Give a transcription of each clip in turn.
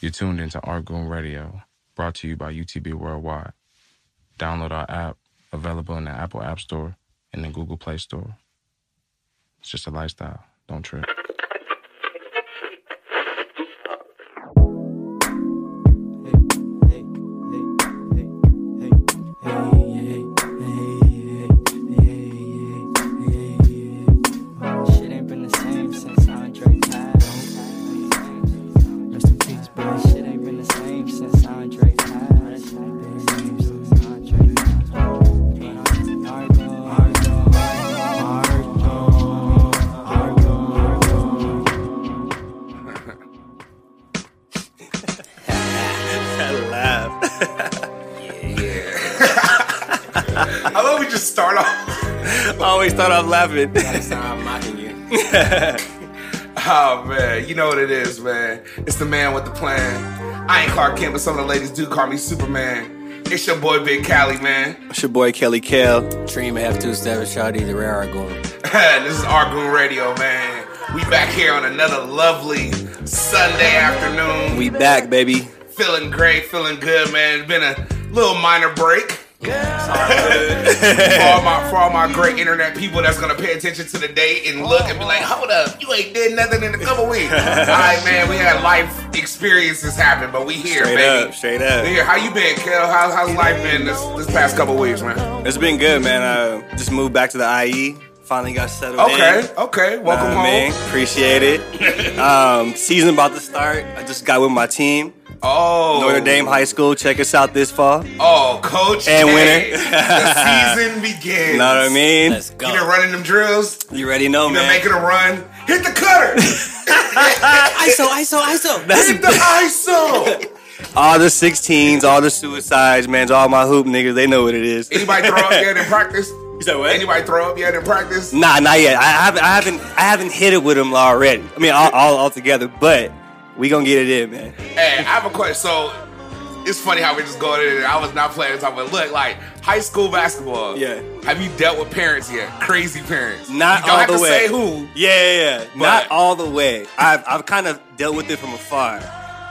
You're tuned into Art Goon Radio, brought to you by UTB Worldwide. Download our app, available in the Apple App Store and the Google Play Store. It's just a lifestyle. Don't trip. I love we just start off. I always thought I'm laughing. Gotta sound mocking you. oh man, you know what it is, man. It's the man with the plan. I ain't Clark Kent, but some of the ladies do call me Superman. It's your boy Big Cali, man. It's your boy Kelly Kell. Dream F two seven shot either rare or going. this is our Goon Radio, man. We back here on another lovely Sunday afternoon. We back, baby. feeling great, feeling good, man. It's been a little minor break. for all my for all my great internet people that's gonna pay attention to the date and look and be like, hold up, you ain't did nothing in a couple weeks. all right, man, we had life experiences happen, but we here, Straight baby. up, straight We up. here. How you been, Kel? How, how's life been this this past couple weeks, man? It's been good, man. Uh, just moved back to the IE. Finally got settled in. Okay, okay, Know welcome what I mean? home. Appreciate it. Um, season about to start. I just got with my team, Oh, Notre Dame High School. Check us out this fall. Know Oh, coach And K. winner. the season begins. what I mean? Let's You been go. running them drills. You already know, You're man. making a run. Hit the cutter. ISO, ISO, ISO. That's Hit the ISO. all the 16s, all the suicides, man. All my hoop niggas, they know what it is. You Anybody throw up yet in practice? said what? Anybody throw up yet in practice? Nah, not yet. I, I haven't, I haven't, I haven't hit it with him already. I mean, all, all, all together, but we gonna get it in, man. Hey, I have a question. So it's funny how we just go in and I was not planning to talk about look like high school basketball. Yeah. Have you dealt with parents yet? Crazy parents. Not you don't all have the to way. say who. Yeah, yeah, yeah. But- not all the way. I've, I've kind of dealt with it from afar.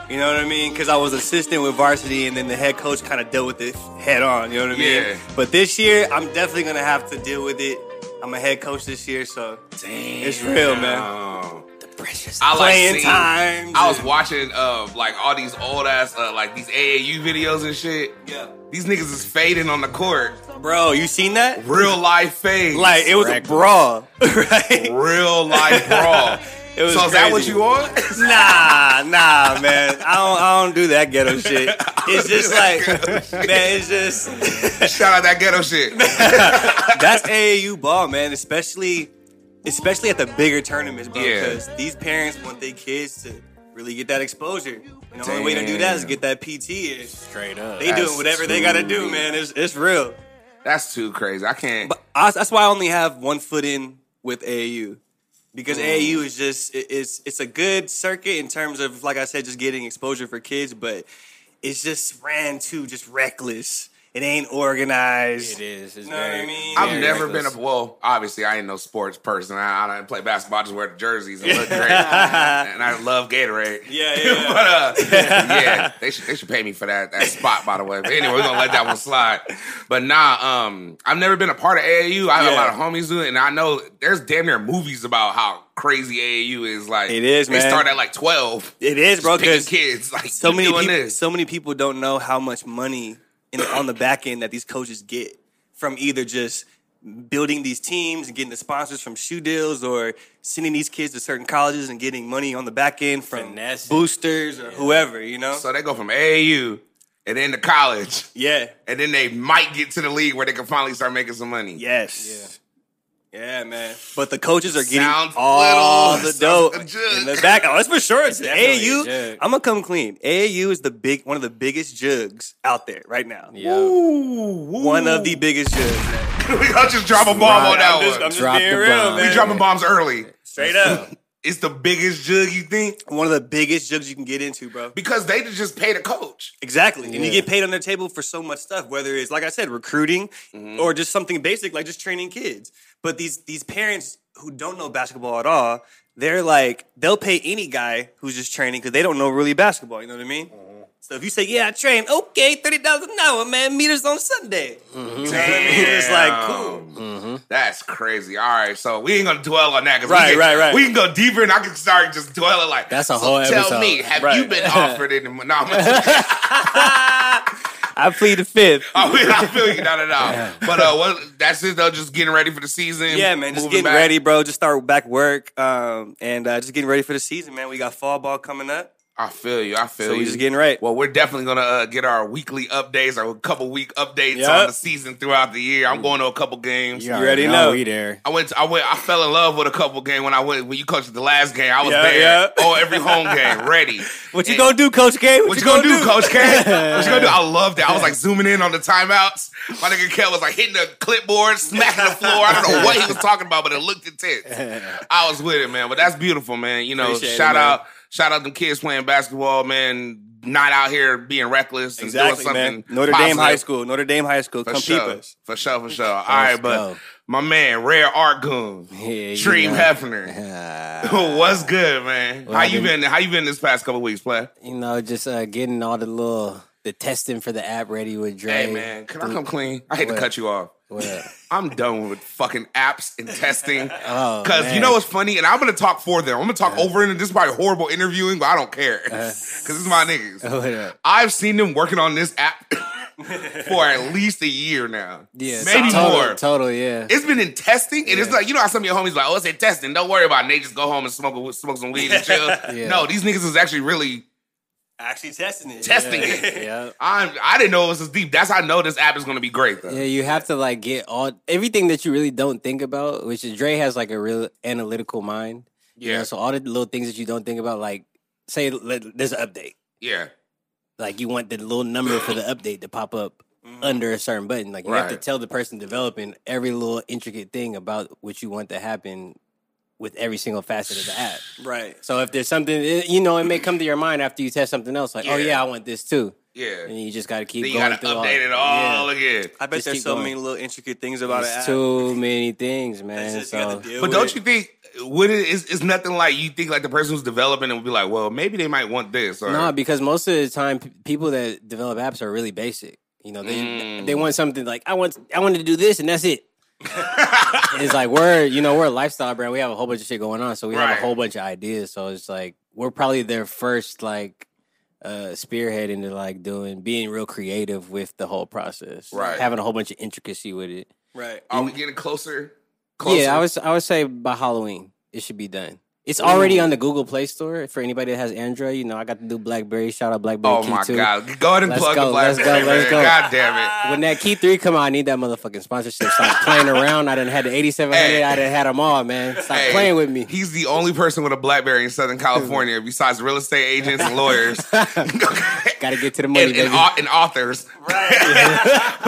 You know what I mean? Because I was assistant with varsity, and then the head coach kind of dealt with it head on. You know what I mean? Yeah. But this year, I'm definitely gonna have to deal with it. I'm a head coach this year, so it's real, man. Um, Precious. I like Playing seeing- times. I was watching uh like all these old ass uh, like these AAU videos and shit. Yeah. These niggas is fading on the court. Bro, you seen that? Real life fade. Like it was a brawl, right? real life brawl. It was so is that what crazy. you want? Nah, nah, man. I don't, I don't do that ghetto shit. It's just like, man, it's just Shout out that ghetto shit. that's AAU ball, man. Especially, especially at the bigger tournaments, bro. Yeah. Because these parents want their kids to really get that exposure. And the only way to do that is Damn. get that PT. And Straight up. they doing That's whatever they gotta do, sweet. man. It's it's real. That's too crazy. I can't. But I, that's why I only have one foot in with AAU Oh. because AAU is just it- it's it's a good circuit in terms of like I said, just getting exposure for kids, but it's just ran too just reckless. It ain't organized. It is. It's Know what I very, mean? I've Yeah, never reckless. been a well. Obviously, I ain't no sports person. I, I don't play basketball. I just wear the jerseys and look great, and I love Gatorade. Yeah, yeah, yeah. but uh, yeah, they should they should pay me for that that spot. By the way, but anyway, we're gonna let that one slide. But nah, um, I've never been a part of AAU. I have a Yeah. lot of homies do it, and I know there's damn near movies about how crazy AAU is. Like It is, They man. start at like twelve. It is, bro. Just picking Because kids like so many doing people, this. so many people don't know how much money in, on the back end that these coaches get from either just building these teams and getting the sponsors from shoe deals or sending these kids to certain colleges and getting money on the back end from Finesse. boosters or whoever, you know? So they go from AAU and then to college. yeah. And then they might get to the league where they can finally start making some money. Yes. Yeah. man. But the coaches are getting Sounds all little- the dope sounds like a in the jug. back. Oh, that's for sure. It's the definitely a AAU. jug. I'm gonna come clean. AAU is the big one of the biggest jugs out there right now. Yo. One of the biggest jugs. man. we gonna just drop a bomb on that I'm just, one. I'm just Drop being the real, bomb. man. we dropping bombs early. straight up. It's the biggest jug you think One of the biggest jugs you can get into, bro. because they just pay the coach. Exactly. And you Yeah. get paid on their table for so much stuff, whether it's like I said, recruiting Mm-hmm. or just something basic like just training kids. But these these parents who don't know basketball at all they're like they'll pay any guy who's just training because they don't know really basketball. You know what I mean? Mm-hmm. So if you say, "Yeah, I train," okay, thirty dollars an hour, man. Meet us on Sunday. You know what I mean? It's like cool. That's crazy. All right, so we ain't gonna dwell on that. 'cause Right, we can, right, right. We can go deeper, and I can start just dwelling like That's a so whole Tell episode. me, have Right. you been offered any? No, I'm- I plead the fifth. I feel- I feel you. Not at all. But uh, what, that's it though. Just getting ready for the season. Yeah, man, just moving getting back. ready, bro. Just start back work, um, and uh, just getting ready for the season, man. We got fall ball coming up, I feel you. I feel so you. we just getting right. Well, we're definitely gonna uh, get our weekly updates, our couple week updates Yup. on the season throughout the year. I'm going to a couple games. already already know. know we there. I went. To, I went. I fell in love with a couple game when I went. When you coached the last game, I was Yeah, there. yeah. Oh, every home game, ready. What you And- gonna do, Coach K? What you gonna do, Coach K? What you gonna do? I love that. I was like zooming in on the timeouts. My nigga Kel was like hitting the clipboard, smacking the floor. I don't know what he was talking about, but it looked intense. I was with it, man. But that's beautiful, man. You know, Appreciate it, shout man. out, shout out them kids playing basketball, man. Not out here being reckless and Exactly, doing man. something. Notre Dame positive. High School. Notre Dame High School. For Come sure. keep us. For sure, for sure. All right, but go. my man, Rare Art Goon, you Dream know. Hefner. What's good, man? How I've you been- been? How you been this past couple weeks, play? You know, just uh, getting all the little the testing for the app ready with Dre. Hey man, can I come clean? I hate to What? cut you off. What? I'm done with fucking apps and testing. Oh, Because you man. know what's funny? And I'm going to talk for them. I'm going to talk over in This is probably horrible interviewing, but I don't care. Uh, Because it's my niggas. What up? I've seen them working on this app for at least a year now. Yeah, Maybe total, more. Total, yeah. It's been in testing, and it's Yeah. like you know how some of your homies like, oh, it's in testing. Don't worry about it. They just go home and smoke a- smoke some weed and chill. Yeah. No, these niggas is actually really Actually testing it. testing it. yeah. I'm I didn't know it was this deep. That's how I know this app is gonna be great though. Yeah, you have to like get all everything that you really don't think about, which is Dre has like a real analytical mind. you know, Yeah, so all the little things that you don't think about, like say let- there's an update, yeah. like you want the little number for the update to pop up Mm-hmm. under a certain button. Like you have to Right. tell the person developing every little intricate thing about what you want to happen with every single facet of the app. Right. So if there's something, it- you know, it may come to your mind after you test something else, like, oh Yeah. yeah, I want this too, Yeah. and you just got to keep Then you going gotta through all- update it all again. I bet Just there's keep so going. many little intricate things about It's it. too many things, man. Just, you So gotta deal But with don't it. you think would it is it's nothing like you think like the person who's developing it would be like, well, maybe they might want this or no, because most of the time, p- people that develop apps are really basic. You know, they Mm. they want something like I want I wanted to do this and that's it. it's like we're you know we're a lifestyle brand. We have a whole bunch of shit going on, so we have Right. a whole bunch of ideas. So it's like we're probably their first like uh spearhead into like doing being real creative with the whole process, Right. Having a whole bunch of intricacy with it. Right. are we getting closer? Closer. Yeah, I was I would say by Halloween it should be done. It's already on the Google Play Store for anybody that has Android. You know, I got the new BlackBerry. Shout out BlackBerry. Oh Key my 2. god. Go ahead and Let's plug go, the black let's go, man. let's go. God damn it. When that Key Three come out, I need that motherfucking sponsorship. Stop playing around. I done had the eighty seven hundred. Hey. I done had them all, man. Stop Hey, playing with me. He's the only person with a BlackBerry in Southern California, besides real estate agents and lawyers, Got to get to the money, and, baby. and, au- and authors.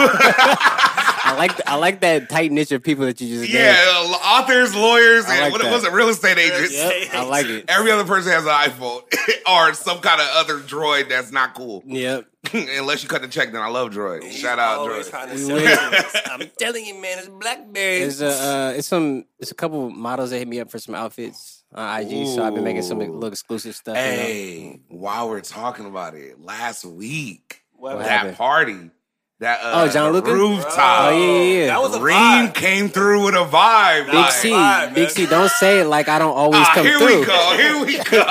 I like I like that tight niche of people that you just Yeah, named. uh, authors, lawyers, I and like what that. was it? Real estate agents. Yep, I like it. Every other person has an iPhone or some kind of other droid that's not cool. Yep. Unless you cut the check, then I love Droid. He's Shout out always Droid. trying to We sell will. things. I'm telling you, man, it's blackberry. There's a uh, it's some it's a couple models that hit me up for some outfits on IG. So I've been making some Ooh. little exclusive stuff. you know. hey, while we're talking about it, last week What that happened? party, that uh, Oh, John Luca? rooftop, Oh, yeah, yeah, yeah. That was a Reem vibe. came through with a vibe. Big like, C, Alright, man. Big C, don't say it like I don't always ah, come here through. we go. Here we go.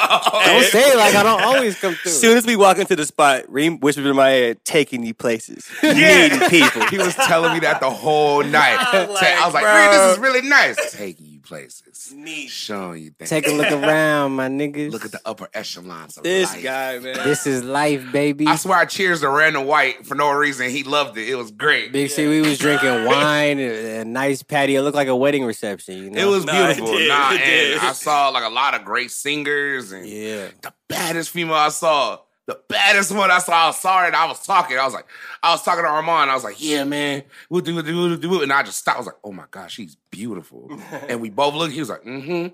Don't say it like I don't always come through. As soon as we walk into the spot, Reem whispered in my ear, taking you places. Meeting people. he was telling me that the whole night. I was Ta- I was like, like, Reem, bro. this is really nice. Taking you places, Neat. showing you things. Take a look around, my niggas. Look at the upper echelons of This life. guy, man. This is life, baby. I swear I cheers to Randall White for no reason. He loved it. It was great. Big C, we was drinking wine, a a nice patio. It looked like a wedding reception, you know. It was Nah, it beautiful. did. Nah, It did. and I saw like a lot of great singers and yeah. the baddest female I saw. The baddest one I saw. I saw her and I was talking. I was like, I was talking to Armand. I was like, yeah, man, we'll do it, we'll do it. And I just stopped. I was like, oh my gosh, she's beautiful. and we both looked. He was like, mm-hmm.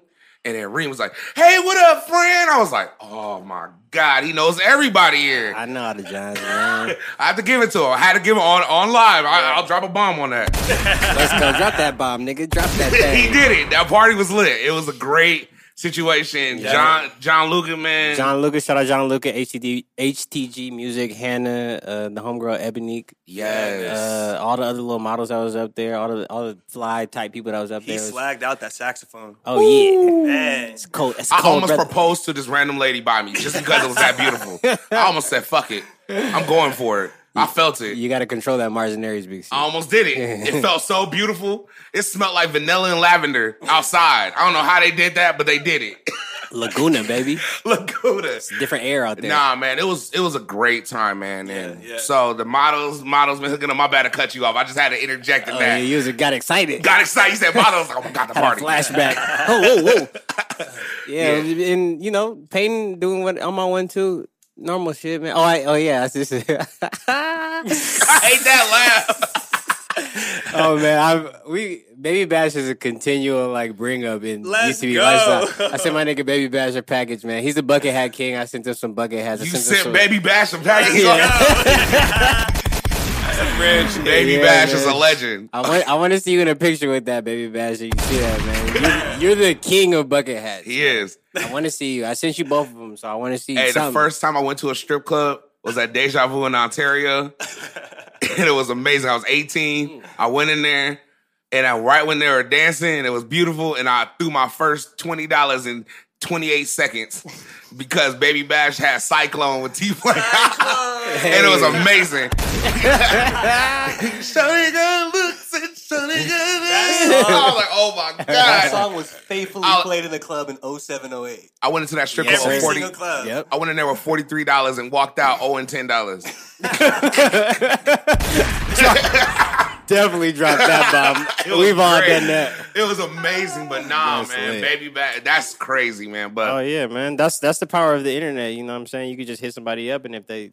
And then Reem was like, hey, what up, friend? I was like, oh my God, he knows everybody here. I know how the Johns, man. I have to give it to him. I had to give it on, on live. I, I'll drop a bomb on that. Let's go. Drop that bomb, nigga. Drop that he thing. did it. That party was lit. It was a great situation. Yeah. John John Luca, man. John Lucas, shout out John Lucas, HTD, HTG Music, Hannah, uh, the homegirl Ebonique, Yes. uh, all the other little models that was up there, all the all the fly type people that was up He there. was- swagged out that saxophone. oh yeah, Man. it's cold. It's I cold. almost brother. proposed to this random lady by me just because it was that beautiful. I almost said, fuck it. I'm going for it. I felt it. you got to control that Mars and Aries big. C. I almost did it. It felt so beautiful. It smelled like vanilla and lavender outside. I don't know how they did that, but they did it. Laguna, baby, Laguna. different air out there. Nah, man, it was it was a great time, man. And yeah. so the models models been hooking up. My bad to cut you off. I just had to interject in oh, yeah, that. you was- got excited. Got excited. You said models. Oh my god, the Had a party. flashback. oh, whoa, whoa. Yeah, and you know, Peyton doing what I'm on one too. Normal shit, man. Oh, I, oh yeah, that's just. I hate that laugh. oh man, I've we Baby Bash is a continual like bring up in Let's UCB go. lifestyle. I sent my nigga Baby Bash a package, man. He's the bucket hat king. I sent him some bucket hats. I You sent him sent some- baby bash of packets. Baby Yeah, bash is a man. legend. I want I want to see you in a picture with that Baby Bash. You can see that, man. You're, you're the king of bucket hats. He is. I want to see you. I sent you both of them, so I want to see. Hey, something. the first time I went to a strip club was at Deja Vu in Ontario. and it was amazing. I was 18. I went in there, and I, right when they were dancing, it was beautiful. And I threw my first $20 in 28 seconds because Baby Bash had Cyclone with T Flame. and it was amazing. Shawty girl looks at Shawty girl. I was like, oh my That God. song was faithfully I'll- played in the club in 0708. I went into that strip club Every with 40. single club. Yep. I went in there with forty three dollars and walked out owing ten dollars. definitely drop that bomb. We've all done that. It was amazing, but nah, That's man, lit. baby back. That's crazy, man. But Oh yeah, man. That's that's the power of the internet. You know what I'm saying? You could just hit somebody up, and if they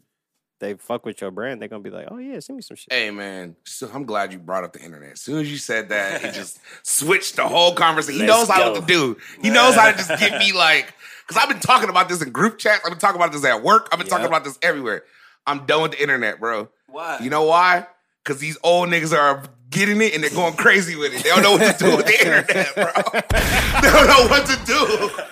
they fuck with your brand, they're gonna be like, oh yeah, send me some shit. hey, man, so I'm glad you brought up the internet. As soon as you said that, it just switched the whole conversation. He knows how what to do. He knows how to just get me like, because I've been talking about this in group chats. I've been talking about this at work. I've been talking Yep. about this everywhere. I'm done with the internet, bro. Why? You know why? Because these old niggas are getting it and they're going crazy with it. They don't know what to do with the internet, bro. they don't know what to do.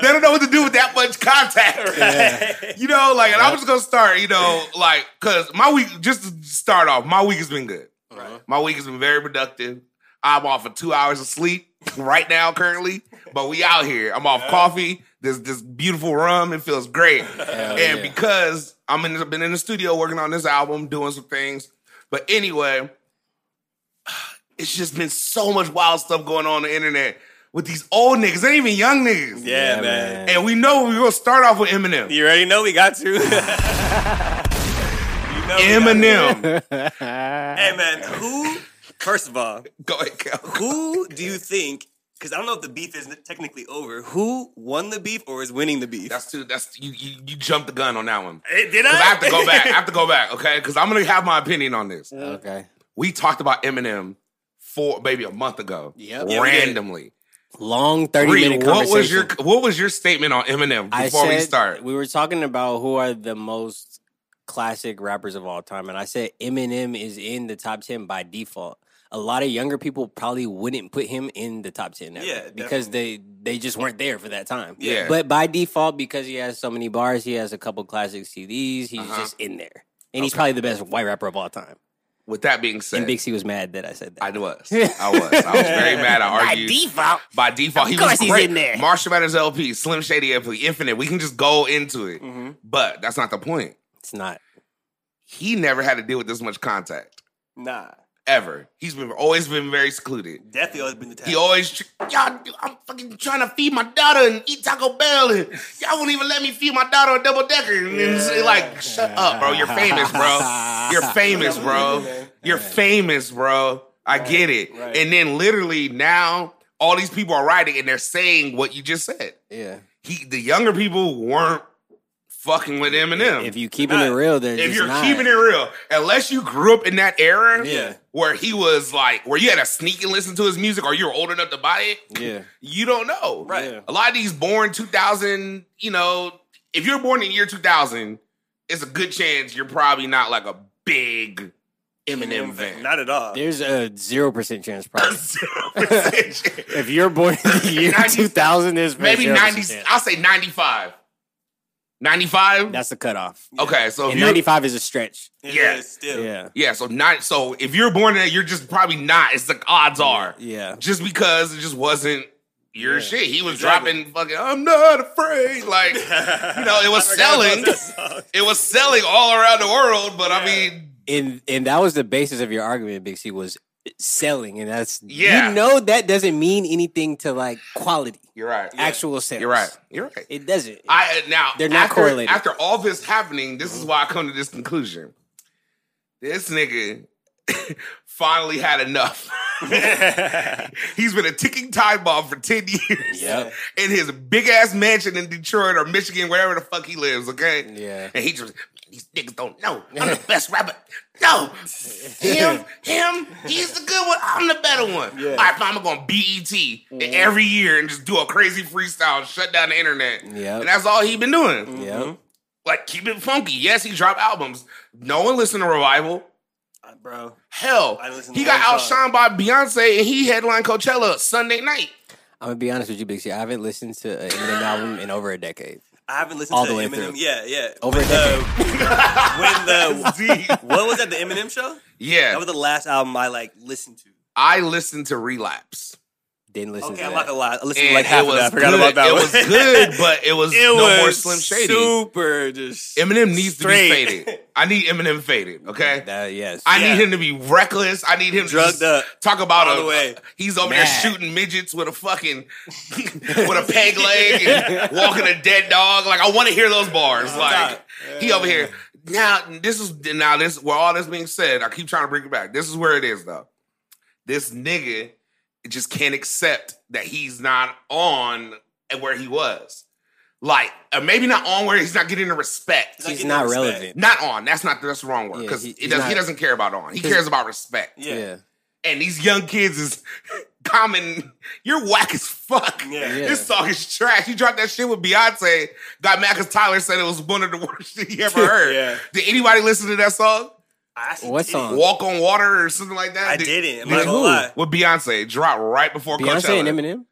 They don't know what to do with that much contact. You know, like, and I'm just gonna start, you know, like, cause my week, just to start off, my week has been good. My week has been very productive. I'm off of two hours of sleep right now, currently, but we out here. I'm off coffee. This this beautiful rum. It feels great. and yeah. because I'm in been in the studio working on this album, doing some things. But anyway, it's just been so much wild stuff going on, the internet with these old niggas. They ain't even young niggas. yeah, man. And we know we're gonna start off with Eminem. You already know we got to. You know we got to. Eminem. Hey, man, who, first of all, Go ahead, Cal. who do you think, because I don't know if the beef is technically over, who won the beef or is winning the beef? That's too. That's you. You, you jumped the gun on that one. Hey, did I? Because I have to go back. I have to go back. Okay, because I'm gonna have my opinion on this. Okay. We talked about Eminem for maybe a month ago. Yep. Yeah, we did. randomly. Long thirty Reed, minute what conversation. was your What was your statement on Eminem I before said, we start? We were talking about who are the most classic rappers of all time, and I said Eminem is in the top ten by default. A lot of younger people probably wouldn't put him in the top ten, ever Yeah, because they they just weren't there for that time. Yeah. but by default, because he has so many bars, he has a couple classic CDs. He's Uh-huh. just in there, and he's probably the best white rapper of all time. With that being said, And Big C was mad that I said that. I was. I was. I was very mad. I argued. By default. By default. He was course he's great. in there. Marshall Matters LP, Slim Shady LP, Infinite. We can just go into it. Mm-hmm. But that's not the point. it's not. He never had to deal with this much contact. Nah. Ever. He's been always been very secluded. Definitely always been the type. He always, tr- y'all, I'm fucking trying to feed my daughter and eat Taco Bell, and y'all won't even let me feed my daughter a double decker. And it's like, shut up, bro. You're famous, bro. You're famous, bro. You're famous, bro. I get it. right. And then literally now, all these people are writing and they're saying what you just said. Yeah. He, the younger people weren't fucking with Eminem. If you keeping it not. real, they're Um, If just you're not. keeping it real, unless you grew up in that era, Yeah. where he was like, where you had to sneak and listen to his music, or you were old enough to buy it, yeah. you don't know. Right. Yeah. A lot of these born 2000, you know, if you're born in year 2000, it's a good chance you're probably not like a big Eminem fan. fan. Not at all. There's a zero percent chance, probably. Zero percent. if you're born in the year 90s, 2000, there's Maybe 90, 90. Chance. I'll say 95. 95? That's the cutoff. okay, so if And Oh, you 95 is a stretch. It Yeah. is still. Yeah. Yeah, so not so if you're born in that, you're just probably not. It's like odds are. Yeah. Just because it just wasn't your shit. He was Exactly. dropping fucking I'm not afraid. Like you know, it was selling. It was selling all around the world, but I Yeah. mean And and that was the basis of your argument, Big C, was selling. And that's, Yeah. you know, that doesn't mean anything to like quality, you're right. actual sales. You're right. You're right. It doesn't. I uh, now They're not after, correlated. After all this happening, this is why I come to this conclusion. This nigga finally had enough. He's been a ticking time bomb for 10 years Yep. in his big ass mansion in Detroit or Michigan, wherever the fuck he lives, okay? Yeah. And he just, these niggas don't know. I'm the best rapper. No. Him, him, he's the good one. I'm the better one. All right, fine, I'm going to BET Mm-hmm. every year and just do a crazy freestyle, shut down the internet. Yep. And mm-hmm. that's all he been doing. Mm-hmm. Yep. Like, keep it funky. Yes, he dropped albums. No one listened to Revival. Uh, bro. Hell, I listened he to got one outshined by Beyonce and he headlined Coachella Sunday night. I'm going to be honest with you, Big C. I haven't listened to an Eminem album in over a decade. I haven't listened All to the way Eminem. through. Yeah, yeah. Over when a the, when the what was that? The Eminem show? That yeah, was the last album I like listened to. I listened to Relapse. Didn't listen Okay, to I'm that. not gonna lie. I listened And to like half it of was that. I forgot good. about that It one. was good, but it was it no was more Slim Shady. super just Eminem needs to Straight. be faded. I need Eminem faded. Okay, That- yes. I Yeah. need him to be reckless. I need him Drugged to just up. talk about All a, the way. He's over Mad. there shooting midgets with a fucking with a peg leg and walking a dead dog. Like I want to hear those bars. Like he over here now. This is now this where all this being said. I keep trying to bring it back. This is where it is though. This nigga just can't accept that he's not on where he was. Like, uh, maybe not on where he's not getting the respect. He's Like, not you know, relevant. Not on. That's not that's the wrong word Yeah, because he- he, he's does, he not- doesn't care about on. He cares about respect. Yeah. yeah. And these young kids is common. You're whack as fuck. Yeah. Yeah. This song is trash. You dropped that shit with Beyonce. Got mad because Tyler said it was one of the worst shit he ever heard. Yeah. Did anybody listen to that song? I actually What did. song? Walk on Water or something like that? I Did- didn't. I'm Like not gonna Uh-huh. who? With lie. Beyonce, dropped right before Beyonce and Coachella. Eminem?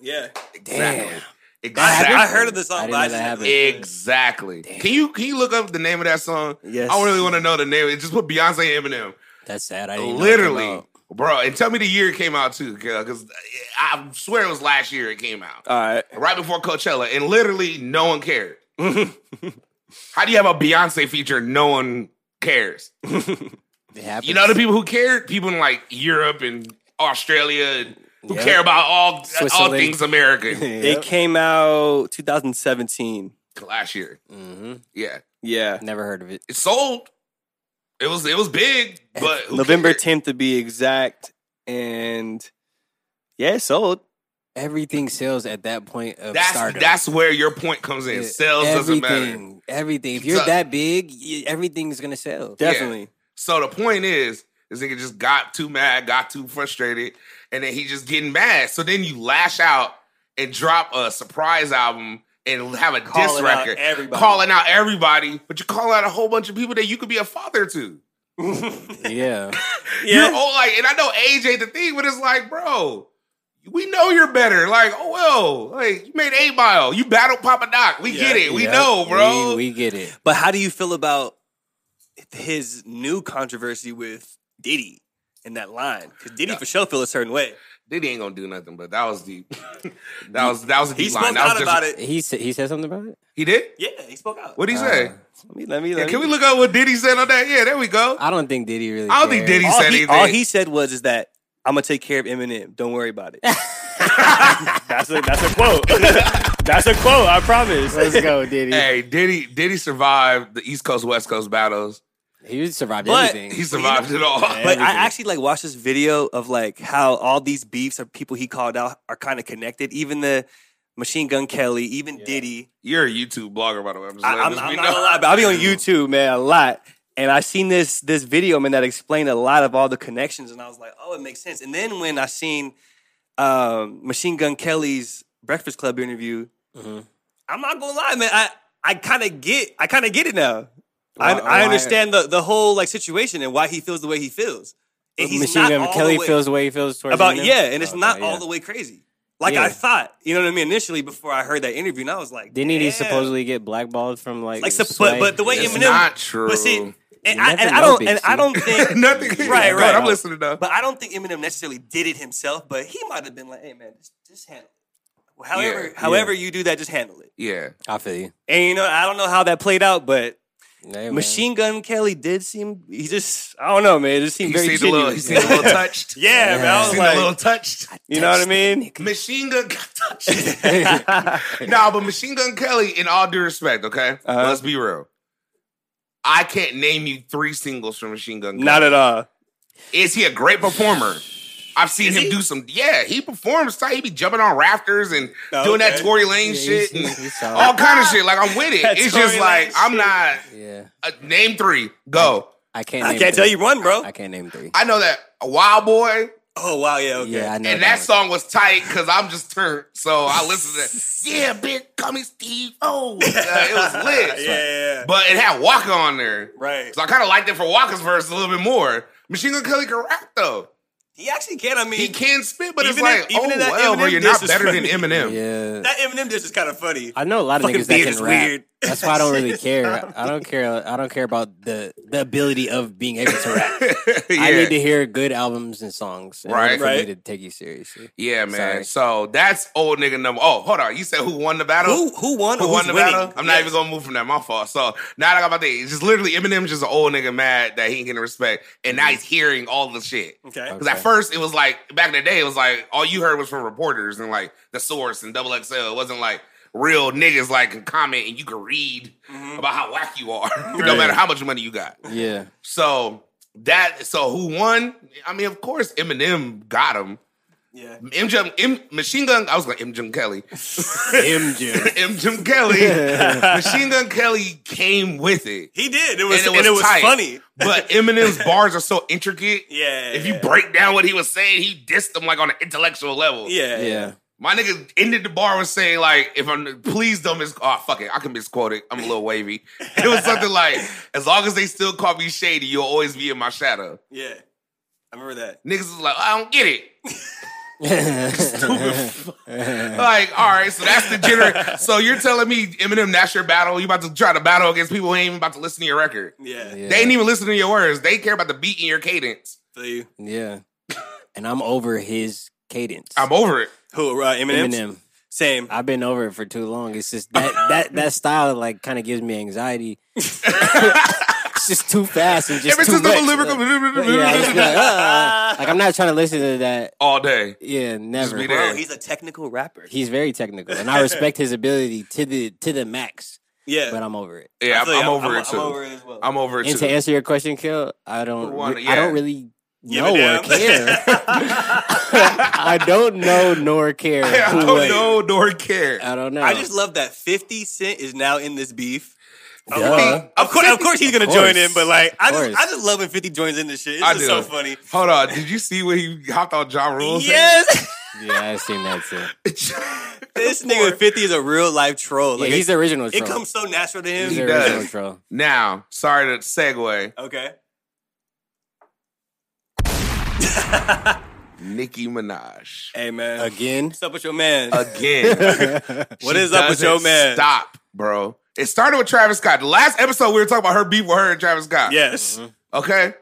Yeah. Exactly. Damn. Exactly. I, I heard of the song, I didn't but I know that just happened. Exactly. Can you can you look up the name of that song? Yes. I really want to know the name. It just put Beyonce and Eminem. That's sad. I didn't Know it came Literally, out. bro. And tell me the year it came out too, because I swear it was last year it came out, All right. right before Coachella, and literally no one cared. How do you have a Beyonce feature? and No one cares. It happens. You know the people who cared? People in like Europe and Australia and who Yeah. care about all all Switzerland. things American. Yep. It came out 2017. last year, Mhm. yeah, Yeah. Never heard of it. it sold. It was it was big, but who November cared? 10th to be exact. And yeah, it sold. Everything sells at that point of That's stardom. that's where your point comes in. Yeah. Sales doesn't matter. everything, Everything. If you're So- that big, y- everything's gonna sell. Definitely. So the point is, this nigga just got too mad, got too frustrated, and then he just getting mad. So then you lash out and drop a surprise album and have a diss Calling out record, everybody. calling out everybody, but you call out a whole bunch of people that you could be a father to. Yeah. You're all like, and I know age ain't the thing, but it's like, bro, we know you're better. Like, oh well, like you made eight mile, you battled Papa Doc. We get it, we Yep. know, bro. We, we get it. But how do you feel about his new controversy with Diddy in that line? Because Diddy for sure feel a certain way. Diddy ain't gonna do nothing, but that was deep. that was that was a He deep spoke line. That was out just- about it. He said he said something about it. He did. Yeah, he spoke out. What did he say? Let me, let me, let Uh, Yeah, me. can we look up what Diddy said on that? Yeah, there we go. I don't think Diddy really. I don't think cared. Diddy- all, said he, anything. all he said was is that I'm gonna take care of Eminem. Don't worry about it. That's a that's a quote. that's a quote. I promise. Let's go, Diddy. Hey, Diddy, Diddy survived the East Coast West Coast battles. He survived But- everything. He survived it all. But I Everything. actually like watched this video of like how all these beefs or people he called out are kind of connected. Even the Machine Gun Kelly, even Diddy. You're a YouTube blogger, by the way. I'm just I, letting I'm, this I'm be not known. gonna lie, but I be on YouTube, man, a lot. And I seen this this video, man, that explained a lot of all the connections, and I was like, oh, it makes sense. And then when I seen um, Machine Gun Kelly's Breakfast Club Mm-hmm. interview, I'm not gonna lie, man, I I kind of get I kind of get it now. I, Why- I why- understand the, the whole like situation and why he feels the way he feels. And he's Machine not Gun all Kelly the way, feels the way he feels towards about Eminem? yeah, and it's Oh, Okay, not yeah. all the way crazy. Like Yeah. I thought, you know what I mean? Initially, before I heard that interview, and I was like, Didn't he "Damn." supposedly get blackballed from like? Like, sup- but Sway? but the way It's Eminem, not true. but see, and You I, never and I know, don't, and Big I C. don't think Nothing. Right, Go right. ahead, I'm listening though. But I don't think Eminem necessarily did it himself, but he might have been like, hey man, just, just handle it. Well, however, Yeah, yeah. however you do that, just handle it. yeah. I feel you. And you know, I don't know how that played out, but Yeah, man. Machine Gun Kelly did seem he just I don't know, man. It just seemed You very see the little, you tenuous. see the little touched. yeah, man. I You was see the little like, touched. you know what I mean? Machine Gun got touched. nah, but Machine Gun Kelly, in all due respect, okay, let's be real. I can't name you three singles from Machine Gun. Kelly. Not at all. Is he a great performer? I've seen Is him he? do some. Yeah, he performs. tight. He be jumping on rafters and Oh, doing that okay. Tory Lane Yeah, shit he's- and he's solid. all kind of shit. Like I'm with it. That It's Tory just like Lanez I'm shit. not. Yeah, Uh, name three. Go. I can't. I name can't three. tell you one, bro. I can't name three. I know that Wild Boy Oh wow, yeah, okay. Yeah, I know. and that song was tight because I'm just turned. So I listened to Yeah, bitch, call me Steve. Oh, it was lit. yeah, yeah, yeah. But it had Walker on there. Right. So I kind of liked it for Walker's verse a little bit more. Machine Gun Kelly can rap though. He actually can. I mean, He can spit, but it's Even in- like, even oh, in that well, bro, Eminem you're not diss is better than funny. Eminem. Yeah. that Eminem dish is kind of funny. I know a lot of Fucking niggas that theater's can rap. weird. That's why I don't really care. I don't care. I don't care about the the ability of being able to rap. I Yeah. need to hear good albums and songs in Right. order for Right. me to take you seriously. yeah, Sorry. man. So that's old nigga number. Oh, hold on. You said who won the battle? Who who won? Who or won who's the winning? battle? I'm not Yeah. even gonna move from that. My fault. So now that I got my thing, it's just literally Eminem's just an old nigga mad that he ain't getting respect, and now he's hearing all the shit. Okay. Because at first it was like back in the day, it was like all you heard was from reporters and like the source and double XL. It wasn't like real niggas like can comment and you can read about how whack you are, no matter how much money you got. Yeah. So that so who won? I mean, of course Eminem got him. Yeah. M. Jim, M Machine Gun. I was going M. Jim Kelly. M. Jim. M. Jim Kelly. Machine Gun Kelly came with it. He did. It was And and it it was was, tight. funny. But Eminem's bars are so intricate. Yeah. If you break down what he was saying, he dissed them like on an intellectual level. yeah, Yeah. My nigga ended the bar with saying like, "If I'm please don't miss oh fuck it, I can misquote it. I'm a little wavy. It was something like, as long as they still call me shady, you'll always be in my shadow. yeah. I remember that. Niggas was like, I don't get it. Stupid. Like, all right, so that's the gener. so you're telling me Eminem, that's your battle. You about to try to battle against people who ain't even about to listen to your record. Yeah. Yeah. They ain't even listening to your words. They care about the beat and your cadence. Feel you. Yeah. And I'm over his cadence. I'm over it. Who? Uh, Eminem. Eminem. Same. I've been over it for too long. It's just that that that style like kind of gives me anxiety. it's just too fast and just Ever too since much. I'm a lyrical, Like, yeah, I just be like, uh, like I'm not trying to listen to that. all day. Yeah, never. be there. Bro, he's a technical rapper. He's very technical, and I respect his ability to the to the max. Yeah. But I'm over it. Yeah, I I'm, feel you. I'm over I'm, it too. I'm over it as well. I'm over it And to too. answer your question, Kill, I don't. Who won re- it? I Yeah. don't really Give know a or damn. care. I don't know nor care. I who don't won. know nor care. I don't know. I just love that 50 Cent is now in this beef. Duh. Of course, of course, he's gonna Of join course. in, but like, I Of just, course. I just love when Fifty joins in this shit. It's I just do. so funny. Hold on. Did you see when he hopped on John Rule's? Yes, Yeah, I've seen that too. this nigga Fifty is a real life troll. Like, yeah, he's the original. it troll. comes so natural to him. He's the does. original troll. now, sorry to segue. Okay, Nicki Minaj hey man, Again, what's up with your man? again. what is Uh, up with Doesn't your man? Stop, bro. It started with Travis Scott. The last episode we were talking about her beef with her and Travis Scott. Yes, Mm-hmm. Okay.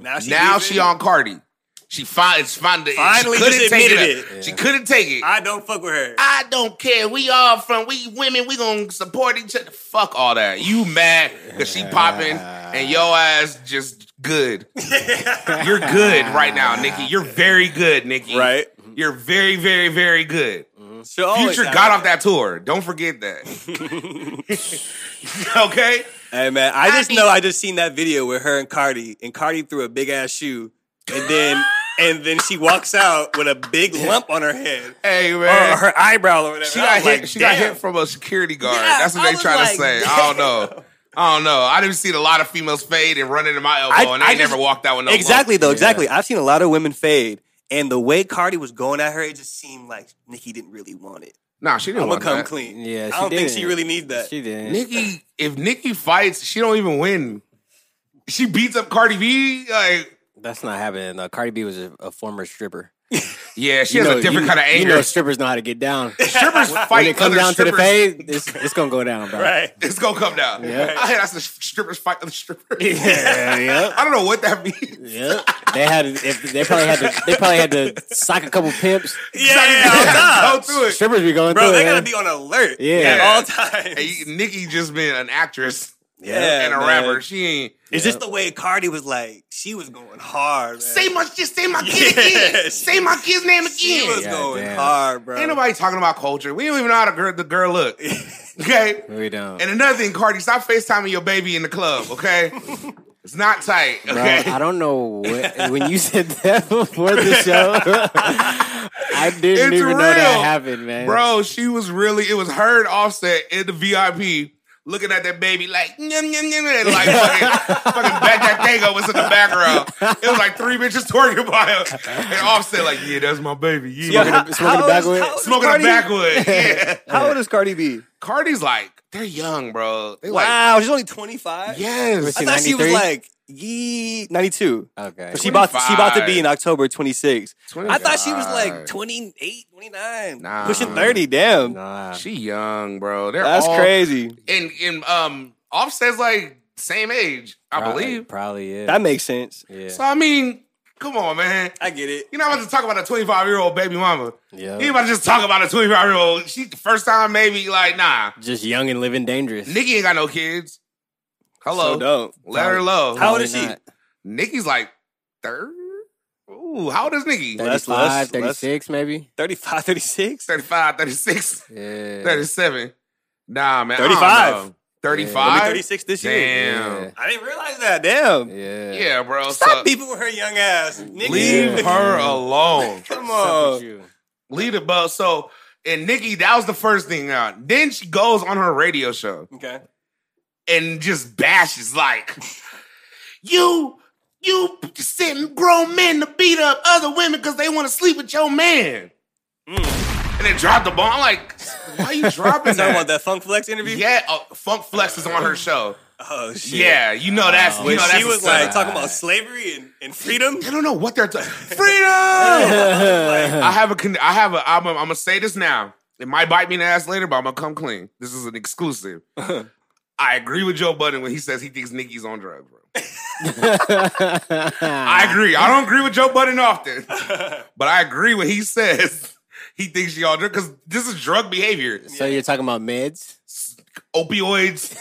now she now beefing. she on Cardi. She finally, finally, Finally she couldn't just take admitted up. it. She Yeah. couldn't take it. I don't fuck with her. I don't care. We all from we women. We gonna support each other. Fuck all that. You mad because she popping and your ass just good. You're good right now, Nikki. You're very good, Nikki. Right. You're very, very, very good. She always Future out got here. off that tour. Don't forget that. okay. Hey man, I just I know be- I just seen that video with her and Cardi, and Cardi threw a big ass shoe, and then and then she walks out with a big lump on her head Hey or man. her eyebrow or whatever. she I got was hit. like, she got damn. hit from a security guard. Yeah, That's what I they was trying to like, say. I don't know. I don't know. I didn't see a lot of females fade and run into my elbow, I- and they I never just- walked out with no lump. exactly though. Exactly. I've seen a lot of women fade, and the way Cardi was going at her, it just seemed like Nikki didn't really want it. Nah, she didn't I'm gonna want come that. clean. Yeah, she I don't think did. she really need that. She didn't. Nikki, if Nikki fights, she don't even win. She beats up Cardi B. Like, That's not happening. Uh, Cardi B was a, a former stripper. yeah, she You has know- a you- different kind of anger. You know, strippers know how to get down. strippers when fight. it comes other down to the strippers. fade, it's, it's gonna go down, bro. Right. it's gonna come down. Yeah. I hear that's the strippers fight other strippers. Yeah, yeah, I don't know what that means. yeah. They had, if, they probably had to, they probably had to sock a couple pimps. Yeah, yeah, yeah, all Go time. through it. Strippers be going bro. through. They it, gotta man. be on alert. Yeah. at Yeah. all times. Hey, Nikki just been an actress Yeah, and a man. rapper. She ain't It's just the way Cardi was like. She was going hard. Man. say my just say my kid again. Say my kid's name again. she was Yeah, going damn. hard, bro. Ain't nobody talking about culture. We don't even know how the girl, the girl look. Okay. We don't. And another thing, Cardi, stop FaceTiming your baby in the club, okay? it's not tight, Bro, okay? I don't know what, when you said that before the show. I didn't It's even know that real. happened, man. Bro, she was really, it was her and Offset in the VIP looking at that baby like, nyam, nyam, nyam, and like fucking, fucking back that tango was in the background. It was like three bitches twerking by him. And Offset like, yeah, that's my baby. Yeah. Smoking the- smoking the How old is- backwood. how old is Smoking Cardi? a backwood. Yeah. How old is Cardi B? Cardi's like, they're young, bro. They like, Wow, she's only 25. yes. I thought she was 93? like yee 92. Okay. But She about to, she about to 25. be in October 26. Oh I thought she was 25. like 28, 29, Nah. pushing 30. Damn, Nah. She young, bro. They're that's all- crazy. And and um, Offset's like same age, I Probably- believe. Probably is. That makes sense. yeah. So I mean, come on, man. I get it. You're not about to talk about a 25 year old baby mama. Yeah. You ain't about to just talk about a 25 year old. She the first time maybe like nah. Just young and living dangerous. Nikki ain't got no kids. Hello, So dope. let her low. How old is she? Probably not. Nikki's like third. Ooh, how old is Nikki? Less, 35, less, 36 maybe? 35, 36. 35, 36, Yeah. 37. Nah, man. I don't 35. know. Gonna be 35. 36 this year. Damn. Yeah. I didn't realize that. Damn. Yeah. Yeah, bro. Stop so- beeping with her young ass. Nigga. Leave Yeah. her alone. Come What's up with on. you? Leave the bug. So, and Nikki, that was the first thing out. Then she goes on her radio show Okay. and just bashes like, you, you sent grown men to beat up other women because they want to sleep with your man. And then drop the ball. I'm like, why you dropping Talking about that? that Funk Flex interview? Yeah, oh, Funk Flex is on her show. Oh, shit. Yeah, you know that's, you When know she that's a was setup. like talking about slavery and, and freedom. I don't know what they're talking. Freedom. Like, I have a con- I have a I'm, I'm gonna say this now. It might bite me in the ass later, but I'm gonna come clean. This is an exclusive. I agree with Joe Budden when he says he thinks Nikki's on drugs, bro. I agree. I don't agree with Joe Budden often, but I agree when he says he thinks she on drugs because this is drug behavior, So you're talking about meds? opioids,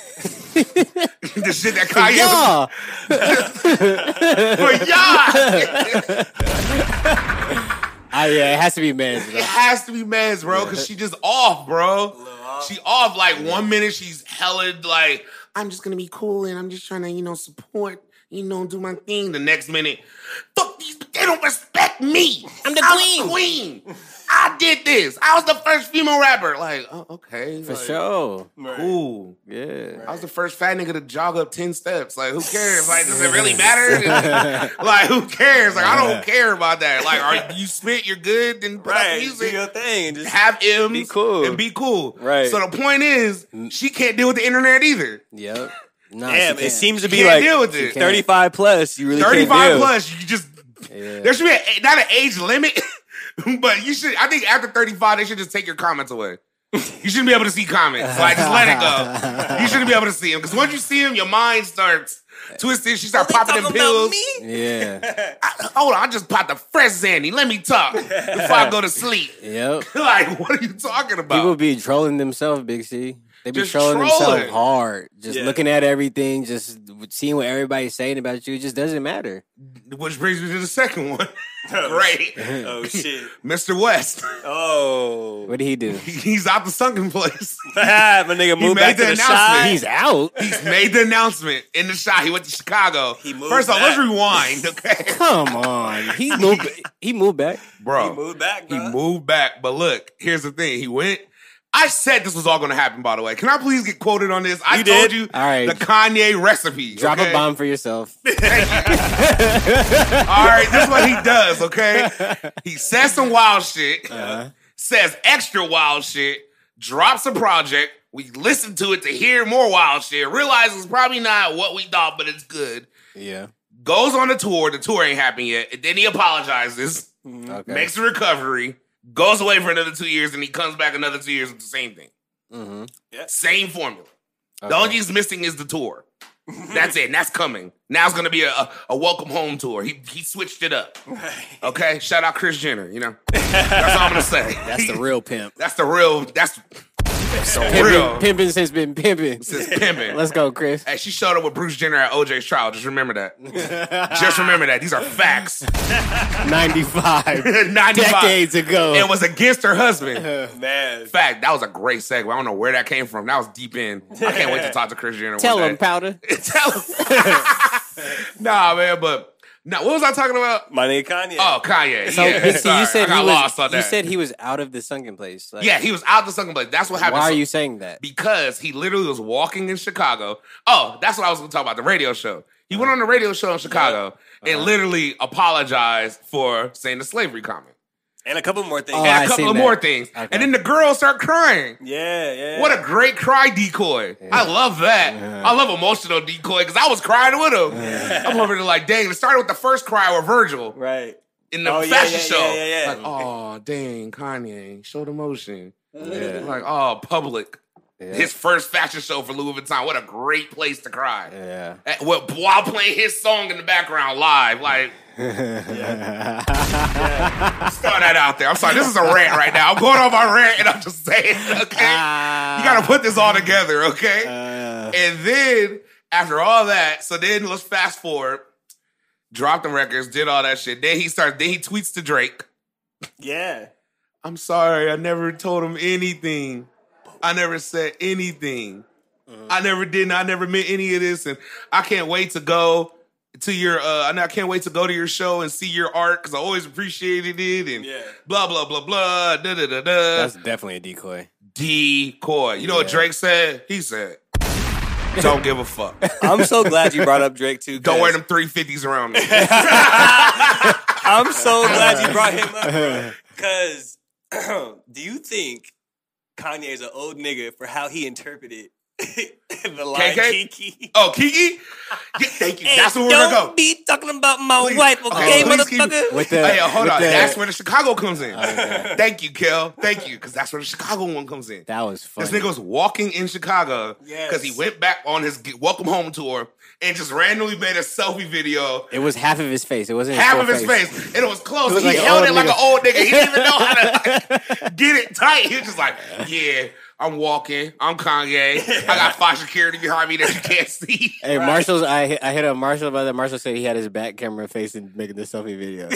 the shit that Kanye was- Yeah. for y'all. Ah, yeah, it has to be meds. It Bro. has to be meds, bro, because she just off, bro. She off. Like one minute she's hella like, I'm just gonna be cool and I'm just trying to, you know, support, you know, do my thing. The next minute, fuck these, they don't respect me. I'm the queen. I did this. I was the first female rapper. Like, oh, okay. For sure. Ooh. Yeah. I was the first fat nigga to jog up 10 steps. Like, who cares? Like, does it really matter? like, who cares? Like, I don't care about that. Like, are you spit, you're good, then put out Right. music Do your thing and just have M's Be cool. and be cool. Right. Mm. So the point is, she can't deal with the internet either. Yep. No, Damn, she it can't. seems to She be can't like deal with it. can't. 35 plus. You really can't Thirty-five deal. plus, you just Yeah. there should be a, not an age limit, but you should. I think after thirty-five, they should just take your comments away. You shouldn't be able to see comments. Like just let it go. You shouldn't be able to see them because once you see them, your mind starts twisting. She starts They popping them talking about pills. me? Yeah. I, hold on, I just popped a fresh Zanny. Let me talk before I go to sleep. Yep. like, what are you talking about? People be trolling themselves, Big C. They be Just trolling, trolling. themselves hard. Just Yeah. looking at everything, just seeing what everybody's saying about you. It just doesn't matter. Which brings me to the second one. right. Oh shit. Mr. West. Oh. What did he do? He's out the sunken place. My nigga He moved made back to the the announcement. side. He's out. He's made the announcement in the shot. He went to Chicago. He moved First off, let's back. rewind, okay? Come on. He moved. He moved back. Bro, He moved back, he bro. moved back. But look, here's the thing. He went. I said this was all going to happen, by the way. Can I please get quoted on this? I You told did? you All right. the Kanye recipe. Drop okay? a bomb for yourself. All right, this is what he Uh-huh. does, okay? He says some wild shit, says extra wild shit, drops a project. We listen to it to hear more wild shit. Realize it's probably not what we thought, but it's good. Yeah. Goes on a tour. The tour ain't happened yet. And then he apologizes, Mm-hmm. Okay. makes a recovery, goes away for another two years, and he comes back another two years with the same thing. mm-hmm. Same formula. The only thing he's missing is the tour. That's it. and That's coming. Now it's gonna be a, a, a welcome home tour. He he switched it up. Okay. Shout out Chris Jenner. You know. That's all I'm gonna say. That's the real pimp. That's the real. That's that's the real. Pimping, pimping since been pimping. This is pimping. Let's go, Chris. Hey, she showed up with Bruce Jenner at OJ's trial. Just remember that. Just remember that. These are facts. 95. 95. Decades ago. Uh-huh. It was against her husband. Man. Fact, that was a great segue. I don't know where that came from. That was deep in. I can't wait to talk to Chris Jenner. Tell him, one day. Powder. Tell him. nah, man, but now what was I talking about? My nigga Kanye. Oh, Kanye. So, yeah, but see, sorry. you said I got he lost was, on that. you said he was out of the sunken place. Like, yeah, he was out the second place. That's what happened. Why are So- you saying that? because he literally was walking in Chicago. Oh, that's what I was going to talk about the radio show. He went on the radio show in Chicago Uh-huh. and literally apologized for saying the slavery comment And a couple more things. Oh, and I a couple seen of that. more things. Okay. And then the girls start crying. yeah, yeah. What a great cry decoy. I love that. I love emotional decoy because I was crying with him. I'm over there like, dang, it started with the first cry with Virgil Right. in the Oh, yeah, fashion yeah, show. yeah, yeah, yeah. Like, oh, dang, Kanye, showed emotion. Yeah. Like, oh, public. Yeah. His first fashion show for Louis Vuitton. What a great place to cry. yeah. Eh, Well, while playing his song in the background live, like just throw that out there. I'm sorry, this is a rant right now. I'm going on my rant, and I'm just saying, okay, Ah. you got to put this all together, okay? and then after all that, so then let's fast forward. Dropped the records, did all that shit. Then he starts. Then he tweets to Drake. Yeah. I'm sorry, I never told him anything. I never said anything. I never did. I never meant any of this, and I can't wait to go to your. Uh, I know- I can't wait to go to your show and see your art because I always appreciated it. And Yeah. blah blah blah blah. Da da da da. That's definitely a decoy. Decoy. You know what Yeah. Drake said? He said, "Don't give a fuck. I'm so glad you brought up Drake too. Don't 'cause wear them three fifties around me." I'm so glad you brought him up, bro. Cause do you think Kanye is an old nigga for how he interpreted the line KK? Kiki? oh, Kiki. Yeah, thank you. Hey, That's where we're don't gonna go. be talking about my Please. wife, Okay, okay, please keep- motherfucker? With the, Hey, yo, hold with on. the- that's where the Chicago comes in. Okay. Thank you, Kel. Thank you, because that's where the Chicago one comes in. that was funny. This nigga was walking in Chicago because Yes. he went back on his G- Welcome Home tour and just randomly made a selfie video. it was half of his face. It wasn't Half full of his face. and it was close. It looked he like an held old it like nigga. an old nigga. He didn't even know how to like, get it tight. He was just like, "Yeah, I'm walking. I'm Kanye. I got five security behind me that you can't see." Hey, Marshall's. I hit, I hit up Marshall about that. Marshall said he had his back camera facing making the selfie video.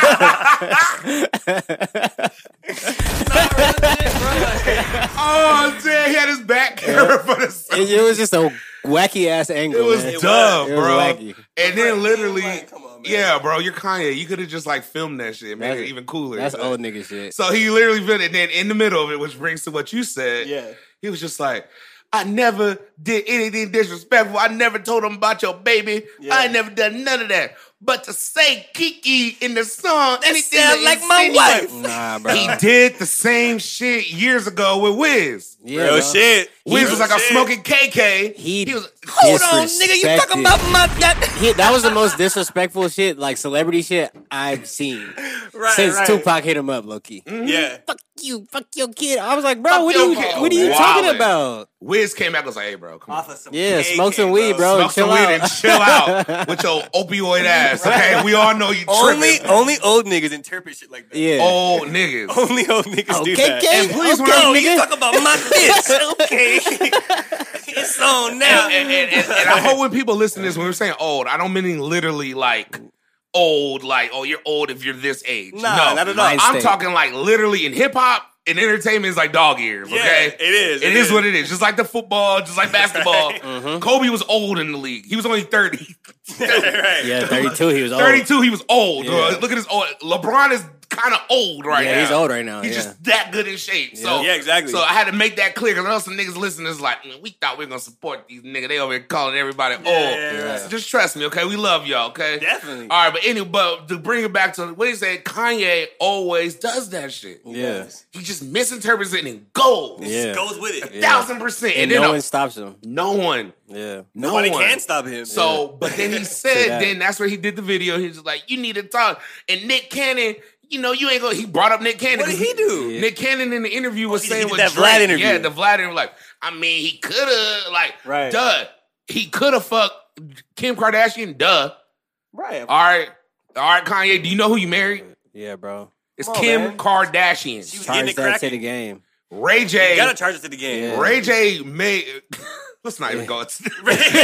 oh damn! He had his back camera for the. it, it was just a wacky ass angle. It was man. dumb, It was bro. wacky. And then literally, Like, come on, man. yeah, bro, you're Kanye. You could have just like filmed that shit, made That's- it even cooler. That's But- old nigga shit. So he literally did it. And then in the middle of it, which brings to what you said, Yeah. he was just like, I never did anything disrespectful. I never told him about your baby. I Yeah. ain't never done none of that. But to say Kiki in the song, anything sound to like my insinuate- wife. Nah, bro. He did the same shit years ago with Wiz. Yeah, Real bro. shit. Wiz was Real like, I'm shit. smoking KK. He was Hold on, nigga. You talking disrespected. about my that? He- that was the most disrespectful shit, like celebrity shit I've seen right, since right. Tupac hit him up, Loki. Yeah. Fuck you, fuck your kid. I was like, bro, Mm. Fuck what your are you, kid. what are you talking Wildin'. about? Wiz came back and was like, hey, bro, come on. Off of some Yeah, KK, smoke some weed, bro. Smoke some chill weed out. and chill out with your opioid ass. Okay, we all know you Only tripping. only old niggas interpret shit like that. Yeah. Old niggas. Only old niggas do okay, that. okay, And please, when okay, I- Oh, you nigga. talk about my bitch. Okay. it's on now. and, and- and- and- and I hope when people listen to this, when we're saying old, I don't mean literally like old, like, oh, you're old if you're this age. Nah, no, not at all. I'm Mindset. talking like literally in hip hop and entertainment is like dog ears, Yeah, okay? it is, It it is is. what it is. Just like the football, just like basketball. Right. Kobe was old in the league. He was only 30. right. Yeah, 32, he was old. 32, he was old. Oh. Yeah. bro. Look at his old. LeBron is kind of old right now. Yeah, he's old right now, He's yeah. just that good in shape. So Yeah, exactly. So I had to make that clear because I know some niggas listening is like, "Man, we thought we were gonna support these niggas. They over here calling everybody old. Yeah. So just trust me, okay? We love y'all, okay? Definitely. All right, but anyway, but to bring it back to what he said, Kanye always does that shit. Yeah. He just misinterprets it and goes. Yeah. Goes with it. A thousand percent. And And, no then one a- stops him. no one. Yeah. No Nobody one. can stop him. So, but then he Say said, that. then that's where he did the video. He was just like, you need to talk. And Nick Cannon, you know, you ain't gonna. He brought up Nick Cannon. What did he do? Oh, Nick Cannon in the interview was he- he saying did with that Drake- Vlad interview. Yeah, the Vlad interview. Like, I mean, he could have, like, Right. duh, he could have fucked Kim Kardashian. Duh. right. All right, all right, Kanye. Do you know who you married? Yeah, bro. It's Come on, Kim man. Kardashian. She was getting Charge that it to the cracking. game. Ray You gotta J. charge it to the game. Yeah. Ray J. May. Let's not even go. into-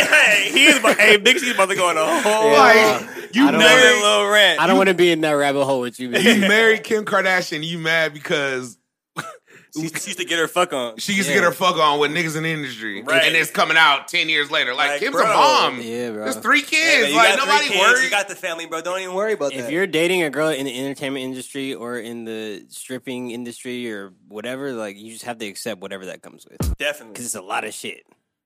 he is. about- Hey, Big C's about to go on a whole Yeah. like you I don't married. another little rant. I don't want to be in that rabbit hole with you. man. you married Kim Kardashian, you mad because She used, to, she used to get her fuck on. she used Yeah. to get her fuck on with niggas in the industry, Right. and it's coming out ten years later. Like, Like, Kim's bro. a mom. Yeah, bro. There's three Hey, kids. man, you like got three nobody kids, You worried. got the family, bro. Don't even worry about that. If you're dating a girl in the entertainment industry or in the stripping industry or whatever, like you just have to accept whatever that comes with. Because definitely. it's a lot of shit.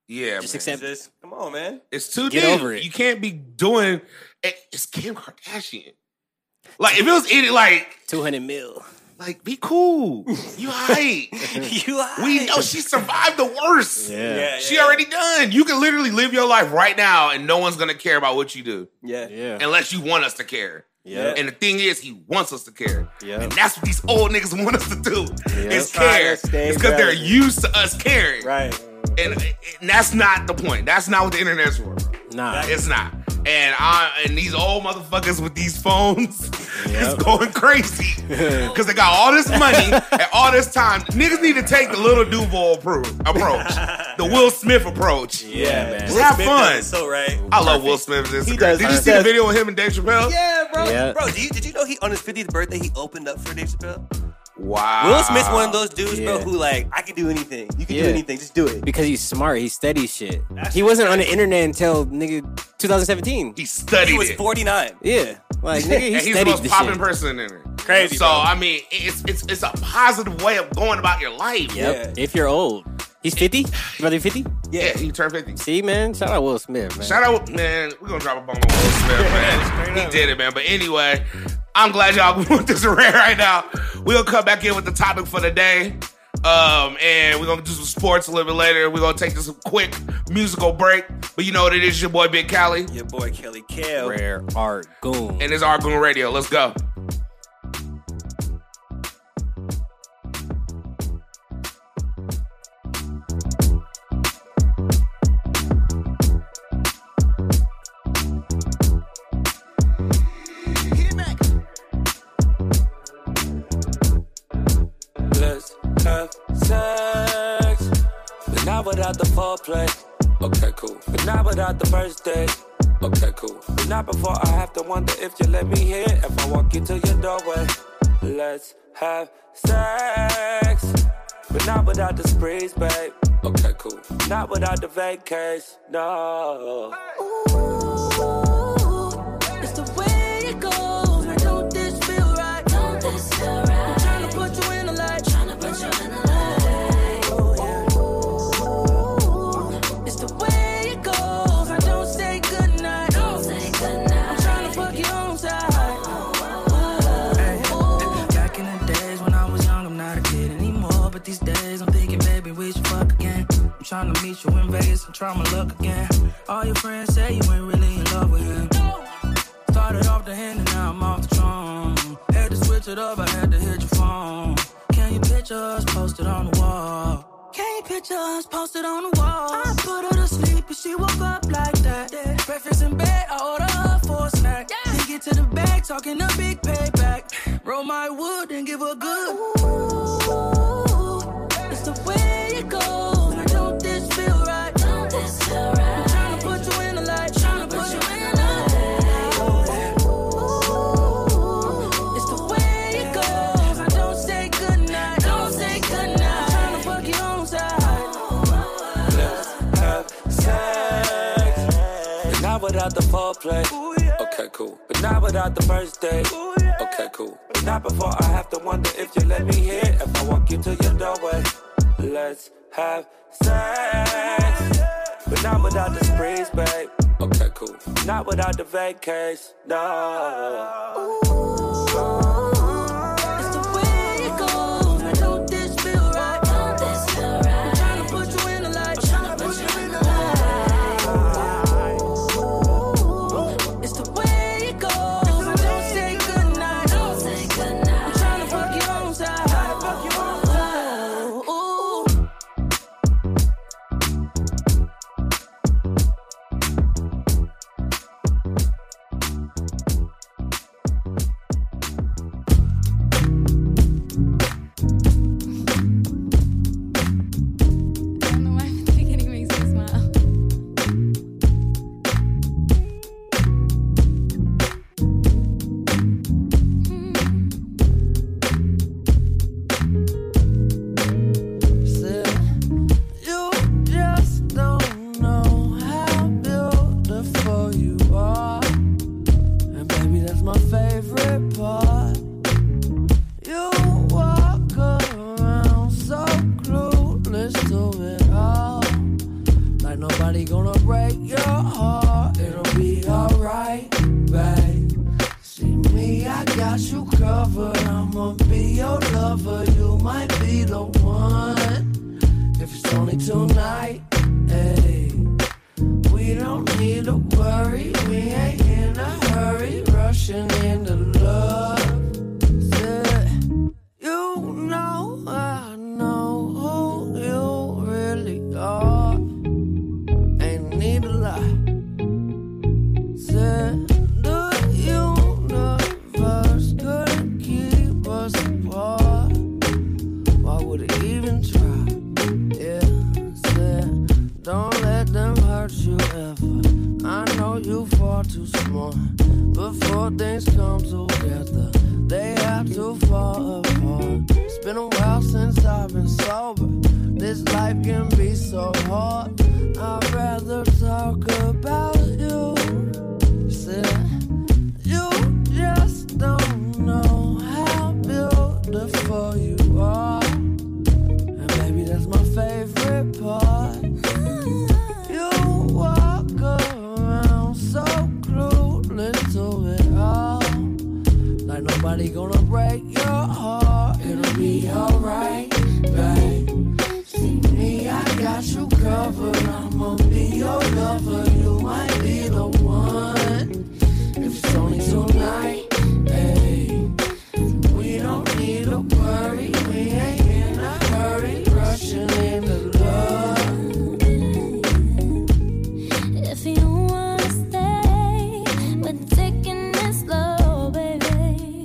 yeah, Just man. accept it. Just, come on, man. it's too Get deep. over it. You can't be doing. it- It's Kim Kardashian. Like if it was any, like 200 mil. like be cool. You hype. you are. we know she survived the worst. Yeah, yeah, She yeah. already done. You can literally live your life right now, and no one's gonna care about what you do Yeah. Yeah. unless you want us to care. Yeah. And the thing is, he wants us to care. Yeah. And that's what these old niggas want us to do. Is Try care. to stay It's because they're relevant. used to us caring. Right. And, and that's not the point. That's not what the internet's for. bro. Nah. It's not. And I and these old motherfuckers with these phones Yep. is going crazy. Cause they got all this money and all this time. Niggas need to take the little Duval appro- approach. The Will Smith approach. Yeah, man. Just have Smith fun. does it So right. I love Will Smith. This He is does- great. Did he you see the does- video with him and Dave Chappelle? Yeah, bro. Yeah. Bro, do you, did you know he on his 50th birthday he opened up for Dave Chappelle? Wow. Will Smith's one of those dudes, bro, Yeah. who like I can do anything. You can Yeah. do anything. Just do it. Because he's smart. He studies shit. he wasn't on the internet until nigga 2017. He studied He was it. 49. Yeah. Like, nigga, he and he's the studied most the popping shit. person in it. Crazy, So bro. I mean, it's it's it's a positive way of going about your life. Yep. Yeah. If you're old. He's 50? You about to be 50? Yeah, he turned fifty. See, man. Shout out Will Smith, man. Shout out, man. We're gonna drop a bomb on Will Smith, man. he did it, man. But anyway, I'm glad y'all went this rant right now. We'll come back in with the topic for the day. Um, and we're gonna do some sports a little bit later. We're gonna take this quick musical break. But you know what it is, your boy Big Cali. Your boy Kelly Kell. Rare art goon. And it's Argoon Radio. Let's go. Let's have sex. But not without the foreplay. Okay, cool. But not without the first date. Okay, cool. But not before I have to wonder if you let me in. If I walk into your doorway, let's have sex. But not without the sprees, babe. Okay, cool. Not without the vacays, no. It's the way it goes. Now don't this feel right? Don't this feel right? I'm trying to put you in the light. Trying to put you in the light. Ooh, it's the way it goes. Now don't say goodnight. Don't say goodnight. I'm trying to fuck you on side. uh, Back in the days when I was young, I'm not a kid anymore. But these days I'm thinking, baby, we should fuck again. I'm trying to meet you in Vegas and try my luck again. All your friends say you ain't really in love with him. Started off the hand and now I'm off the throne. Had to switch it up, I had to hit your phone. Can you picture us posted on the wall? Can you picture us posted on the wall? I put her to sleep and she woke up like that. Breakfast in bed, I order her for a snack. Then get to the bag, talking a big payback. Roll my wood and give her good. Ooh, it's the way it goes. Now don't this feel right? Don't this feel right? I'm trying to put you in the light. Trying to put you in the light. Ooh, it's the way it goes. Now don't say goodnight. Don't say goodnight. I'm trying to fuck you on side. Let's have sex. But not without the foreplay. Okay, cool. But not without the first date. Okay, cool. But not before I have to wonder if you let me in. If I walk you to your doorway, let's have sex. But not without the sprees, babe. Okay, cool. Not without the vacays, no. It's the way it goes. I don't this feel right. Don't this feel right. I'm trying to put you in the light. I'm trying to put you in the light. It's the way it goes. Don't say goodnight. Don't say goodnight. I'm trying to fuck your own side. Trying to fuck your own side. Ooh. don't know why I'm thinking it makes me smile. Said, You just don't know how beautiful you are. And baby, that's my favorite part. You walk around so clueless to it all. Like nobody gonna break your heart. It'll be alright, babe. See me, I got you covered. I'ma be your lover. You might be the one. If it's only tonight, hey. We don't need to worry. We ain't in a hurry. Rushing into love. Said, You know, I know who you really are. Ain't need to lie. Said the universe couldn't keep us apart. Why would it even try? Yeah, said, don't let them hurt you ever. I know you fall too small. Before things come together, they have to fall apart. It's been a while since I've been sober. This life can be so hard. I'd rather talk about you said, You just don't know how beautiful you are. And baby, that's my favorite part. You walk around so clueless to it all. Like nobody gonna break your heart. It'll be alright, babe. See me, I got you covered. I'ma be your lover. You might be the one. If it's only tonight, hey. We don't need to worry. We ain't in a hurry. Rushing into love. If you wanna stay, we're taking it slow, baby.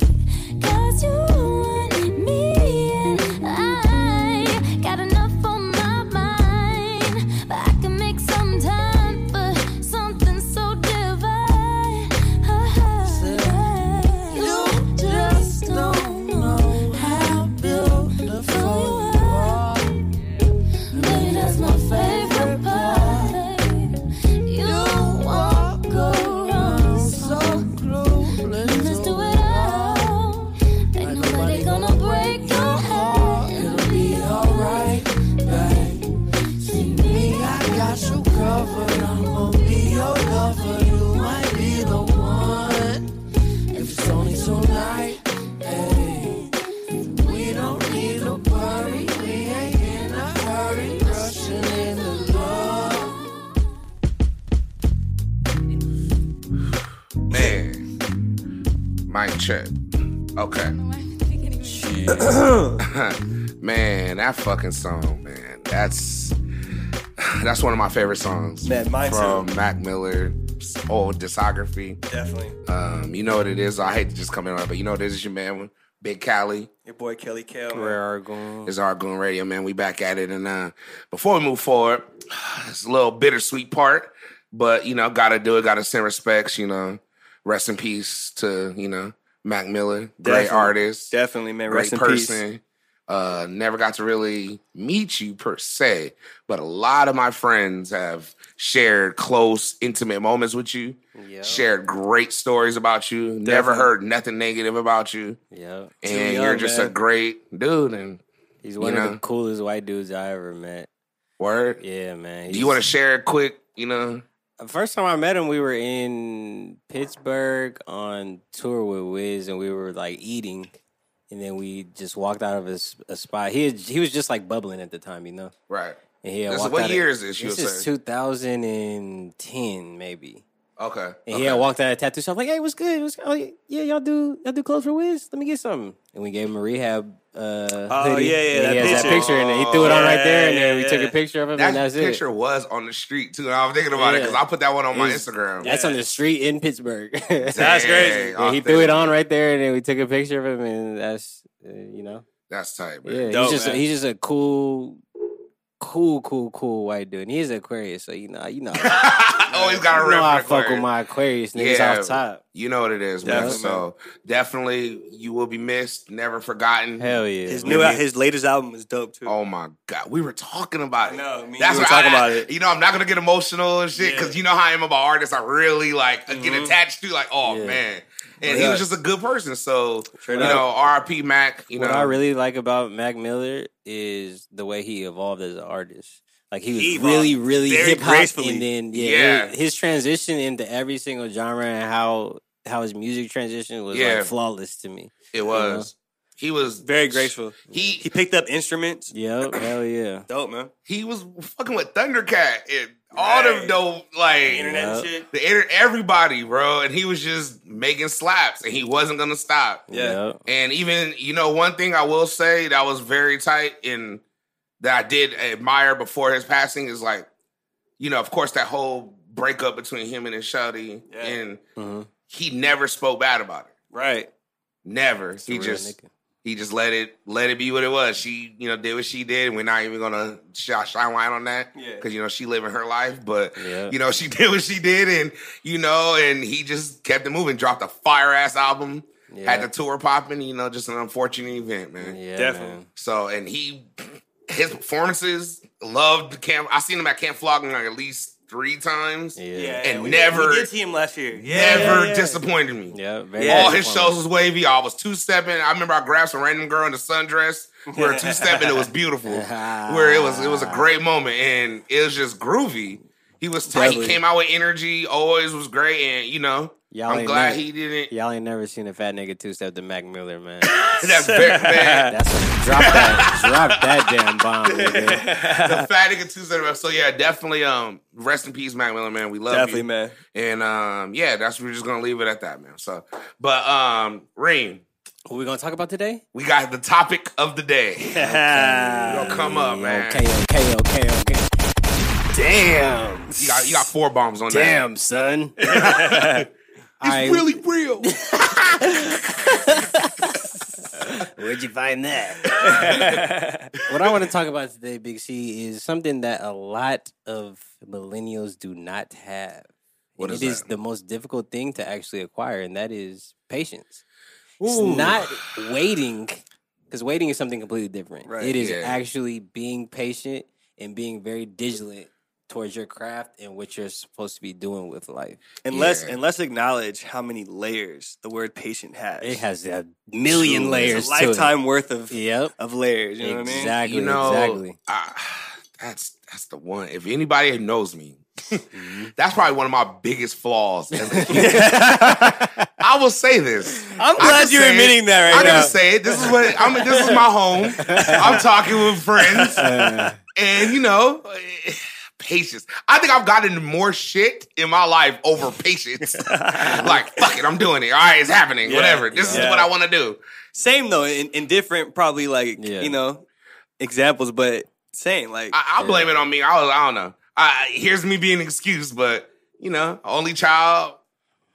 'Cause you and me and I got enough on my mind, but I can make some time for something so divine. Uh-huh. You You just don't know how beautiful you are. baby, that's my favorite part. You walk around so Let's do it all. Ain't nobody gonna break your heart. It'll be alright. See me, I got you covered. I'ma be your lover. You might be the one. If it's only tonight, hey. We don't need to worry. We ain't in a hurry. Rushing into love. Man. Mic check. Okay. I don't know why I'm thinking it makes me smile. Man, that fucking song, man. That's that's one of my favorite songs Man, mine too. from Mac Miller's old discography. Definitely. Um, you know what it is. I hate to just come in on it, but you know what it is your man, Big Cali. Your boy Kelly Kell. man. It's our Goon Radio, man. We back at it. And uh, before we move forward, it's a little bittersweet part, but you know, gotta do it, gotta send respects, you know. Rest in peace to, you know, Mac Miller, great Definitely. artist, Definitely, man. Rest great in person. peace. Uh, never got to really meet you per se, but a lot of my friends have shared close, intimate moments with you. Yeah. Shared great stories about you. Never Definitely. heard nothing negative about you, Yeah. and young, you're just a man. great dude. And He's one you of know. the coolest white dudes I ever met. word, Yeah, man. do you want to share a quick? You know, to? First time I met him, we were in Pittsburgh on tour with Wiz, and we were like eating, and then we just walked out of a, s- a spot. He had, he was just like bubbling at the time, you know. right? And he had This is- walked what out year of, is this, you This were is saying? 2010, maybe. Okay. And okay. he had walked out of tattoo shop like, "Hey, what's good? What's, oh, yeah, y'all do y'all do clothes for Wiz? Let me get something." And we gave him a rehab. Uh, Oh, hoodie. yeah, yeah, And he has that picture. Oh, that picture, and he threw it on right there, and Yeah, then we yeah, took yeah. a picture of him, that and that's picture it. was on the street too. And I was thinking about it Yeah. because I put that one on my It's- Instagram. That's on the street in Pittsburgh. That's crazy. Dang, And he threw authentic. it on right there, and then we took a picture of him, and that's uh, you know, That's tight, man. yeah, Dope, he's just man. he's just a cool, cool, cool, cool white dude, and he is Aquarius, so you know, you know, Always got a you know, I reference. fuck with my Aquarius niggas Yeah. off top. You know what it is, man. Definitely. So definitely, you will be missed, never forgotten. Hell yeah, His man. new, his latest album was dope too. Oh my god, we were talking about it. No, me That's we were what talking I- about it. You know, I'm not gonna get emotional and shit because Yeah. Mm-hmm. you know how I am about artists. I really like get attached to, like, oh Yeah. man. And he Yeah. was just a good person. So Straight you up. know, R.I.P. Mac. You what know, I really like about Mac Miller is the way he evolved as an artist. Like he was He evolved really, really very hip hop, gracefully. and then yeah, Yeah. his- his transition into every single genre and how how his music transition was Yeah. like flawless to me. it was. He was Very graceful. He He picked up instruments. Yep, hell yeah. Dope, man. he was fucking with Thundercat and all them Right. dope like Internet and shit. the inter- everybody, bro. And he was just making slaps, and he wasn't gonna stop. Yeah. Yep. And even you know one thing I will say that was very tight and that I did admire before his passing is like, you know, of course that whole breakup between him and his shawty, Yeah. and Mhm. he never spoke bad about it. Right. Never. he Real just nigga. he just let it let it be what it was. She, you know, did what she did. We're not even gonna shine, shine light on that Yeah. because you know she living her life. But Yeah. you know she did what she did, and you know, and he just kept it moving. Dropped a fire ass album. Had Yeah. the tour popping. You know, just an unfortunate event, man. Yeah, Definitely. man. So and he, his performances loved the camp. I seen him at Camp Flogging like at least three times. Yeah. Yeah. And we- never- we did see him last year. Yeah. Never yeah, yeah. disappointed me. Yeah, very All good his performance. shows was wavy. I was two stepping. I remember I grabbed some random girl in the sundress. We were two stepping. It was beautiful. Where it was, it was a great moment, and it was just groovy. He was tight. He Definitely. came out with energy. Always was great, and you know, Y'all I'm ain't glad met. he didn't. Y'all ain't never seen a fat nigga two step to Mac Miller, man. That big man, That's drop that, drop that damn bomb, nigga. the fat nigga two stepping. So yeah, definitely. Um, rest in peace, Mac Miller, man. We love Definitely, you. man. And um, yeah, that's we're just gonna leave it at that, man. So, but um, Reem, What we gonna talk about today? we got the topic of the day. It'll come up, man. Okay, okay, okay, okay. Damn, You got you got four bombs on that. damn, son. it's really real. Where'd you find that? what I want to talk about today, Big C, is something that a lot of millennials do not have. What And is it is that? the most difficult thing to actually acquire, and that is patience. It's not waiting, because waiting is something completely different. Right. It is Yeah. actually being patient and being very vigilant towards your craft and what you're supposed to be doing with life. And let's Yeah. and let's acknowledge how many layers the word patient has. It has a million It's layers. a to it. lifetime worth of Yep. of layers. You know what I mean? exactly. you know, exactly. ah, that's that's the one. If anybody knows me, Mm-hmm. that's probably one of my biggest flaws. as a human. I will say this. I'm I can glad you're say it. admitting that right I now. gotta say it. This is what I'm. This is my home. I'm talking with friends, Uh. and you know, patience. I think I've gotten more shit in my life over patience. like fuck it, I'm doing it. All right, it's happening. Yeah. Whatever. This is Yeah. what I want to do. Same though, in, in different probably like Yeah. you know examples, but same like I, I blame it on me. I, was, I don't know. I, here's me being an excuse, but you know, only child.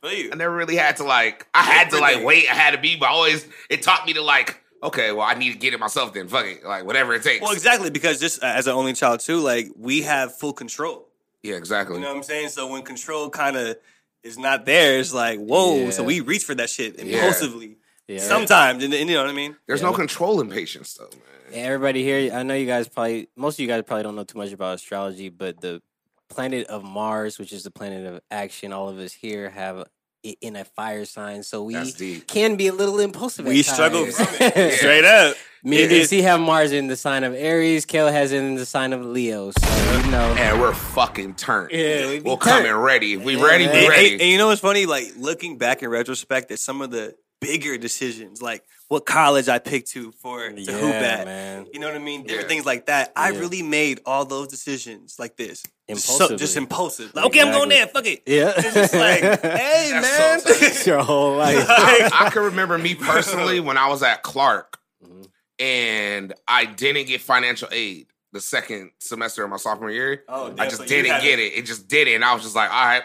feel you. I never really had to like. I had to like wait. I had to be, but I always it taught me to like. Okay, well, I need to get it myself. Then fuck it, like whatever it takes. Well, exactly because just uh, as an only child too, like we have full control. Yeah, exactly. You know what I'm saying? So when control kind of is not there, it's like whoa. Yeah. So we reach for that shit Yeah. impulsively. Yeah, Sometimes, and, and you know what I mean. There's no control in patience, though, man. Everybody here, I know you guys probably, most of you guys probably don't know too much about astrology, but the planet of Mars, which is the planet of action, all of us here have it in a fire sign, so we That's deep. can be a little impulsive. We at struggle times. from Straight up. Me and It is- DC have Mars in the sign of Aries. Kale has it in the sign of Leo. So you know, And we're fucking turned. Yeah, we be we'll come turned. in ready. We ready. man. We And, ready. and- and you know what's funny? Like looking back in retrospect at some of the bigger decisions, like what college I picked to for to Yeah, hoop at. man. You know what I mean? Yeah. Different things like that. I Yeah. really made all those decisions like this. So, Impulsively. just impulsive. Like, okay, I'm going Exactly. there. Fuck it. yeah, It's just like, hey man. That's so It's your whole life. I, I can remember me personally when I was at Clark and I didn't get financial aid the second semester of my sophomore year. I Oh, damn, just so you didn't had get it. It just didn't. And I was just like, all right,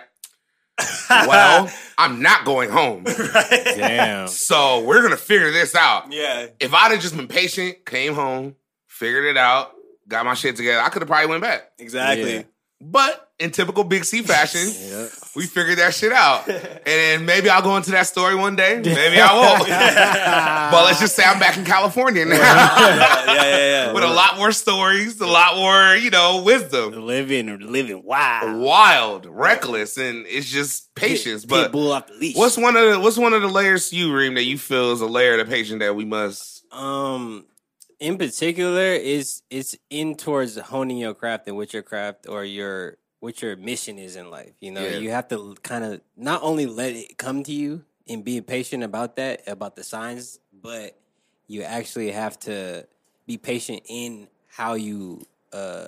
well, I'm not going home. Damn. So we're going to figure this out. yeah. If I'd have just been patient, came home, figured it out, got my shit together, I could have probably went back. Exactly. Yeah. But in typical Big C fashion, Yep. we figured that shit out. And then maybe I'll go into that story one day. Maybe I won't. but let's just say I'm back in California now. Yeah, yeah, yeah. yeah. With a lot more stories, a lot more, you know, wisdom. Living, living wild. Wild, reckless, and it's just patience. Pit But bull off the leash. what's one of the what's one of the layers to you, Reem, that you feel is a layer of patience that we must um in particular is it's in towards honing your craft and what your craft or your what your mission is in life you know Yeah. you have to kind of not only let it come to you and being patient about that about the signs but you actually have to be patient in how you uh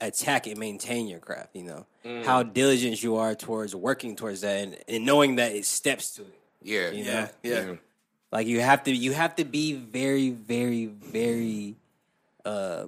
attack and maintain your craft you know how diligent you are towards working towards that and, and knowing that it steps to it Yeah. you Yeah, know yeah. like you have to you have to be very, very, very uh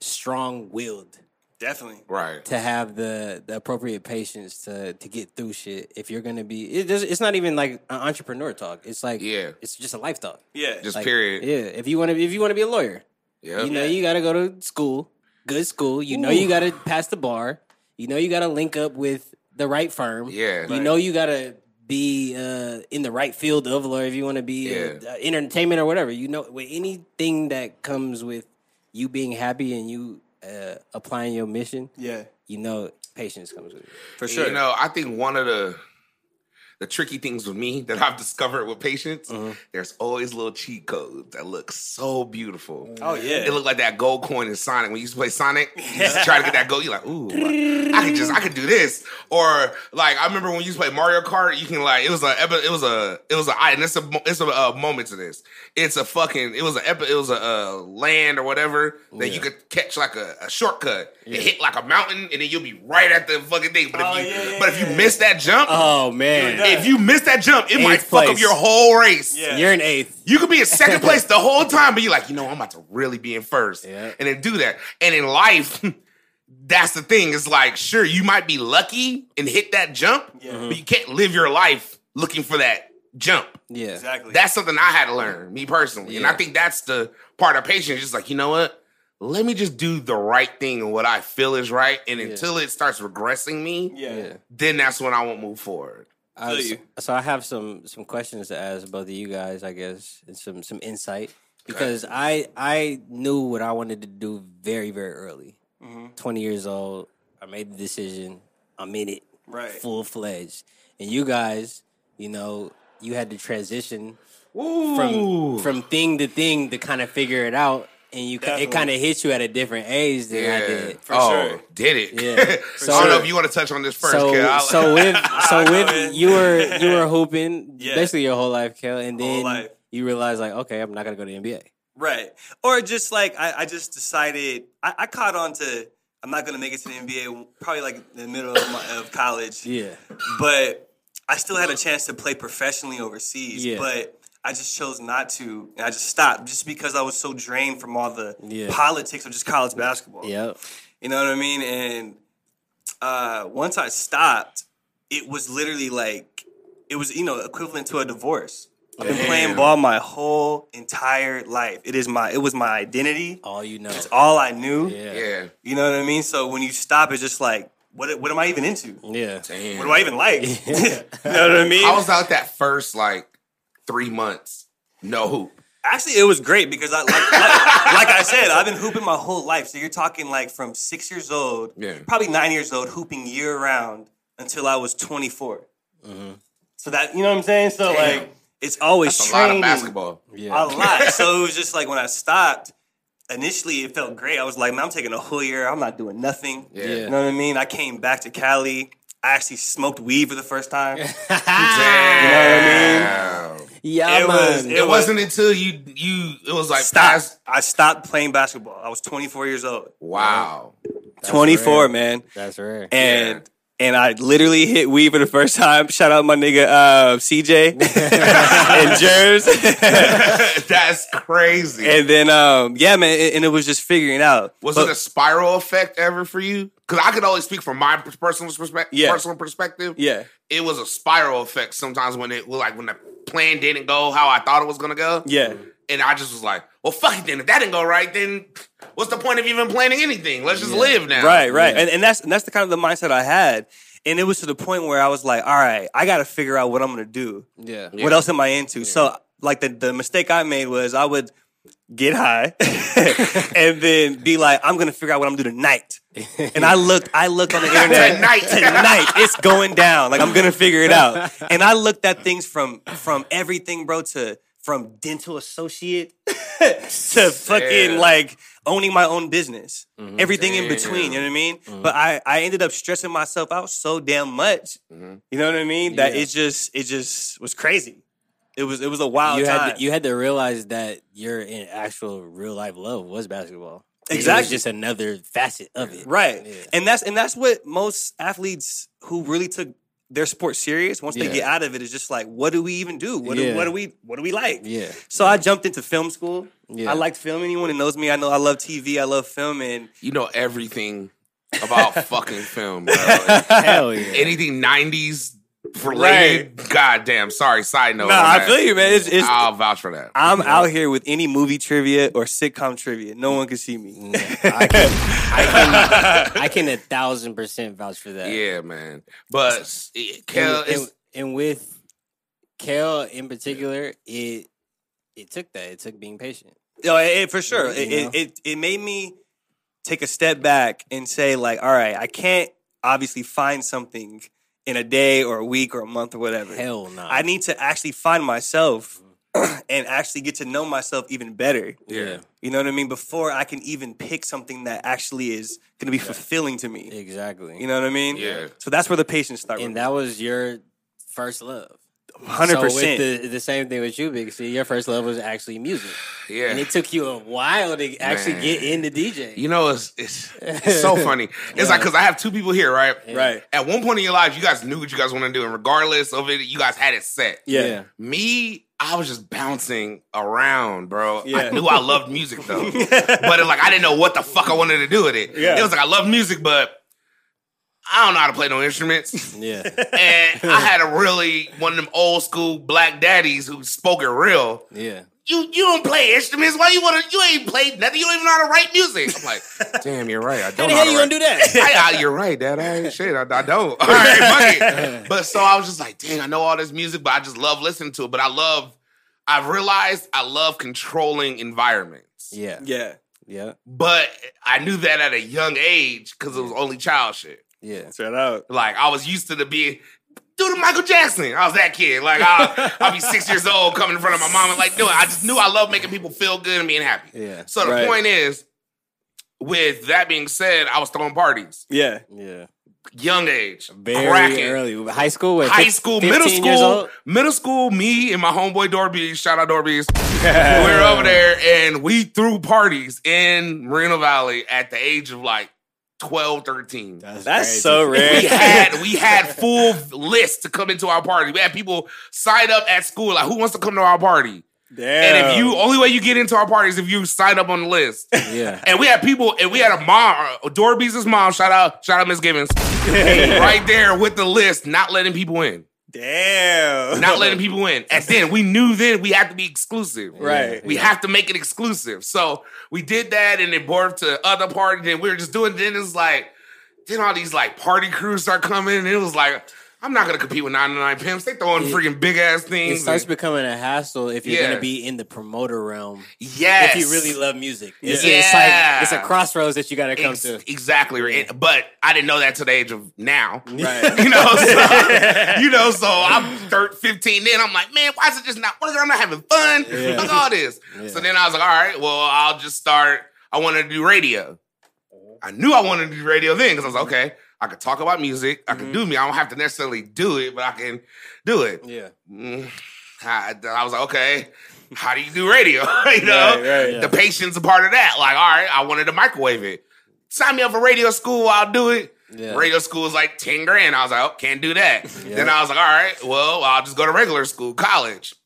strong willed Definitely. Right. to have the the appropriate patience to to get through shit if you're gonna be it does, it's not even like an entrepreneur talk. It's like Yeah. it's just a life talk. Yeah. Just Like, period. Yeah. If you wanna if you wanna be a lawyer, Yep. you know you gotta go to school, good school. You know you gotta pass the bar. You know you gotta link up with the right firm. Yeah. You know you gotta be uh, in the right field of lawyer if you want to be uh, Yeah. uh, entertainment or whatever. You know, with anything that comes with you being happy and you uh, applying your mission, Yeah. you know patience comes with it. For sure. You know, I think one of the the tricky things with me that I've discovered with patients, Uh-huh. there's always little cheat codes that look so beautiful. Mm. oh yeah. It looked like that gold coin in Sonic. When you used to play Sonic, you used to try to get that gold. You're like, ooh, I could just, I could do this. Or like, I remember when you used to play Mario Kart, you can like, it was a, epi- it was a, it was a, and it's a, mo- it's a, uh moment to this. It's a fucking, it was a, epi- it was a uh, land or whatever that you could catch like a, a shortcut and hit like a mountain, and then you'll be right at the fucking thing. But if you, but if you miss that jump. Oh man, if you miss that jump, it might Eighth fuck up place. your whole race. Yeah. you're in eighth. You could be in second place the whole time, but you're like, you know, I'm about to really be in first. Yeah. And then do that. And in life, that's the thing. It's like, sure, you might be lucky and hit that jump, but you can't live your life looking for that jump. Yeah, exactly. That's something I had to learn, me personally. And I Yeah. think that's the part of patience. Just like, you know what? Let me just do the right thing and what I feel is right. And until it starts regressing me, yeah. then that's when I won't move forward. I Feel was- you. so I have some some questions to ask both of you guys, I guess, and some some insight because I I knew what I wanted to do very very early. Mm-hmm. Twenty years old, I made the decision. I'm in it, Right. full fledged. And you guys, you know, you had to transition from from thing to thing to kind of figure it out, and you ki- it Definitely. kind of hit you at a different age than I did. For oh, sure. did it? Yeah. I don't know So- if you want to touch on this first. kid. So, I'll- so with so man. with you were you were hooping Yeah. basically your whole life, Kel, and Whole then life. you realize like, okay, I'm not gonna go to the NBA. Right. Or just like I, I just decided I, I caught on to I'm not gonna make it to the NBA probably like in the middle of, my, of college. Yeah, But I still had a chance to play professionally overseas. Yeah. But I just chose not to and I just stopped just because I was so drained from all the Yeah. politics of just college basketball. yep, You know what I mean? And uh, once I stopped, it was literally like it was you know equivalent to a divorce. I've been playing ball my whole entire life. It is my it was my identity. all you know. It's all I knew. Yeah, yeah, yeah, You know what I mean? So when you stop, it's just like what what am I even into? yeah. What do I even like? you know what I mean? I was out that first like three months. No hoop. Actually, it was great because I like, like, like I said, I've been hooping my whole life. So you're talking like from six years old, Yeah. probably nine years old, hooping year round until I was 24. So that you know what I'm saying. So Mm-hmm. Damn. like it's always That's a lot of training, basketball. Yeah. a lot. so it was just like when I stopped. Initially, it felt great. I was like, man, I'm taking a whole year. I'm not doing nothing. Yeah. You know what I mean? I came back to Cali. I actually smoked weed for the first time. Damn. Yeah, It was- man. it- It wasn't until you you it was like Stop. past- I stopped playing basketball. I was 24 years old. Wow. 24, rare. man. That's rare. And and I literally hit weed for the first time. Shout out my nigga uh, CJ and Jers. That's crazy. and then um, yeah, man. and- And it was just figuring out. was But- it a spiral effect ever for you? Because I could only speak from my personal perspective. Yeah. Personal perspective, yeah. it was a spiral effect. Sometimes when it like when the plan didn't go how I thought it was gonna go, Yeah. and I just was like, "Well, fuck it. Then if that didn't go right, then what's the point of even planning anything? Let's just live now." Right, right. And and that's and that's the kind of the mindset I had. And it was to the point where I was like, all right, I gotta figure out what I'm gonna do. yeah. What else am I into? So like the, the mistake I made was I would get high and then be like, I'm gonna figure out what I'm gonna do tonight. And I looked, I looked on the internet Tonight. tonight it's going down. Like I'm gonna figure it out. And I looked at things from from everything, bro, to from dental associate to fucking Damn. like owning my own business. Everything in Damn. between, you know what I mean? But I I ended up stressing myself out so damn much. You know what I mean? That Yeah. it just it just was crazy. It was it was a wild you time. had to, you had to realize that your in actual real life love was basketball. It was Exactly. just another facet of it. Right. Yeah. And that's and that's what most athletes who really took their sport serious once Yeah. they get out of it is just like what do we even do? What do, Yeah. what do we what do we like? Yeah. So I jumped into film school. Yeah. I liked film. Anyone who knows me, I know I love TV. I love film, and You know everything about fucking film, bro. Hell yeah. anything nineties related. Goddamn. Sorry. Side note. Nah, on I that. feel you, man. It's- it's- I'll vouch for that. I'm out here with any movie trivia or sitcom trivia. No one can see me. I can, I can, I can a thousand percent vouch for that. yeah, man. But s- it- Kel, and, it's, and, and with Kel in particular, it it took that. It took being patient. No, Oh, it, it- for sure. It, You know? it, it it made me take a step back and say like, all right, I can't obviously find something in a day or a week or a month or whatever. Hell no. Mm. I need to actually find myself and actually get to know myself even better. yeah. You know what I mean? Before I can even pick something that actually is going to be fulfilling to me. Exactly. You know what I mean? Yeah. So that's where the patience starts. and that was your first love. hundred So with percent. the, the same thing with you, Big C. Your first love was actually music. Yeah. And it took you a while to actually Man. get into DJ. You know, it's it's, it's so funny. It's like because I have two people here, right? Right. At one point in your lives, you guys knew what you guys want to do, and regardless of it, you guys had it set. Yeah. Me, I was just bouncing around, bro. I Yeah. knew I loved music though, but like I didn't know what the fuck I wanted to do with it. Yeah. It was like I love music, but I don't know how to play no instruments. Yeah. and I had a really one of them old school black daddies who spoke it real Yeah. you you don't play instruments. Why you wanna? You ain't played nothing. You don't even know how to write music. I'm like, damn, you're right. I don't. How the know hell to you write- gonna do that? I, I, you're right, Dad. I ain't shit. I, I don't. All right, fuck it. But so I was just like, dang, I know all this music, but I just love listening to it. But I love. I've realized I love controlling environments. Yeah. Yeah. Yeah. But I knew that at a young age because it was only child shit. Yeah. Shout out. Like I was used to the being do the Michael Jackson. I was that kid. Like I'll, I'll be six years old coming in front of my mom and like doing. I just knew I love making people feel good and being happy. Yeah. So the Right. point is, with that being said, I was throwing parties, Yeah. Yeah. young age, Very cracking. early. High school what, High fif- school, middle 15 years school, old? middle school. Me and my homeboy Dorbies, shout out Dorbies. we were over there and we threw parties in Moreno Valley at the age of like 12, 13. That's so we rare. had we had full lists to come into our party. We had people sign up at school like, who wants to come to our party? Damn. And if you only way you get into our party is if you sign up on the list. Yeah. And we had people, and we had a mom, Dorby's mom. Shout out, shout out, Miss Givens, right there with the list, not letting people in, Damn. not letting people in. And then we knew then we had to be exclusive. Right. We have to make it exclusive. So we did that and it morphed to other parties and we were just doing then it's like then all these like party crews start coming and it was like I'm not gonna compete with 99 pimps. They throwing It- freaking big ass It things. starts and- becoming a hassle if you're Yeah. gonna be in the promoter realm. yes, If you really love music, it's, Yeah. it's like it's a crossroads that you got to come Ex- to. exactly. right. But I didn't know that to the age of now. Right. You know, so, you know, so I'm thir 15 in. I'm like, man, why is it just not working? I'm not having fun. Yeah. Fuck all this. So then I was like, all right, well, I'll just start. I wanted to do radio. I knew I wanted to do radio then because I was like, okay, I could talk about music. I could do Mm-hmm. me. I don't have to necessarily do it, but I can do it. Yeah. Mm, I, I was like, okay, how do you do radio? you know, right, yeah. the patience a part of that. Like, all right, I wanted to microwave it. Sign me up for radio school. I'll do it. Yeah. Radio school is like ten grand. I was like, oh, can't do that. Then I was like, all right, well, I'll just go to regular school, college.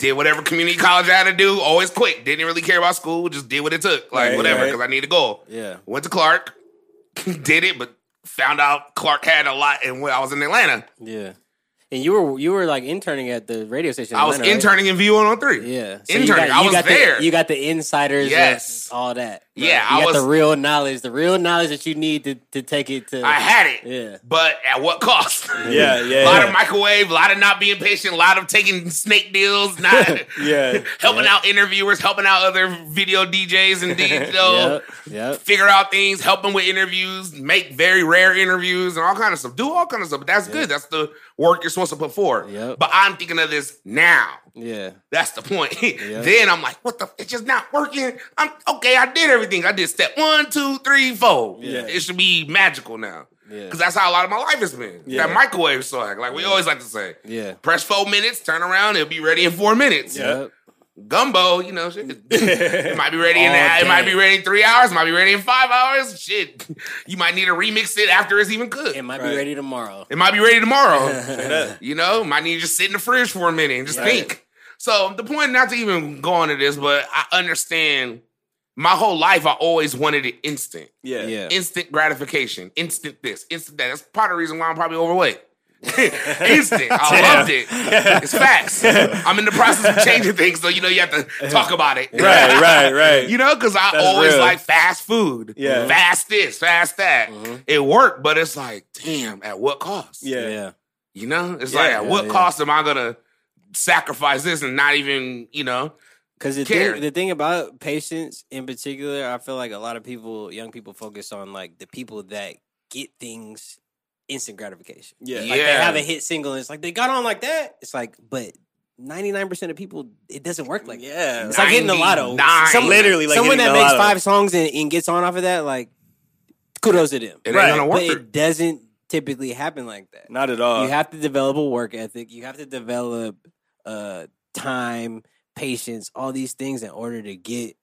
Did whatever community college I had to do. Always quick. Didn't really care about school. Just did what it took. Like Right, whatever, right. because I need a goal. Yeah. Went to Clark. did it, but found out Clark had a lot. And when I was in Atlanta, Yeah. And you were you were like interning at the radio station. in I was Atlanta, right? interning in oh VU 103. Yeah. Interning. I was got there. The, you got the insiders. of Yes. all that. Yeah, You I got was- the real knowledge. The real knowledge that you need to, to take it to. I had it. Yeah. But at what cost? Yeah, yeah, A lot yeah. of microwave, a lot of not being patient, a lot of taking snake deals, not Yeah. helping out interviewers, helping out other video DJs and you know, Yep. Yep. figure out things, helping with interviews, make very rare interviews and all kind of stuff. Do all kind of stuff. But that's good. That's the work you're supposed to put forward. Yep. But I'm thinking of this now. Yeah. That's the point. then I'm like, what the? f- It's just not working. I'm okay. I did everything. I did step one, two, three, four. Yeah. It should be magical now. Yeah. Because that's how a lot of my life has been. That microwave swag, like we always like to say. Yeah. Press four minutes, turn around, it'll be ready in four minutes. Yep. Gumbo, you know, shit. it might be ready in All it might be day. ready in three hours, might be ready in five hours. Shit, you might need to remix it after it's even cooked. It might be ready tomorrow. It might be ready tomorrow. you know, might need to just sit in the fridge for a minute and just think. So the point, not to even go into this, but I understand. My whole life, I always wanted it instant, Yeah. Yeah. instant gratification, instant this, instant that. That's part of the reason why I'm probably overweight. instant, I loved it. It's facts. I'm in the process of changing things, so you know you have to talk about it. Right, right, right. You know, because I That's always real. like fast food. Yeah. Mm-hmm. Fast this, fast that. It worked, but it's like, damn, at what cost? yeah. yeah. You know? It's Yeah, like, at yeah, what yeah. cost am I going to sacrifice this and not even, you know? Because the care. thing, the thing about patience in particular, I feel like a lot of people, young people, focus on like the people that get things instant gratification. Yeah. Like they Yeah. have a hit single, and it's like they got on like that. It's like, but ninety nine percent of people, it doesn't work like that. Yeah. It's like hitting the lotto. 99. Literally, like Someone hitting that the makes lotto. five songs and, and gets on off of that, like kudos to them. It Right, ain't But going to work. it doesn't typically happen like that Not at all. you have to develop a work ethic you have to develop uh time patience all these things in order to get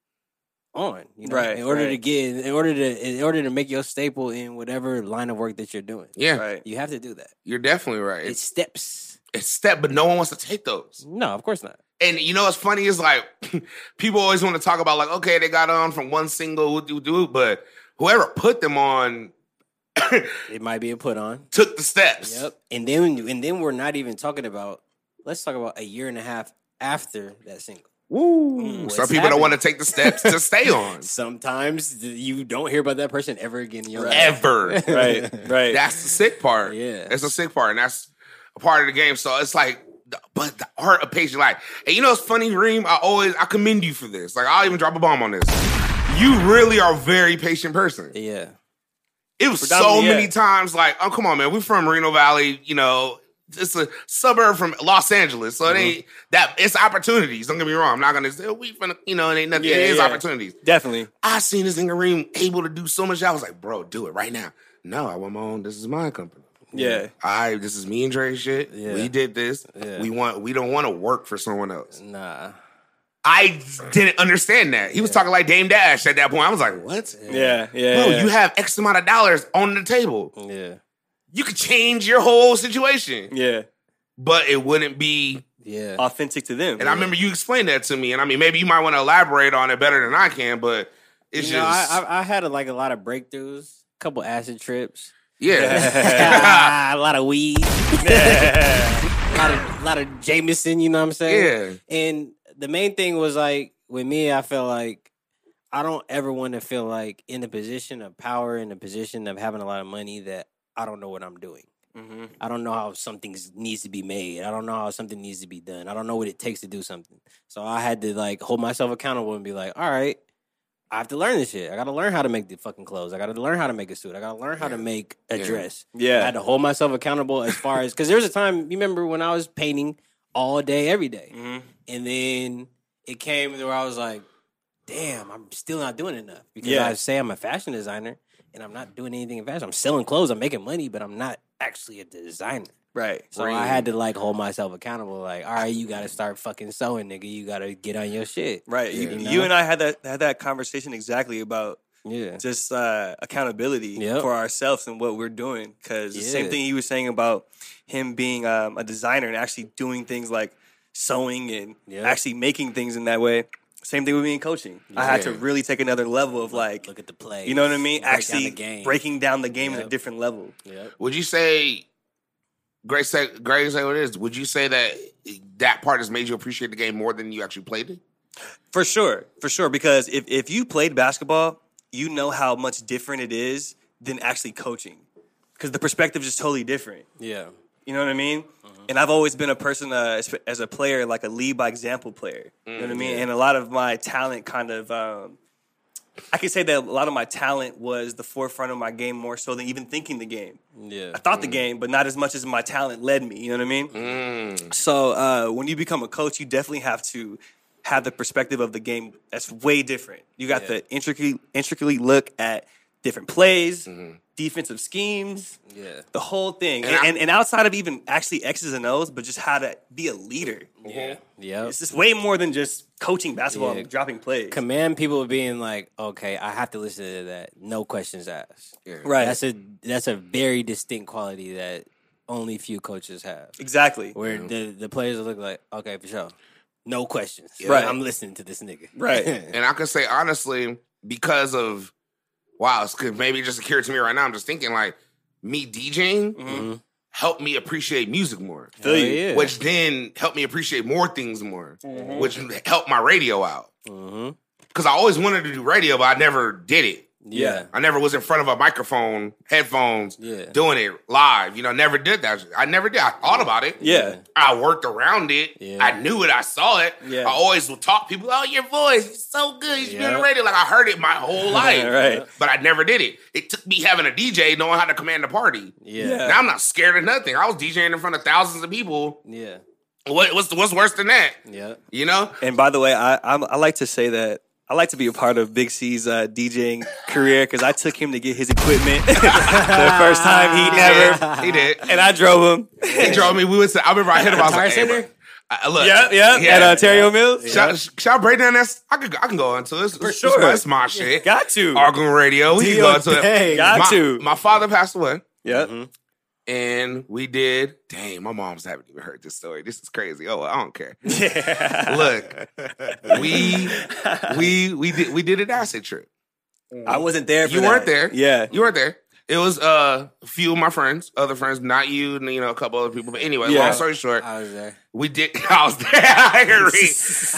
on you know? Right, in order to right. get in order to in order to make your staple in whatever line of work that you're doing yeah, Right. you have to do that you're definitely right. it's It's, steps it's step, but no one wants to take those. no of course not And you know what's funny is like people always want to talk about like, okay, they got on from one single, do do, but whoever put them on it might be a put on took the steps. yep and then and then we're not even talking about let's talk about a year and a half after that single Woo! What's Some people don't Mm, happening? want to take the steps to stay on. sometimes you don't hear about that person ever again in your life Ever. Right, right. That's the sick part. Yeah. That's the sick part. And that's a part of the game. So it's like, the- but the art of patient life. And you know, it's funny, Reem. I always, I commend you for this. Like, I'll even drop a bomb on this. You really are a very patient person. yeah It was so Predominantly, many yeah. times like, oh, come on, man. We're from Reno Valley, you know, it's a suburb from Los Angeles. Mm-hmm. So it ain't that, it's opportunities. Don't get me wrong. I'm not going to say, oh, we finna, you know, it ain't nothing. Yeah, it is yeah. opportunities. Definitely. I seen this nigga Reem able to do so much. I was like, bro, do it right now. No, I want my own. This is my company. Yeah. I this is me and Dre shit. Yeah. We did this. Yeah. We want we don't want to work for someone else. nah I didn't understand that. He was talking like Dame Dash at that point. I was like, what? Yeah. Yeah. Bro, yeah. you have X amount of dollars on the table. yeah You could change your whole situation, yeah. but it wouldn't be. yeah Authentic to them. And I remember you explained that to me. And I mean, maybe you might want to elaborate on it better than I can, but it's you know, just I, I, I had like a lot of breakthroughs, a couple acid trips, Ah, yeah, a lot of weed, a lot of, lot of Jameson. You know what I'm saying? yeah. And the main thing was like with me, I felt like I don't ever want to feel like in a position of power, in a position of having a lot of money that I don't know what I'm doing. Mm-hmm. I don't know how something needs to be made. I don't know how something needs to be done. I don't know what it takes to do something. So I had to like hold myself accountable and be like, all right, I have to learn this shit. I gotta learn how to make the fucking clothes. I gotta learn how to make a suit. I gotta learn how to make a dress. Yeah. I had to hold myself accountable as far as because there was a time, you remember when I was painting all day, every day. Mm. Mm-hmm. And then it came where I was like, damn, I'm still not doing enough. Because Yeah. I say I'm a fashion designer and I'm not doing anything in fashion. I'm selling clothes, I'm making money, but I'm not actually a designer. Right. So I had to like hold myself accountable. Like, all right, you gotta start fucking sewing, nigga. You gotta get on your shit. Right. You, You you know? and I had that had that conversation exactly about Yeah. just uh, accountability Yep. for ourselves and what we're doing. Because the same Yeah. thing he was saying about him being um, a designer and actually doing things like sewing and Yep. actually making things in that way. Same thing with me in coaching. I had to Yeah. really take another level of like, Look at the play. you know what I mean? Break down actually the game. breaking down the game at a Yep. different level. Yep. Would you say, Greg say, Greg say what it is? Would you say that that part has made you appreciate the game more than you actually played it? For sure, for sure. Because if, if you played basketball, you know how much different it is than actually coaching. Because the perspective is just totally different. Yeah. You know what I mean? And I've always been a person uh, as, as a player, like a lead by example player. you know what I mean? And a lot of my talent kind of, um, I could say that a lot of my talent was the forefront of my game more so than even thinking the game. Yeah. I thought the game, but not as much as my talent led me. You know what I mean? Mm. So uh, when you become a coach, you definitely have to have the perspective of the game that's way different. You got to intricately, intricately look at different plays, defensive schemes, Mm-hmm. Yeah. the whole thing, and, And and, I- and outside of even actually X's and O's, but just how to be a leader. Yep. It's just way more than just coaching basketball Yeah. and dropping plays. command people with being like, okay, I have to listen to that. No questions asked. Right. That's a that's a very distinct quality that only few coaches have. exactly. Where the, the players look like, okay, for sure. No questions. Right. I'm listening to this nigga. Right. And I can say honestly, because of wow, it's 'cause maybe it just occurred to me right now. I'm just thinking like me DJing Mm-hmm. helped me appreciate music more, Hell you. yeah. Mm-hmm. which then helped me appreciate more things more, which helped my radio out. Mhm. Because I always wanted to do radio, but I never did it. Yeah. I never was in front of a microphone, headphones, Yeah. doing it live. You know, never did that. shit. I never did. I thought about it. Yeah. I worked around it. Yeah. I knew it. I saw it. Yeah. I always will talk people. Oh, your voice is so good. You've been Yeah. on the radio. Like I heard it my whole life. Right. But I never did it. It took me having a DJ knowing how to command a party. Yeah. Yeah. Yeah. Now I'm not scared of nothing. I was DJing in front of thousands of people. Yeah. What, what's what's worse than that? You know? And by the way, I I'm, I like to say that I like to be a part of Big C's uh, DJing career because I took him to get his equipment the first time he'd ever, He did. and I drove him. He drove me. We went to. I remember I hit him. I was like, hey, Tire bro. I- I- look. Yep, yep. Yeah. At uh, Ontario Mills, Should, I- should I break down that? I could. I can go into this. For sure. that's my shit. got to. Argon Radio. We can go into Dang. it. Got my, to. My father passed away, Yep. Mm-hmm. and we did. Dang, my mom's haven't even heard this story. This is crazy. Oh, well, I don't care. Look, we we we did we did an acid trip. I wasn't there. For You that. weren't there. Yeah. You weren't there. It was uh, a few of my friends, other friends, not you, and you know a couple other people. But anyway, Yeah. long story short, I was there. we did. I was there. I agree.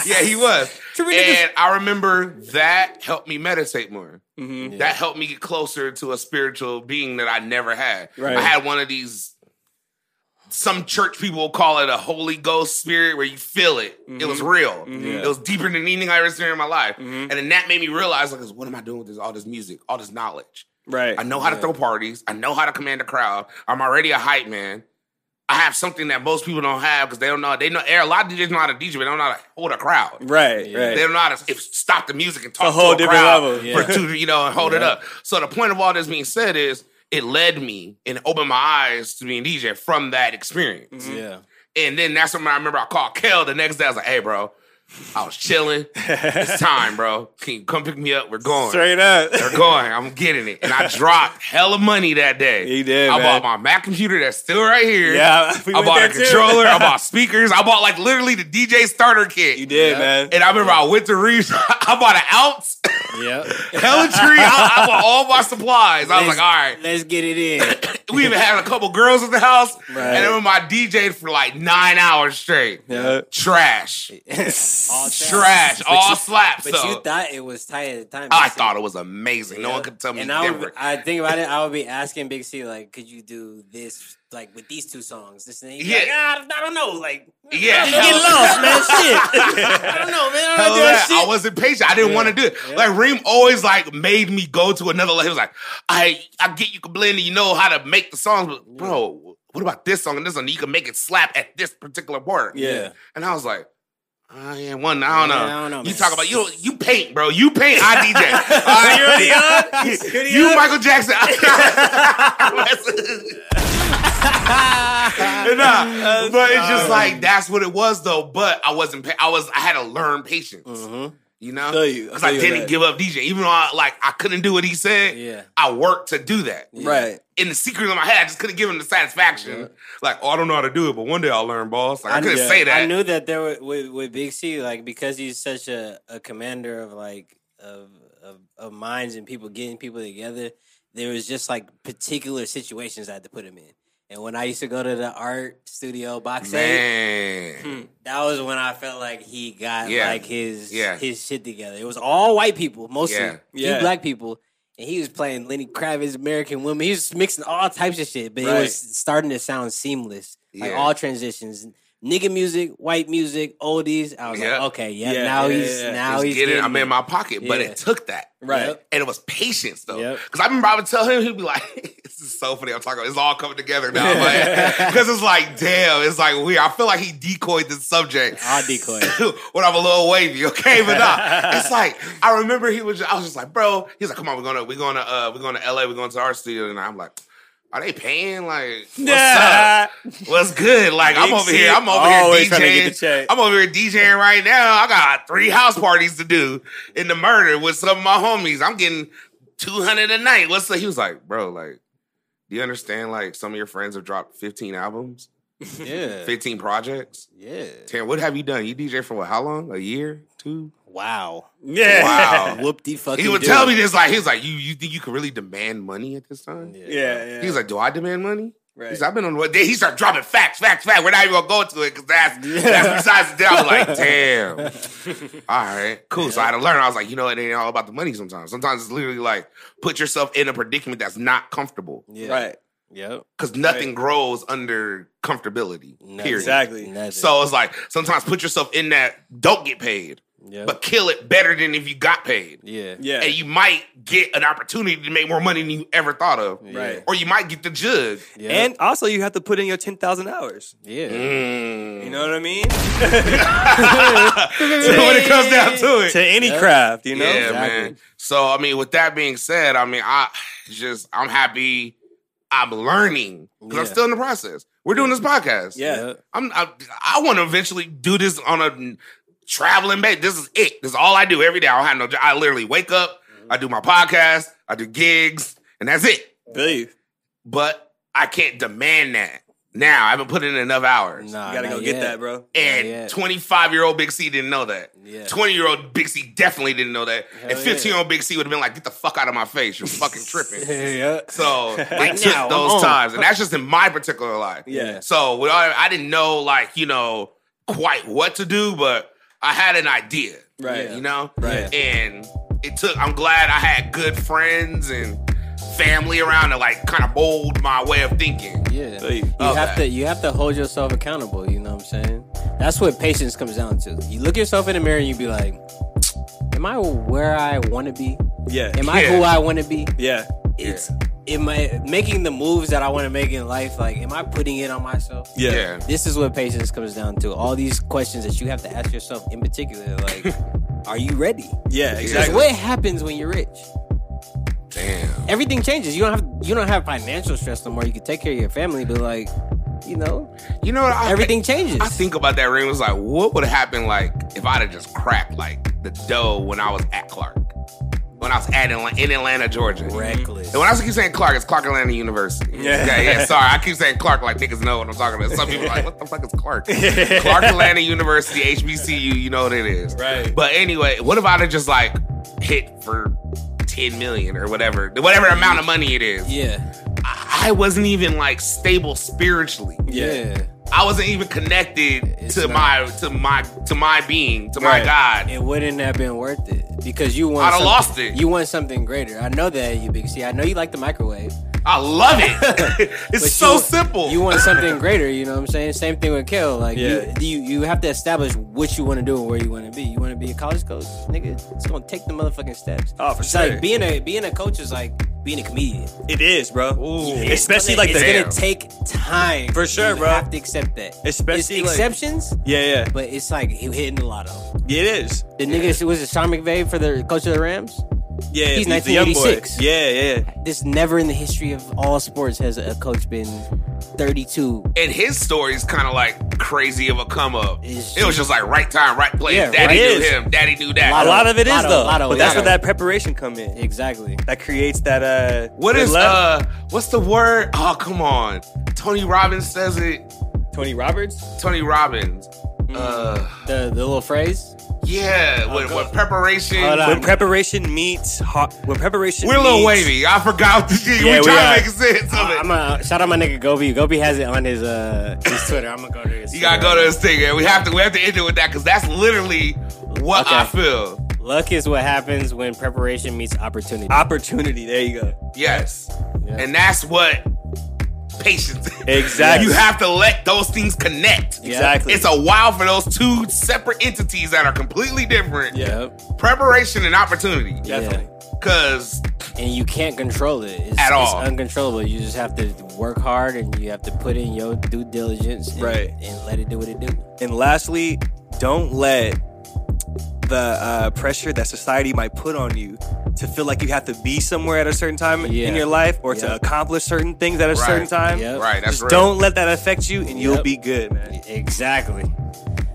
yeah, he was. And I remember that helped me meditate more. Mm-hmm. That helped me get closer to a spiritual being that I never had. Right. I had one of these. Some church people call it a Holy Ghost spirit, where you feel it. It Mm-hmm. was real. It was deeper than anything I ever seen in my life, and then that made me realize, like, what am I doing with this? All this music, all this knowledge. Right. I know how to throw parties. I know how to command a crowd. I'm already a hype man. I have something that most people don't have because they don't know. They know a lot of DJs know how to DJ, but they don't know how to hold a crowd. Right. Right. They don't know how to if, stop the music and talk whole to a different crowd level. for two, you know, and hold it up. So the point of all this being said is it led me and opened my eyes to being DJ from that experience. Mm. Yeah. And then that's when I remember I called Kel the next day. I was like, hey, bro, I was chilling. it's time, bro. Can you come pick me up? We're going. Straight up. They're going. I'm getting it. And I dropped hella money that day. He did, I man. bought my Mac computer that's still right here. Yeah. we I went bought there a too. controller. I bought speakers. I bought like literally the DJ starter kit. You did, man. And I remember I went to Reeves. I bought an ounce, Yeah. hella tree. I, I bought all my supplies. I was like, all right. Let's get it in. We even had a couple girls at the house. And then my DJ for like nine hours straight. Yeah. Trash. All Trash. all slaps. But so you thought it was tight at the time. You I said- thought it was amazing. No one could tell me and I would, different. I think about it. I would be asking Big C like, could you do this like with these two songs. This and that. He'd be Yeah. like, "Ah, I don't know. Like, Yeah. I'm getting lost, man. Shit. I don't know, man. I Hell don't know Oh, yeah, that shit. I wasn't patient. I didn't want to do it. Like Reem always like made me go to another level. He was like, I I get you can blend and you know how to make the songs, but bro, what about this song and this one? You can make it slap at this particular part. Yeah. And I was like, I ain't one. I don't know. Yeah, I don't know, you man. talk about you. You paint, bro. You paint. I DJ. All right? Hoodie on? Hoodie you on? Michael Jackson. nah, but it's just like that's what it was though. But I wasn't. Pa- I was. I had to learn patience. Mm-hmm. You know, feel you. I because I, feel you didn't that. give up DJ, even though I, like I couldn't do what he said. Yeah. I worked to do that. Right. In the secret of my head, I just couldn't give him the satisfaction. Like, oh, I don't know how to do it, but one day I'll learn, boss. Like, I, I- couldn't yeah, say that. I knew that there were, with with Big C, like because he's such a, a commander of like of, of of minds and people getting people together. There was just like particular situations I had to put him in. And when I used to go to the art studio box set, Man, that was when I felt like he got Yeah. like his Yeah. his shit together. It was all white people, mostly Yeah. few Yeah. black people. And he was playing Lenny Kravitz, American Woman. He was mixing all types of shit, but it Right. was starting to sound seamless. Like Yeah. all transitions, nigga music, white music, oldies. I was Yeah. like, okay, yeah, Yeah, now yeah, he's yeah. now Just he's get it. getting I'm in my pocket, but Yeah. it took that. Right. Yep. And it was patience though, Yep. because I remember I would tell him, he'd be like, "This is so funny." I'm talking. It's all coming together now, because it's like, damn, it's like weird. I feel like he decoyed the subject. all decoy. when I'm a little wavy, okay? But nah, it's like I remember he was. Just, I was just like, bro. He's like, come on, we're gonna, we're gonna, uh, we're going to LA. We're going to our studio, and I'm like. Are they paying? Like, what's up? What's good? Like, I'm Big over here. shit. I'm over Always here trying to get DJing. the check. I'm over here DJing right now. I got three house parties to do in the murder with some of my homies. I'm getting 200 a night. What's up? He was like, bro, like, do you understand? Like, some of your friends have dropped 15 albums, yeah, 15 projects. yeah. Tan, what have you done? You DJ for what? How long? A year? Two? Wow, Yeah. Wow. whoop de fucking. he would do. tell me this like he was like, you you think you can really demand money at this time? Yeah. Yeah, yeah. He was like, do I demand money? Right. He's like, I've been on what day? He started dropping facts, facts, facts. We're not even gonna go into it because that's that's besides the deal. I was like, damn. all right, cool. So I had to learn. I was like, you know, it ain't all about the money sometimes. Sometimes it's literally like put yourself in a predicament that's not comfortable. Yeah. Right. Yep. Because nothing grows under comfortability. Nothing. Period. Exactly. Nothing. So it's like sometimes put yourself in that don't get paid, Yep. but kill it better than if you got paid. yeah. Yeah. And you might get an opportunity to make more money than you ever thought of. Right. Or you might get the jug. Yeah. And also, you have to put in your 10,000 hours. yeah. Mm. You know what I mean? when it comes down to it. to any craft, you know? Yeah, Exactly. man. So I mean, with that being said, I mean, I it's just I'm happy I'm learning because I'm Yeah. still in the process. We're doing this podcast. Yeah. I'm I, I want to eventually do this on a traveling base. This is it. This is all I do every day. I don't have no. jo- I literally wake up. I do my podcast. I do gigs, and that's it. Feel you. But I can't demand that now. I haven't put in enough hours. Nah, You gotta not go get yet. that, bro. And yet. 25 year old Big C didn't know that. Yeah. 20 year old Big C definitely didn't know that. Hell and 15 year old Big C would have been like, get the fuck out of my face. You're fucking tripping. yeah. So they took now, I'm those on. times. And that's just in my particular life. Yeah. So with all, I didn't know, like, you know, quite what to do, but I had an idea. Right. You know? Right. And it took, I'm glad I had good friends and family around to like kind of mold my way of thinking. Yeah. Feel you. You Okay. have to you have to hold yourself accountable, you know what I'm saying? That's what patience comes down to. You look yourself in the mirror and you be like, Am I where I wanna be? Yeah. Am I Yeah. who I wanna be? Yeah. It's am I making the moves that I wanna make in life, like am I putting it on myself? Yeah. Yeah. This is what patience comes down to. All these questions that you have to ask yourself in particular, like, are you ready? Yeah, Like, exactly. what happens when you're rich? Damn. Everything changes. You don't have you don't have financial stress no more. You can take care of your family, but like, you know, You know what? I, everything changes. I think about that ring. Was like, what would have happened like if I'd have just cracked like the dough when I was at Clark, when I was at Atla- in Atlanta, Georgia. reckless. And when I keep saying Clark, it's Clark Atlanta University. Yeah. yeah, Sorry, I keep saying Clark like niggas know what I'm talking about. Some people are like, what the fuck is Clark? Clark Atlanta University, HBCU. You know what it is. Right. But anyway, what if I'd have just like hit for ten million or whatever, whatever amount of money it is? yeah, I wasn't even like stable spiritually. Yeah. yeah. I wasn't even connected It's to not. my to my to my being to my Right. God. It wouldn't have been worth it because you want. I'd have something- lost it. You want something greater. I know that you big C. I know you like the microwave. I love it. But it's so you- simple. You want something greater, you know what I'm saying? Same thing with Kel. Like Yeah. you, you you have to establish what you want to do and where you want to be. You want to be a college coach, nigga? It's gonna take the motherfucking steps. Oh, for it's sure. Like being a being a coach is like being a comedian. It is, bro. It's Especially gonna- like the it's Damn. gonna take time. For sure, you bro. have to accept that. Especially, it's like- exceptions, yeah, but it's like you hitting a lot of. yeah. It is. The nigga was it Sean McVay for the coach of the Rams? Yeah, He's the young boy. 1986. Yeah, yeah. This never in the history of all sports has a coach been 32 and his story is kind of like crazy of a come up. It's- It was just like right time, right place. Yeah, Daddy right. knew him. Daddy knew that. A lot of it is Lotto, though, lotto, but that's lotto. where that preparation come in. exactly. That creates that. uh What that is love. uh? What's the word? Oh, come on. Tony Robbins says it. Tony Roberts? Tony Robbins. Mm. Uh, The the little phrase. yeah. with, with preparation. Hold on. We're When preparation meets hot, when preparation a little meets, wavy. I forgot. Yeah, we we trying are. to make sense of it. I'm a shout out my nigga Gobi. Gobi has it on his uh his Twitter. I'm gonna go to his. You gotta go to this thing, and we have to we have to end it with that because that's literally what I Okay. feel. Luck is what happens when preparation meets opportunity. opportunity. There you go. Yes, Yeah. and that's what patience. is. Exactly. you have to let those things connect. Exactly. It's a while for those two separate entities that are completely different. Yep. Preparation and opportunity. Definitely. Cause And you can't control it it's, At all. It's uncontrollable. You just have to work hard and you have to put in your due diligence. And, Right. And let it do what it do. And lastly, don't let the uh, pressure that society might put on you to feel like you have to be somewhere at a certain time Yeah. in your life or to Yep. accomplish certain things at a Right. certain time. Yep. right, that's Just real. don't let that affect you, and you'll Yep. be good, man. Exactly.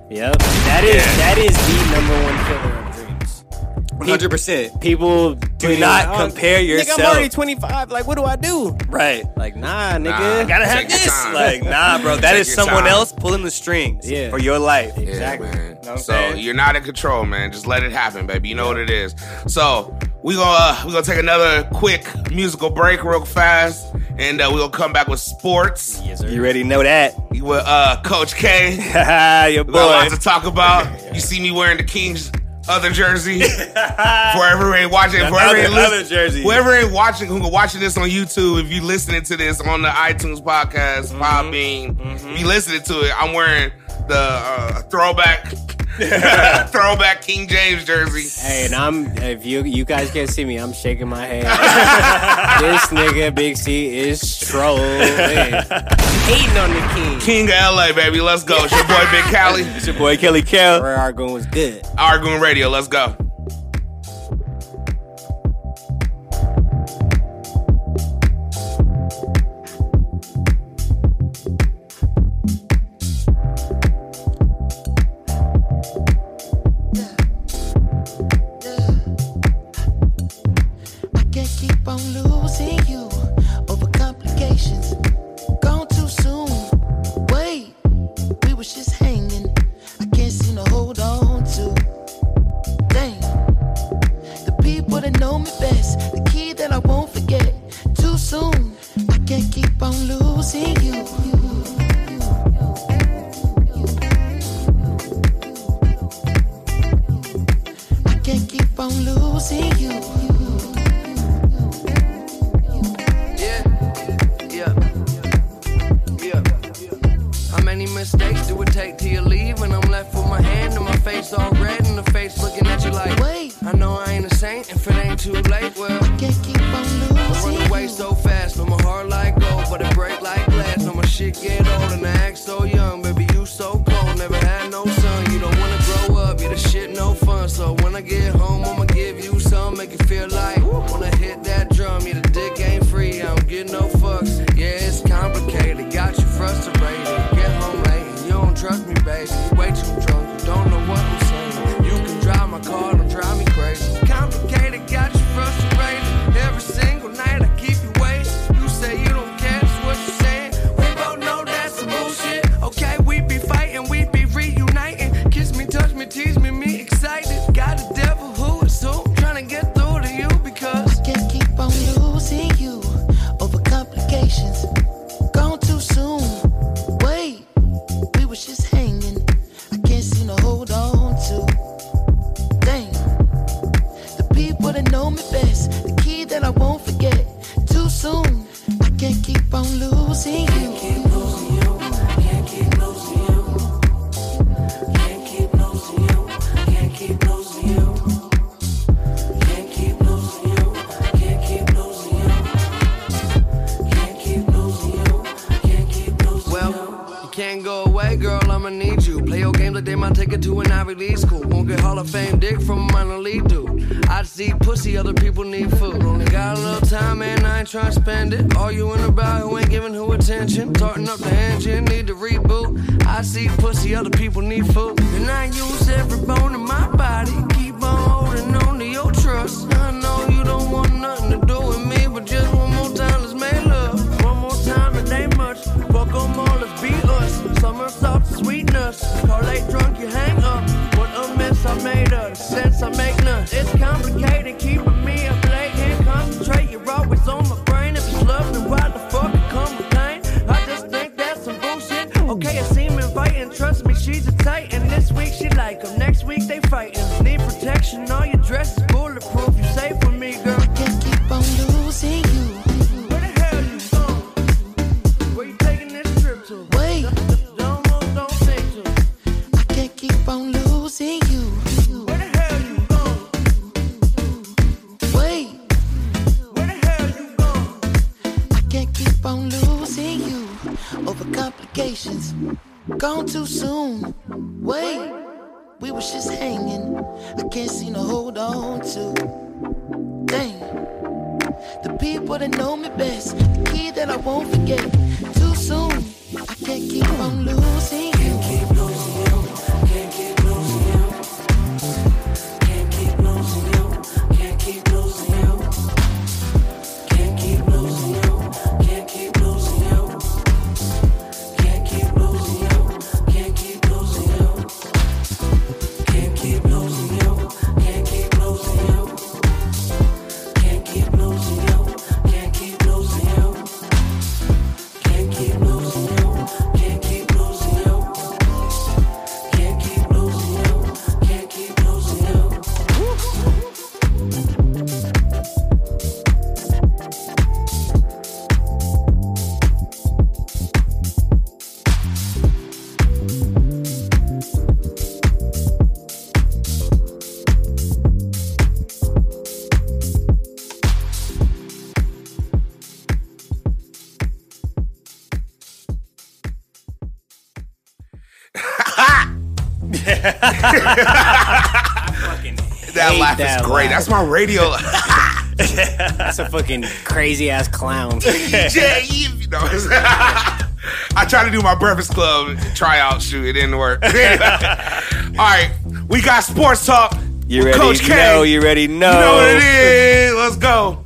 Yep. That is Yeah. that is the number one killer of dreams. One hundred percent. People Do not compare yourself. Nigga, I'm already 25. Like, what do I do? right. Like, nah, nigga. Nah. Gotta Take have your this. time. Like, nah, bro. That Take is your someone time. else pulling the strings Yeah. for your life. Exactly. Yeah, man. Know what I'm so saying? you're not in control, man. Just let it happen, baby. You know what it is. So we gonna uh, we gonna take another quick musical break, real fast, and uh, we gonna come back with sports. Yes, sir. You already know that. You with uh, Coach K. We your got boy. lots to talk about. You see me wearing the Kings other jersey. Forever ain't watching. That Forever other- ain't listening. other jersey. Whoever ain't watching, who watching this on YouTube, if you listening to this on the iTunes podcast, Mm-hmm. Podbean, if you listening to it, I'm wearing the uh, throwback, throwback King James jersey. Hey, and I'm if you you guys can't see me, I'm shaking my head. this nigga Big C is trolling, hating on the king. King of LA, baby. Let's go. It's your boy Big Cali. It's your boy Kelly Kell. Where our going was good. Argoon Radio. Let's go. I can't keep on losing you over complications. Gone too soon. Wait, we was just hanging. I can't seem to hold on to. Dang, the people that know me best, the key that I won't forget. Too soon, I can't keep on losing you. I can't keep on losing you. Yeah, yeah, yeah. How many mistakes do it take till you leave when I'm left with my hand and my face all red and the face looking at you like, Wait. I know I ain't a saint if it ain't too late. Well, Can't keep on I run away losing. so fast, no my heart like gold, but it break like glass. No my shit get old and I act so young, baby you so cold, never had no son. You don't wanna grow up, you the shit no fun. So when I get home, I'ma give you some, make it feel like wanna hit that drum. You the dick ain't free, I don't get no fucks. Yeah, it's complicated, got you frustrated. Get home late, and you don't trust me, baby. Way too drunk, you don't know what I'm saying. You can drive my car, don't drive me crazy. Complicated, got you frustrated. Every single night I keep you wasted. You say you don't care, that's what you're saying. We both know that's some bullshit. can't go away, girl, I'ma need you. Play your game like they might take it to an Ivy League school. Won't get Hall of Fame dick from a minor league dude. I see pussy, other people need food. Only got a little time, man, I ain't tryna spend it. All you in about who ain't giving who attention. Starting up the engine, need to reboot. I see pussy, other people need food. And I use every bone in my body. Keep on holding on to your trust. I know you don't want nothing to do with me, but just one more time, let's make love. One more time, it ain't much. Fuck 'em all, let's be us. Summer soft sweetness. Call late drunk, you hang up. What a mess I made of. Since I make none, it's complicated keeping me up late. Can't concentrate, you're always on my brain. If it's love, then why the fuck it come with pain? I just think that's some bullshit. Okay, it seem inviting. Trust me, she's a titan. This week she like 'em, next week they fighting. Need protection, all your dress is bulletproof. You safe with me, girl. I can't keep on losing you. Where the hell you going? Where you taking this trip to? Wait. Don't want, don't think to. I can't keep on losing you. Where the hell you going? Wait. Where the hell you going? I can't keep on losing you over complications. Gone too soon. Wait, we was just hanging. I can't seem to hold on to. Dang, the people that know me best, the key that I won't forget. Too soon. I can't keep on losing you. Can't keep losing you. Can't keep losing you. Can't keep losing you. Can't keep losing you. Can't keep losing you. Can't keep losing you. Can't keep losing you. Can't keep losing you. Can't keep losing you. Can't keep losing you. Can't keep losing you. Can't keep losing you. Can't keep losing you. Can't keep losing you. Can't keep losing you. Can't keep losing you. That laugh is great. That's my radio. That's a fucking crazy ass clown. Jay, you know. I tried to do my Breakfast Club tryout shoot. It didn't work. All right, we got sports talk. You with ready? Coach K. No, you ready? No. You know what it is. Let's go.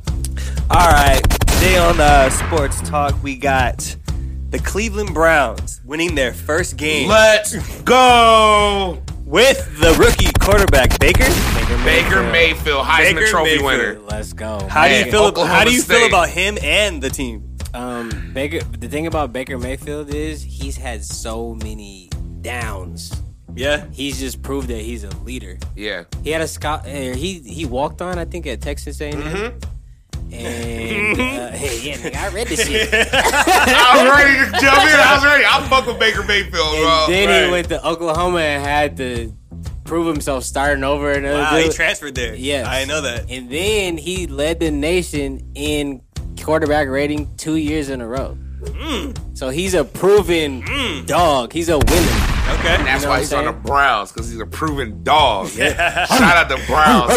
All right. Today on uh, Sports Talk, we got the Cleveland Browns winning their first game. Let's go with the rookie quarterback Baker. Baker Mayfield, Heisman Baker Trophy Mayfield. winner. Let's go. How do you feel? ab- Oklahoma how do you feel State. about him and the team? Um, Baker. The thing about Baker Mayfield is he's had so many downs. Yeah, he's just proved that he's a leader. Yeah. He had a scout. eh, He he walked on, I think, at Texas A&M. Mm-hmm. And uh, hey, yeah, nigga, I read this shit. I was ready to jump in. I was ready. I fuck with Baker Mayfield, bro. then Right. he went to Oklahoma and had to prove himself starting over. And Wow, he transferred there. Yes. I know that. And then he led the nation in quarterback rating two years in a row. Mm. So he's a proven dog. He's a winner. Okay. And that's You know what why I'm he's on the saying? Browns, because he's a proven dog. Shout out the Browns.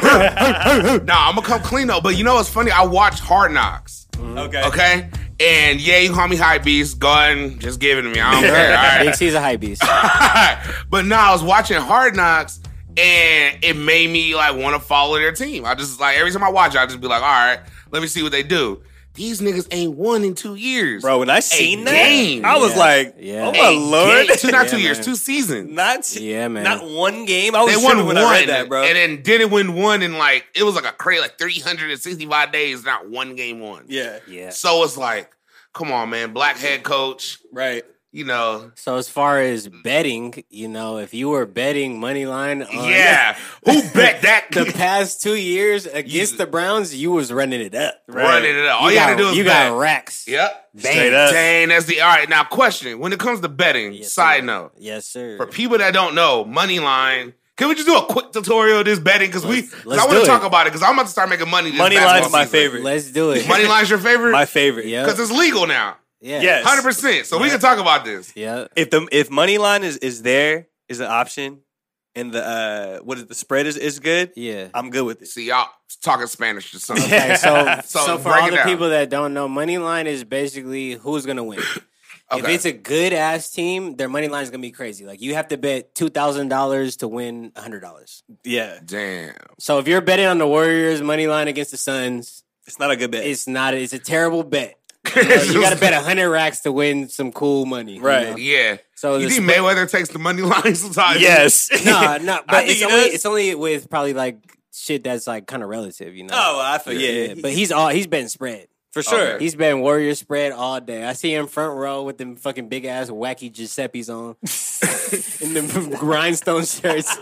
man. nah, I'm going to come clean though. But you know what's funny? I watched Hard Knocks. Okay. Okay? And yeah, you call me high beast. Go ahead and just give it to me. I don't care. All Big right? C's a hype beast. But now I was watching Hard Knocks and it made me like want to follow their team. I just like every time I watch it, I just be like, all right, let me see what they do. These niggas ain't won in two years. Bro, when I A seen that, game. I was like, Yeah. "Oh my A lord!" game. Two, not two years, two seasons. Not Yeah, man. not one game. I was they won tripping one, when I read that, bro. and then didn't win one in like it was like a crazy like three hundred and sixty five days, not one game won. yeah, yeah. So it's like, come on, man, black head coach, right. you know, So as far as betting, you know, if you were betting money line on yeah, who bet that Oh, the past two years against the Browns, you was running it up. running it up? All you, got, got to do is you bet. got racks. Yep, Straight up. Dang, that's the all right. Now, question: When it comes to betting, side note Yes, sir. for people that don't know, money line. Can we just do a quick tutorial of this betting? Because we, cause let's I want do to it. talk about it. Because I'm about to start making money. This Money basketball line's my season. favorite. Let's do it. Money line's your favorite My favorite. Yeah. because it's legal now. Yes. hundred percent. So we can talk about this. Yeah. If the if money line is is there is an option, and the uh what is the spread is is good. Yeah, I'm good with it. See y'all talking Spanish to something. Okay, so so, for break all it the down. people that don't know, money line is basically who's gonna win. If Okay. it's a good ass team, their money line is gonna be crazy. Like you have to bet two thousand dollars to win hundred dollars. Yeah. Damn. So if you're betting on the Warriors money line against the Suns, it's not a good bet. It's not. It's a terrible bet. You, know, you gotta bet hundred racks to win some cool money, you know? Yeah. So you the think spread- Mayweather takes the money line sometimes? no, no, I but think it's he only does. it's only with probably like shit that's like kind of relative, you know. Oh, I feel- yeah. But he's all he's been spread For sure. He's been warrior spread all day. I see him front row with them fucking big ass wacky Giuseppe's on, in them grindstone shirts.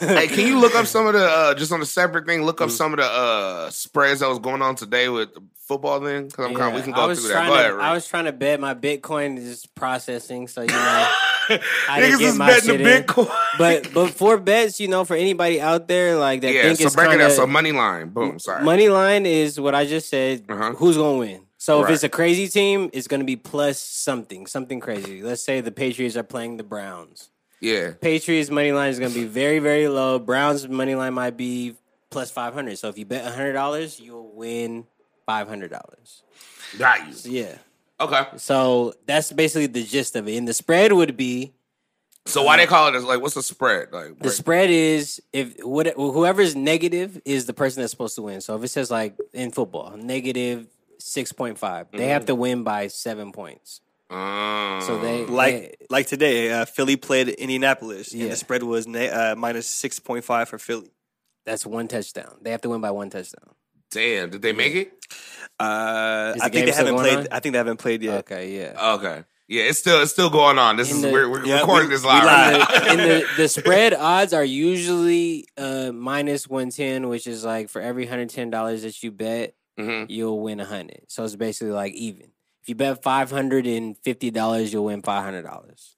hey, can you look up some of the uh, just on a separate thing? Look up Mm. some of the uh, spreads that was going on today with the football. Then, because I'm kind of we can I go was through trying that. Go to- ahead, Rick. I was trying to bet my Bitcoin is processing, so you know. I Niggas didn't get is my betting the shit in. Bitcoin. But but for bets, you know, for anybody out there like that yeah, think so it's break it kinda, up. So money line, boom. Sorry, Money line is what I just said. Who's gonna win? So if Uh-huh. Right. it's a crazy team, it's gonna be plus something, something crazy. Let's say the Patriots are playing the Browns. Yeah, Patriots money line is gonna be very very low. Browns money line might be plus five hundred. So if you bet hundred dollars, you'll win five hundred dollars. got you. Yeah. Okay. So that's basically the gist of it. And the spread would be So why they call it as like what's the spread? Like The spread is if what whoever's negative is the person that's supposed to win. So if it says like in football, negative six point five, they have Mhm. to win by seven points. um, So they- like like today, uh, Philly played Indianapolis, and Yeah. the spread was na- uh, minus six point five for Philly. That's one touchdown. They have to win by one touchdown. damn, did they make it? Uh, Is the I game think they still haven't going played. on? I think they haven't played yet. Okay, yeah. Okay, yeah, it's still it's still going on. This In is the- we're, we're Yeah, recording we- this live. we right live. now. And the, the spread odds are usually uh, minus one ten, which is like for every hundred ten dollars that you bet, Mm-hmm. you'll win a hundred. So it's basically like even. If you bet five hundred and fifty dollars, you'll win five hundred dollars.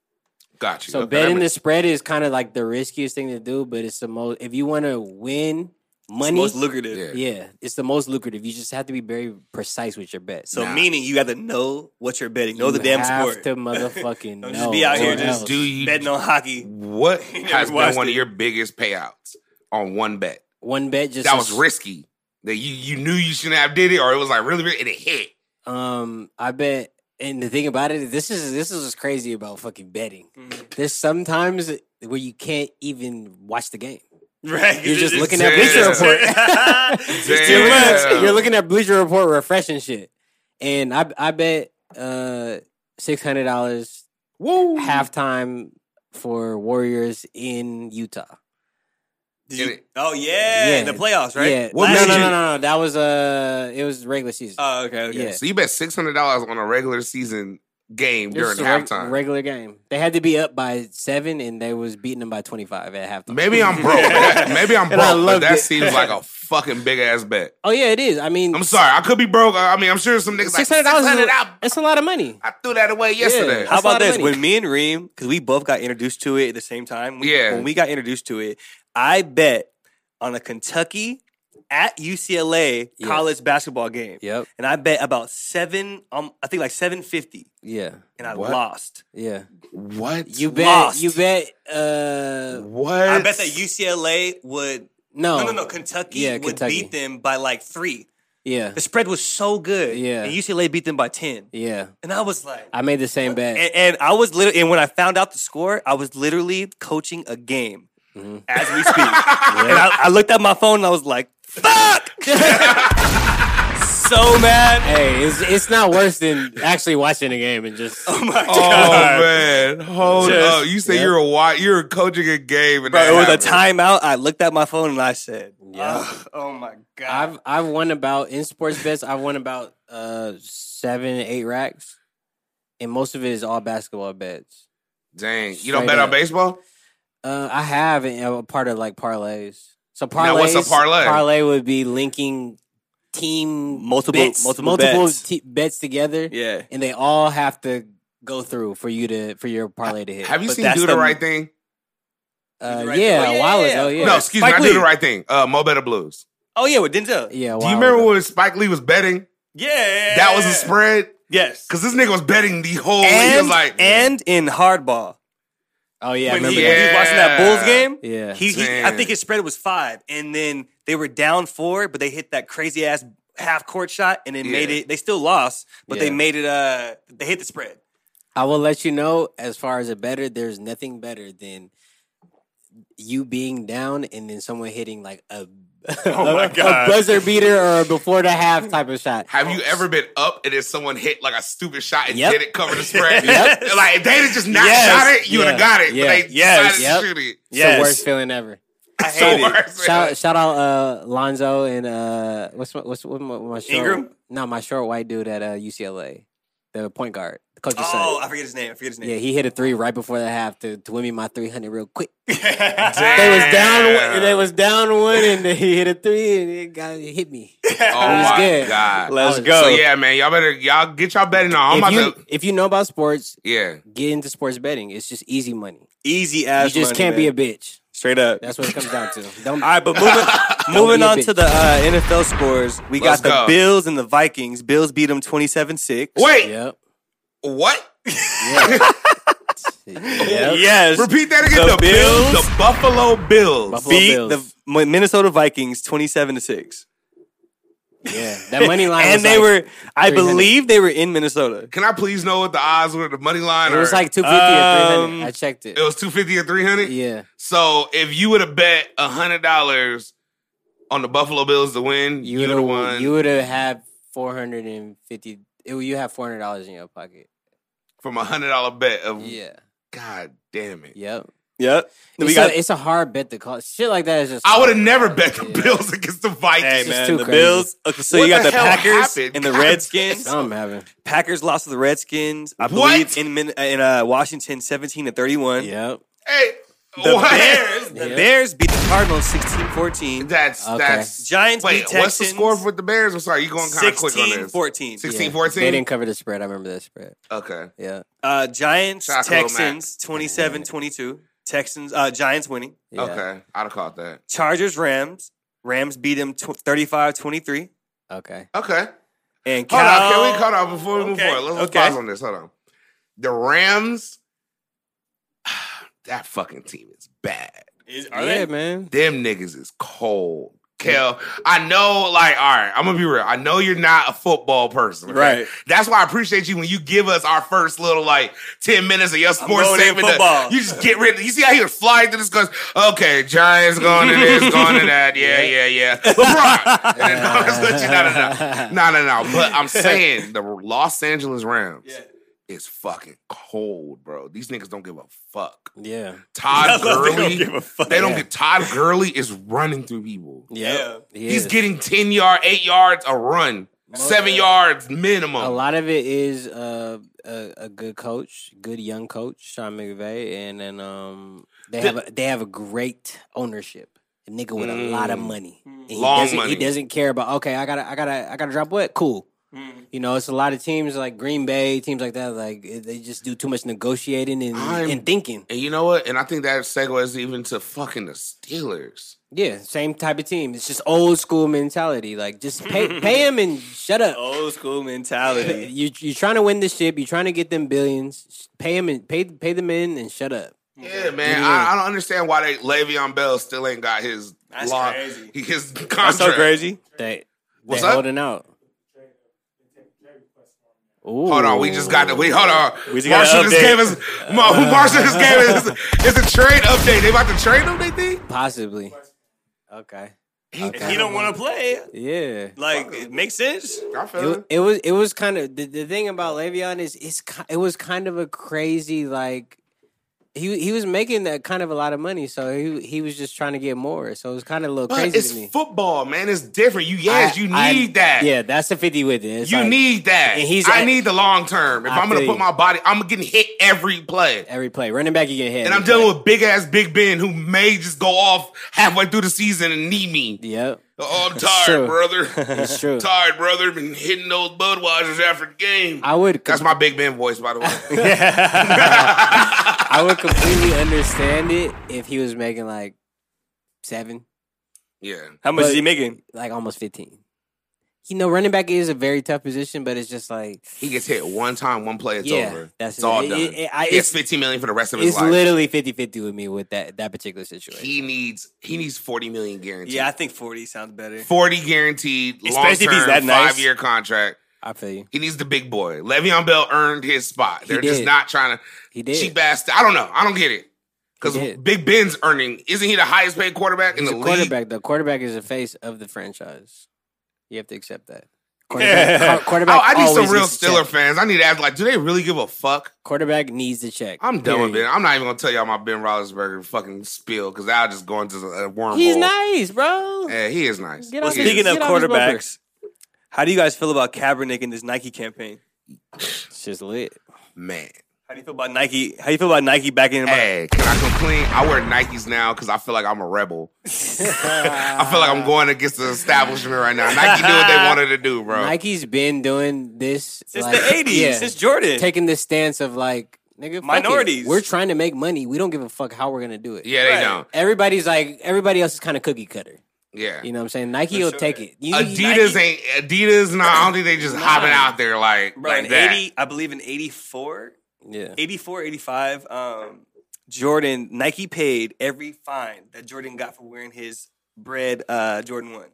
Got you. So Okay, that betting the makes- spread is kind of like the riskiest thing to do, but it's the most. If you want to win money, most lucrative. Yeah. it's the most lucrative. You just have to be very precise with your bet. So meaning you got to know what you're betting, know the You damn have sport. to motherfucking Don't know just be out here or just else. do you betting on hockey. What Never has been watched one it. of your biggest payouts on one bet? One bet just that a was s- risky. That you you knew you shouldn't have did it, or it was like really big and it hit. Um, I bet. And the thing about it, is this is this is what's crazy about fucking betting. There's sometimes where you can't even watch the game. Right, 'cause You're it just just- looking at Bleacher Report. you're, looking, Damn. you're looking at Bleacher Report refreshing shit. And I I bet uh six hundred dollars halftime for Warriors in Utah. Did you- oh yeah, in the playoffs, right? Yeah. What no, no, made no, you- no, no. That was uh it was regular season. Oh, okay, okay. Yeah. So you bet six hundred dollars on a regular season game It was during just a reg- halftime. regular game. They had to be up by seven, and they was beating them by twenty five at halftime. Maybe I'm broke. Maybe I'm And I broke, but loved that it. seems like a fucking big ass bet. Oh yeah, it is. I mean, I'm sorry, I could be broke. I I mean, I'm sure some niggas like six hundred dollars. $600. That's a lot of money. I threw that away yesterday. How about this? When me and Reem, because we both got introduced to it at the same time. we- Yeah. When we got introduced to it, I bet on a Kentucky at UCLA college basketball game. Yep. And I bet about seven. Um, I think like seven fifty, Yeah, and I What? lost. yeah. What you bet? Lost. You bet? Uh, what? I bet that UCLA would. No. No, no, no. Kentucky Yeah, would Kentucky. beat them by like three. Yeah, The spread was so good. Yeah. And UCLA beat them by ten. yeah. And I was like. I made the same bet. And, and I was literally, and when I found out the score, I was literally coaching a game Mm-hmm. as we speak. And I, I looked at my phone and I was like, "Fuck!" so mad. Hey, it's it's not worse than actually watching a game and just. Oh my Oh man, hold Just- up! You say Yep. you're a wi- you're coaching a game, and Bro, that it was a happened. timeout. I looked at my phone and I said, "Ugh." Oh my god. I've I've won about in sports bets. I've won about uh seven eight racks, and most of it is all basketball bets. Dang, you don't Straight bet up. on baseball? Uh, I have and a part of like parlays. So parlays. Now, what's a parlay? Parlay would be linking team Multiple- bets, multiple multiple bets. Te- bets together. Yeah. and they all have to go through for you to for your parlay to hit. Have you But seen that's Do the the- Right Thing? Uh, yeah, a while ago. Yeah. No, excuse me, I do the right thing. Uh, Mo Better Blues. Oh yeah, with Denzel. Yeah. Do you remember when Spike Lee was betting? Yeah. That was a spread. Yes. Because this nigga was betting the whole. he And, was like, and in hardball. Oh yeah, I when remember he, when he was that. watching that Bulls game. Yeah. he, he I Damn. think his spread was five, and then they were down four, but they hit that crazy ass half court shot, and it made Yeah. it. They still lost, but they Yeah. made it. Uh, they hit the spread. I will let you know as far as a better, there's nothing better than you being down and then someone hitting like a, Oh my a, God. buzzer beater or a before the half type of shot. Have you ever been up and then someone hit like a stupid shot and Yep. didn't cover the spread? Yep. Like if they had just not Yes. shot it, you would Yeah. have got it. Yeah. But they Yes. decided Yep. to shoot it. It's the worst feeling ever. I hate it. Shout, shout out uh, Lonzo and uh, what's my, what's what my, my short Ingram? No, my short white dude at uh, UCLA, the point guard, the coach's Oh, son. I forget his name. I forget his name. Yeah, he hit a three right before the half to, to win me my three hundred real quick. Damn. They was down. one- They was down one, and then he hit a three, and it got it hit me. Oh It was my good. god. Let's So go. yeah, man, y'all better y'all get y'all betting on. I'm if, about you, to if you know about sports, yeah, get into sports betting. It's just easy money. Easy as you just money, can't man. be a bitch. Straight up. That's what it comes down to. Don't. All right, but moving, moving on to the uh, NFL scores, we Let's got the go. Bills and the Vikings. Bills beat them 27 6. Wait. Yep. What? Yes. Repeat that again. The, Bills, the Buffalo Bills beat the Minnesota Vikings 27 to 6. Yeah, that money line. and was they like, were, I 300. believe they were in Minnesota. Can I please know what the odds were? The money line. It was or- like 250 or 300. I checked it. Um, It was two fifty or three hundred. Yeah. So if you would have bet hundred dollars on the Buffalo Bills to win, you would have won. You would have had 450. It, would- you have $400 in your pocket. from a hundred dollar bet of yeah. God damn it. Yep. Yep. It's, a, it's a hard bet to call. Shit like that is just. I would have never bet the Bills against the Vikings. Hey, man, too the crazy. Bills. Okay, so What you got the the, hell Packers happened? and the God Redskins. Something happened. Packers lost to the Redskins. I What? believe in Min- in uh, Washington, seventeen to thirty-one. Yep. Hey, the what? Bears. The Yep. Bears beat the Cardinals 16-14. That's Okay. that's Giants Wait, beat what's the Texans. score with the Bears? I'm sorry, you going kind of quick on this. 16-14. 16 They didn't cover the spread. I remember that spread. Okay. Yeah. Uh, Giants, Chocolate Mac. Texans, 27-22. Texans, uh, Giants winning. Yeah. Okay. I'd have caught that. Chargers, Rams. Rams beat them tw- 35-23. Okay. Okay. And Hold on. Cal- Can we hold on before we move Okay, forward? Let's let's okay. pause on this. Hold on. The Rams. That fucking team is bad. Is, are yeah, they? man. Them niggas is cold. Kel, I know, like, all right, I'm gonna be real. I know you're not a football person, okay? Right. That's why I appreciate you when you give us our first little like 10 minutes of your sports going in segment. that- football. you just get rid of you see how he was flying through this goes, okay, Giants going to this, going to that, yeah, yeah, yeah. LeBron. And then I was like, no, no, no. No, no, no. But I'm saying the Los Angeles Rams is fucking cold, bro. These niggas don't give a fuck. Yeah. Todd Gurley. They don't give a fuck. They don't Yeah. get Todd Gurley is running through people. Yeah. He He's is. getting 10 yard, 8 yards a run. 7 yards minimum. A lot of it is uh, a a good coach, good young coach, Sean McVay, and then um they have a, they have a great ownership. A nigga with a lot of Mm. money. And he Long doesn't, money. He doesn't care about okay. I gotta I gotta I gotta drop what? Cool. Mm. You know, it's a lot of teams like Green Bay, teams like that. Like eh, they just do too much negotiating and, I'm- and thinking. And you know what? And I think that segues even to fucking the Steelers. Yeah, same type of team. It's just old school mentality. Like just pay pay him and shut up. Oh, Old school mentality. you you're trying to win this ship. You're trying to get them billions. Pay them and pay pay them in and shut up. Yeah, man. I, I don't understand why they Le'Veon Bell still ain't got his That's law- crazy. his contract. That's so crazy. They What's they up? holding out. Hold on, we just got the we hold on. We just got Marshall an just update. gave us Ma- who Marshall just gave us is a trade update. They about to trade him, they think? possibly. Okay. If you don't want to play, Yeah. like, it makes sense. I feel It, it. it was it was kind of the, the thing about Le'Veon is it's ki- it was kind of a crazy like he he was making that kind of a lot of money so he he was just trying to get more so it was kind of a little But crazy it's to me. football, man. It's different. You yes, I- you need I- that. Yeah, that's the fifty with it. It's you like need that. and he's I at- need the long term. If I I am gonna feel put you. my body, I'm getting hit every play. every play running back you get hit And I'm dealing with big ass Big Ben who may just go off halfway through the season and need me. Yep. Oh, I'm It's tired, true. brother. It's true. Tired, brother. Been hitting those Budweisers after the game. I would That's my Big Ben voice, by the way. I would completely understand it if he was making like seven, yeah. How much But- is he making? like almost fifteen. you know, running back is a very tough position, but it's just like He gets hit one time, one play, it's Yeah, over. that's it's all it. done. It- it- I- he gets it's- fifteen million for the rest of his it's life. literally 50-50 with me with that that particular situation. he needs he needs forty million guaranteed. Yeah, I think 40 sounds better. forty guaranteed, long Especially if he's term, that nice. five year contract. I feel you. He needs the big boy. Le'Veon Bell earned his spot. He They're just did. not trying to He did. cheap ass. I don't know. I don't get it. Because did. Big Ben's earning, isn't he the highest paid quarterback He's in a the league? quarterback. The quarterback is the face of the franchise. You have to accept that. Quarterback, yeah. quarterback Oh, I need always some real needs to Stiller check. fans. I need to ask, like, do they really give a fuck? Quarterback needs to check. I'm done with period. Ben. I'm not even gonna tell y'all my Ben Roethlisberger fucking spiel because I'll just go into a wormhole. He's nice, bro. Yeah, he is nice. Get He off is. his- Speaking of Get off his bumper. quarterbacks, how do you guys feel about Kaepernick and this Nike campaign? It's just lit. man. How do you feel about Nike? How do you feel about Nike backing him up? Hey, can I complain? I wear Nikes now because I feel like I'm a rebel. I feel like I'm going against the establishment right now. Nike knew what they wanted to do, bro. Nike's been doing this Since like, the 80s, yeah, since Jordan. taking this stance of like nigga fuck it. Minorities. We're trying to make money. We don't give a fuck how we're gonna do it. yeah, they Right. don't. Everybody's like everybody else is kind of cookie cutter. Yeah. You know what I'm saying? Nike will take it. You- Adidas Nike- ain't Adidas. No, I don't think they just hopping out there like, Bro, like in that. 80, I believe in 84, Yeah. 84, 85, um, Jordan, Nike paid every fine that Jordan got for wearing his bread uh, Jordan 1.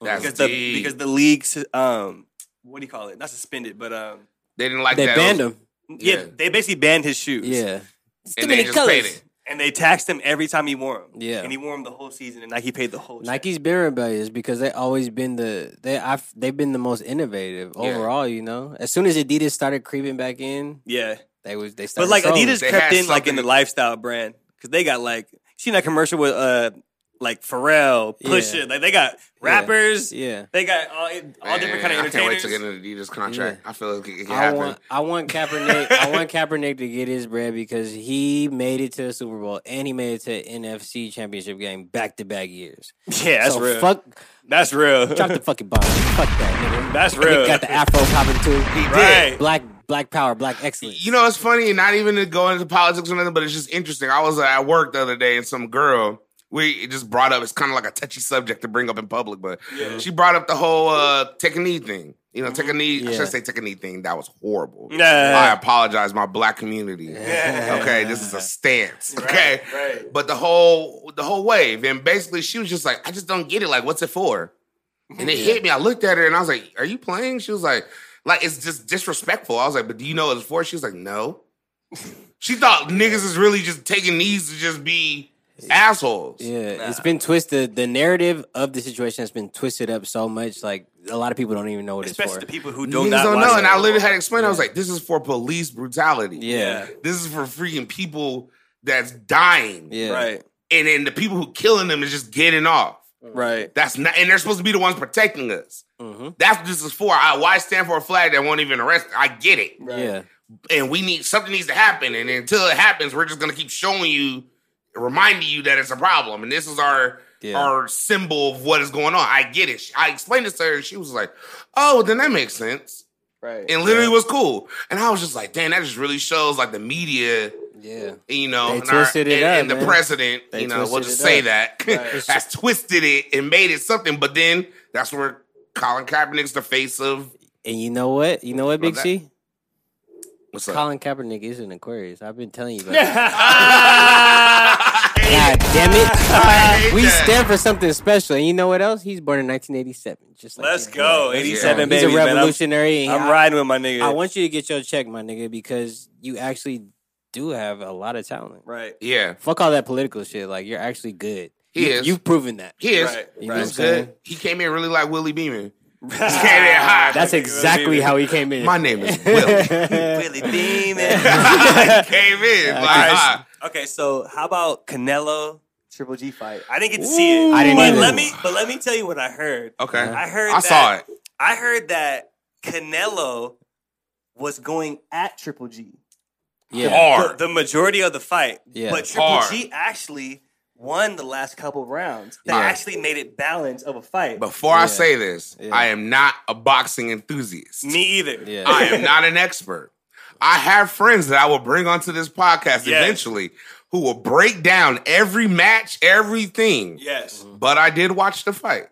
That's because deep. the because the league su- um what do you call it? Not suspended, but um they didn't like They that. banned him. yeah, Yeah. they basically banned his shoes. Yeah. It's and they just paid it. And they taxed him every time he wore them. Yeah. And he wore them the whole season and Nike paid the whole Nike's been rebellious because they always been the they I've, they've been the most innovative Yeah. overall. You know, as soon as Adidas started creeping back in, Yeah. they was they started. But like trolling. Adidas They crept had in like in the something- lifestyle brand because they got like you seen that commercial with uh like Pharrell, Pusha, Yeah. like they got rappers, yeah. they got all, all different kind of Man, I can't wait to get entertainers. an Adidas contract. I feel like it can I happen. want I want Kaepernick I want Kaepernick to get his bread because he made it to the Super Bowl and he made it to the NFC Championship game back to back years. Yeah, that's so real. fuck that's real. drop the fucking bomb. Fuck that nigga. that's Nigga real. got the afro popping too. right. Black black power, black excellence. You know, it's funny, and not even to go into politics or nothing, but it's just interesting. I was at work the other day, and some girl we it just brought up. It's kind of like a touchy subject to bring up in public, but she brought up the whole uh, take a knee thing. You know, take a knee. I Yeah. should say take a knee thing. That was horrible. I Yeah. apologize, my black community. Okay, this is a stance. Okay, right. but the whole the whole wave, and basically, she was just like, I just don't get it. Like, what's it for? And it hit me. I looked at her and I was like, "Are you playing?" She was like, "Like it's just disrespectful." I was like, "But do you know what it's for?" She was like, "No." She thought niggas is really just taking these to just be assholes. Yeah, it's been twisted. The narrative of the situation has been twisted up so much. Like a lot of people don't even know what Especially the it's for. people who Niggas do not don't watch know. it. And I literally had to explain. I was like, "This is for police brutality. yeah, This is for freaking people that's dying, yeah, right, and then the people who killing them is just getting off. right. That's not, and they're supposed to be the ones protecting us. Mhm. That's what this is for. I, why stand for a flag that won't even arrest? I get it. yeah. and we need something needs to happen. And until it happens, we're just gonna keep showing you, reminding you that it's a problem. And this is our Yeah. our symbol of what is going on. I get it. I explained this to her, and she was like, "Oh, then that makes sense." Right. And literally was cool. And I was just like, "Damn, that just really shows like the media." yeah. You know, They and, our- twisted it and- up, and the man. president, They you know, we'll twisted just it say up. that Right. has twisted it and made it something. But then that's where Colin Kaepernick's the face of And you know what? You know what, Big that- C? what's up? Colin Kaepernick is an Aquarius. I've been telling you about that. God damn I hate it. we that. stand for something special. And you know what else? He's born in 1987. Just like Let's his go. brother. Let's 87 go. He's babies, a man. I'm- revolutionary. and I'm I- riding with my nigga. I want you to get your check, my nigga, because you actually do have a lot of talent. right. Yeah. Fuck all that political shit. Like you're actually good. He you, is. You've proven that. He is. Right, He right. was You know what I'm good. saying? He came in really like Willie Beeman. He came in high. That's exactly how he came in. My name is Willie. Willie Beeman. he came in like high. Okay, so how about Canelo Triple G fight? I didn't get to see it. I didn't but either. let me but let me tell you what I heard. Okay. I heard I that, saw it. I heard that Canelo was going at Triple G. yeah. The, Hard. the majority of the fight. Yeah. But Triple Hard. G actually won the last couple rounds. That Yeah. actually made it balance of a fight. Before I Yeah. say this, Yeah. I am not a boxing enthusiast. me either. Yeah. I am not an expert. I have friends that I will bring onto this podcast Yes. eventually who will break down every match, everything. Yes. But I did watch the fight.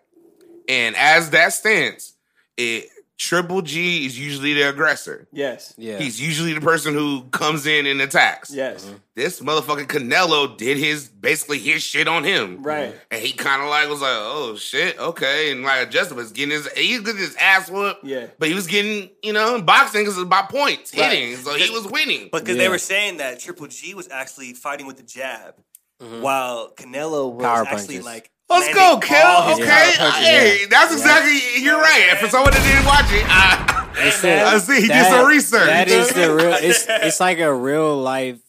And as that stands, it Triple G is usually the aggressor. Yes. Yeah. He's usually the person who comes in and attacks. Yes. This motherfucking Canelo did his basically his shit on him. Right. And he kind of like was like, oh shit, okay. And like Justin was getting his he's getting his ass whooped. Yeah. But he was getting, you know, in boxing because it's by points, Right. hitting. So he was winning. Because they were saying that Triple G was actually fighting with the jab, while Canelo was Mm-hmm. Power actually punches. like, Let's go, landing Kel. all his Okay, power punches. hey, Yeah. that's exactly. You're right. And for someone that didn't watch it, I, I see he did some research. That is the real. It's it's like a real life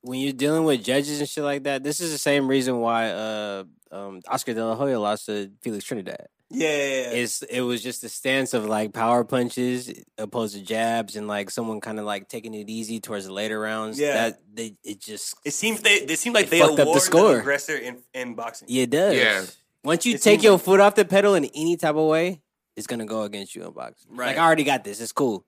when you're dealing with judges and shit like that. This is the same reason why uh, um, Oscar De La Hoya lost to Felix Trinidad. Yeah, yeah, yeah. It's it was just the stance of like power punches opposed to jabs and like someone kind of like taking it easy towards the later rounds. Yeah. that they it just It seems they it seemed like It they fucked up award the the, score. aggressor in, in boxing. yeah it does. Yeah. once you It take seems your foot off the pedal in any type of way, it's gonna go against you in boxing. Like Right. I already got this. It's cool.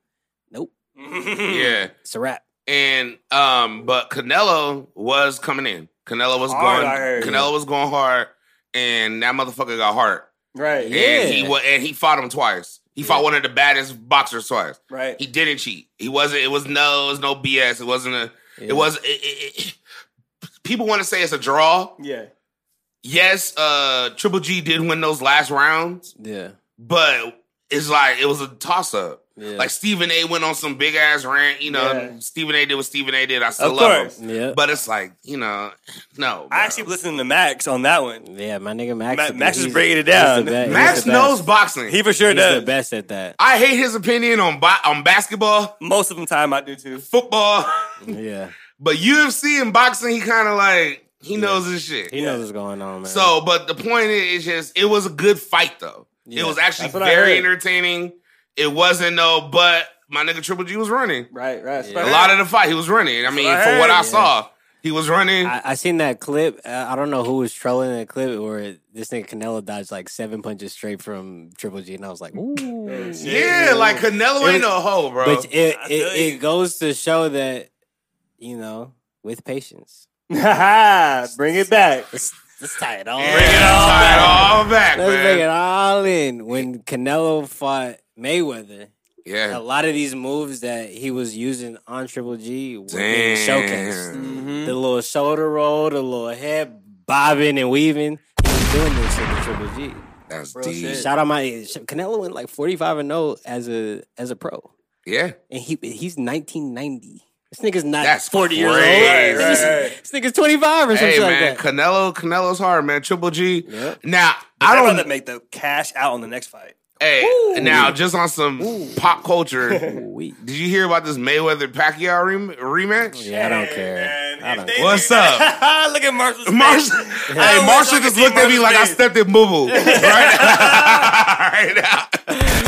Nope, yeah. it's a wrap. And um, but Canelo was coming in. Canelo was Hard, going. I heard. Canelo was going hard, and that motherfucker got hurt. Right. And he wa- and he fought him twice. He fought one of the baddest boxers twice. Right. He didn't cheat. He wasn't. It was no. It was no BS. It wasn't a. Yeah. It was. It, it, it- people want to say it's a draw. Yeah. Yes, uh Triple G did win those last rounds, Yeah. but it's like it was a toss up. Yeah. Like Stephen A went on some big ass rant, you know. Yeah. Stephen A did what Stephen A did. I still Of love course. him, Yeah. but it's like you know, no. I actually listened to Max on that one. Yeah, my nigga Max. Ma- the Max best. is He's- breaking he's it the down. be- he's the Max best. knows boxing. He for sure He's does. the best at that. I hate his opinion on bo- on basketball, Most of the time, I do too. football, Yeah, but UFC and boxing, he kind of like he knows his shit. he knows what's going on, man. So, but the point is, it's just it was a good fight though. Yeah, it was actually that's what I very heard. entertaining. It wasn't though, but my nigga Triple G was running Right. Right. a lot of the fight. He was running. I mean, what I for what I heard. saw, he was running. I, I seen that clip. Uh, I don't know who was trolling the clip where this nigga Canelo dodged like seven punches straight from Triple G, and I was like, ooh. yeah, like Canelo It ain't was- no hoe, bro. But it I feel it, you. it goes to show that you know with patience, of. Bring it back. let's tie it all. Bring it all back, all back, Let's man. bring it all in. When Canelo fought Mayweather, a Yeah, lot of these moves that he was using on Triple G were being showcased. Mm-hmm. The little shoulder roll, the little head bobbing and weaving. He was doing this shit to Triple G. that's Real deep. shit. Shout out my Canelo went like forty five and zero as a as a pro, Yeah, and he he's nineteen ninety. This nigga's not That's forty years old. crazy. This nigga's- Right, right. This nigga's twenty five or hey something like man, that. Canelo, Canelo's hard, man. Triple G. Yep. Now I I don't don't. that make the cash out on the next fight. Hey, now just on some pop culture. Ooh-wee. Did you hear about this Mayweather Pacquiao rem- rematch? Yeah, I don't care. I don't care. What's up? Look at Marshall. Marsha, hey, Marsha just looked at me like I stepped in boo boo. Right? right now.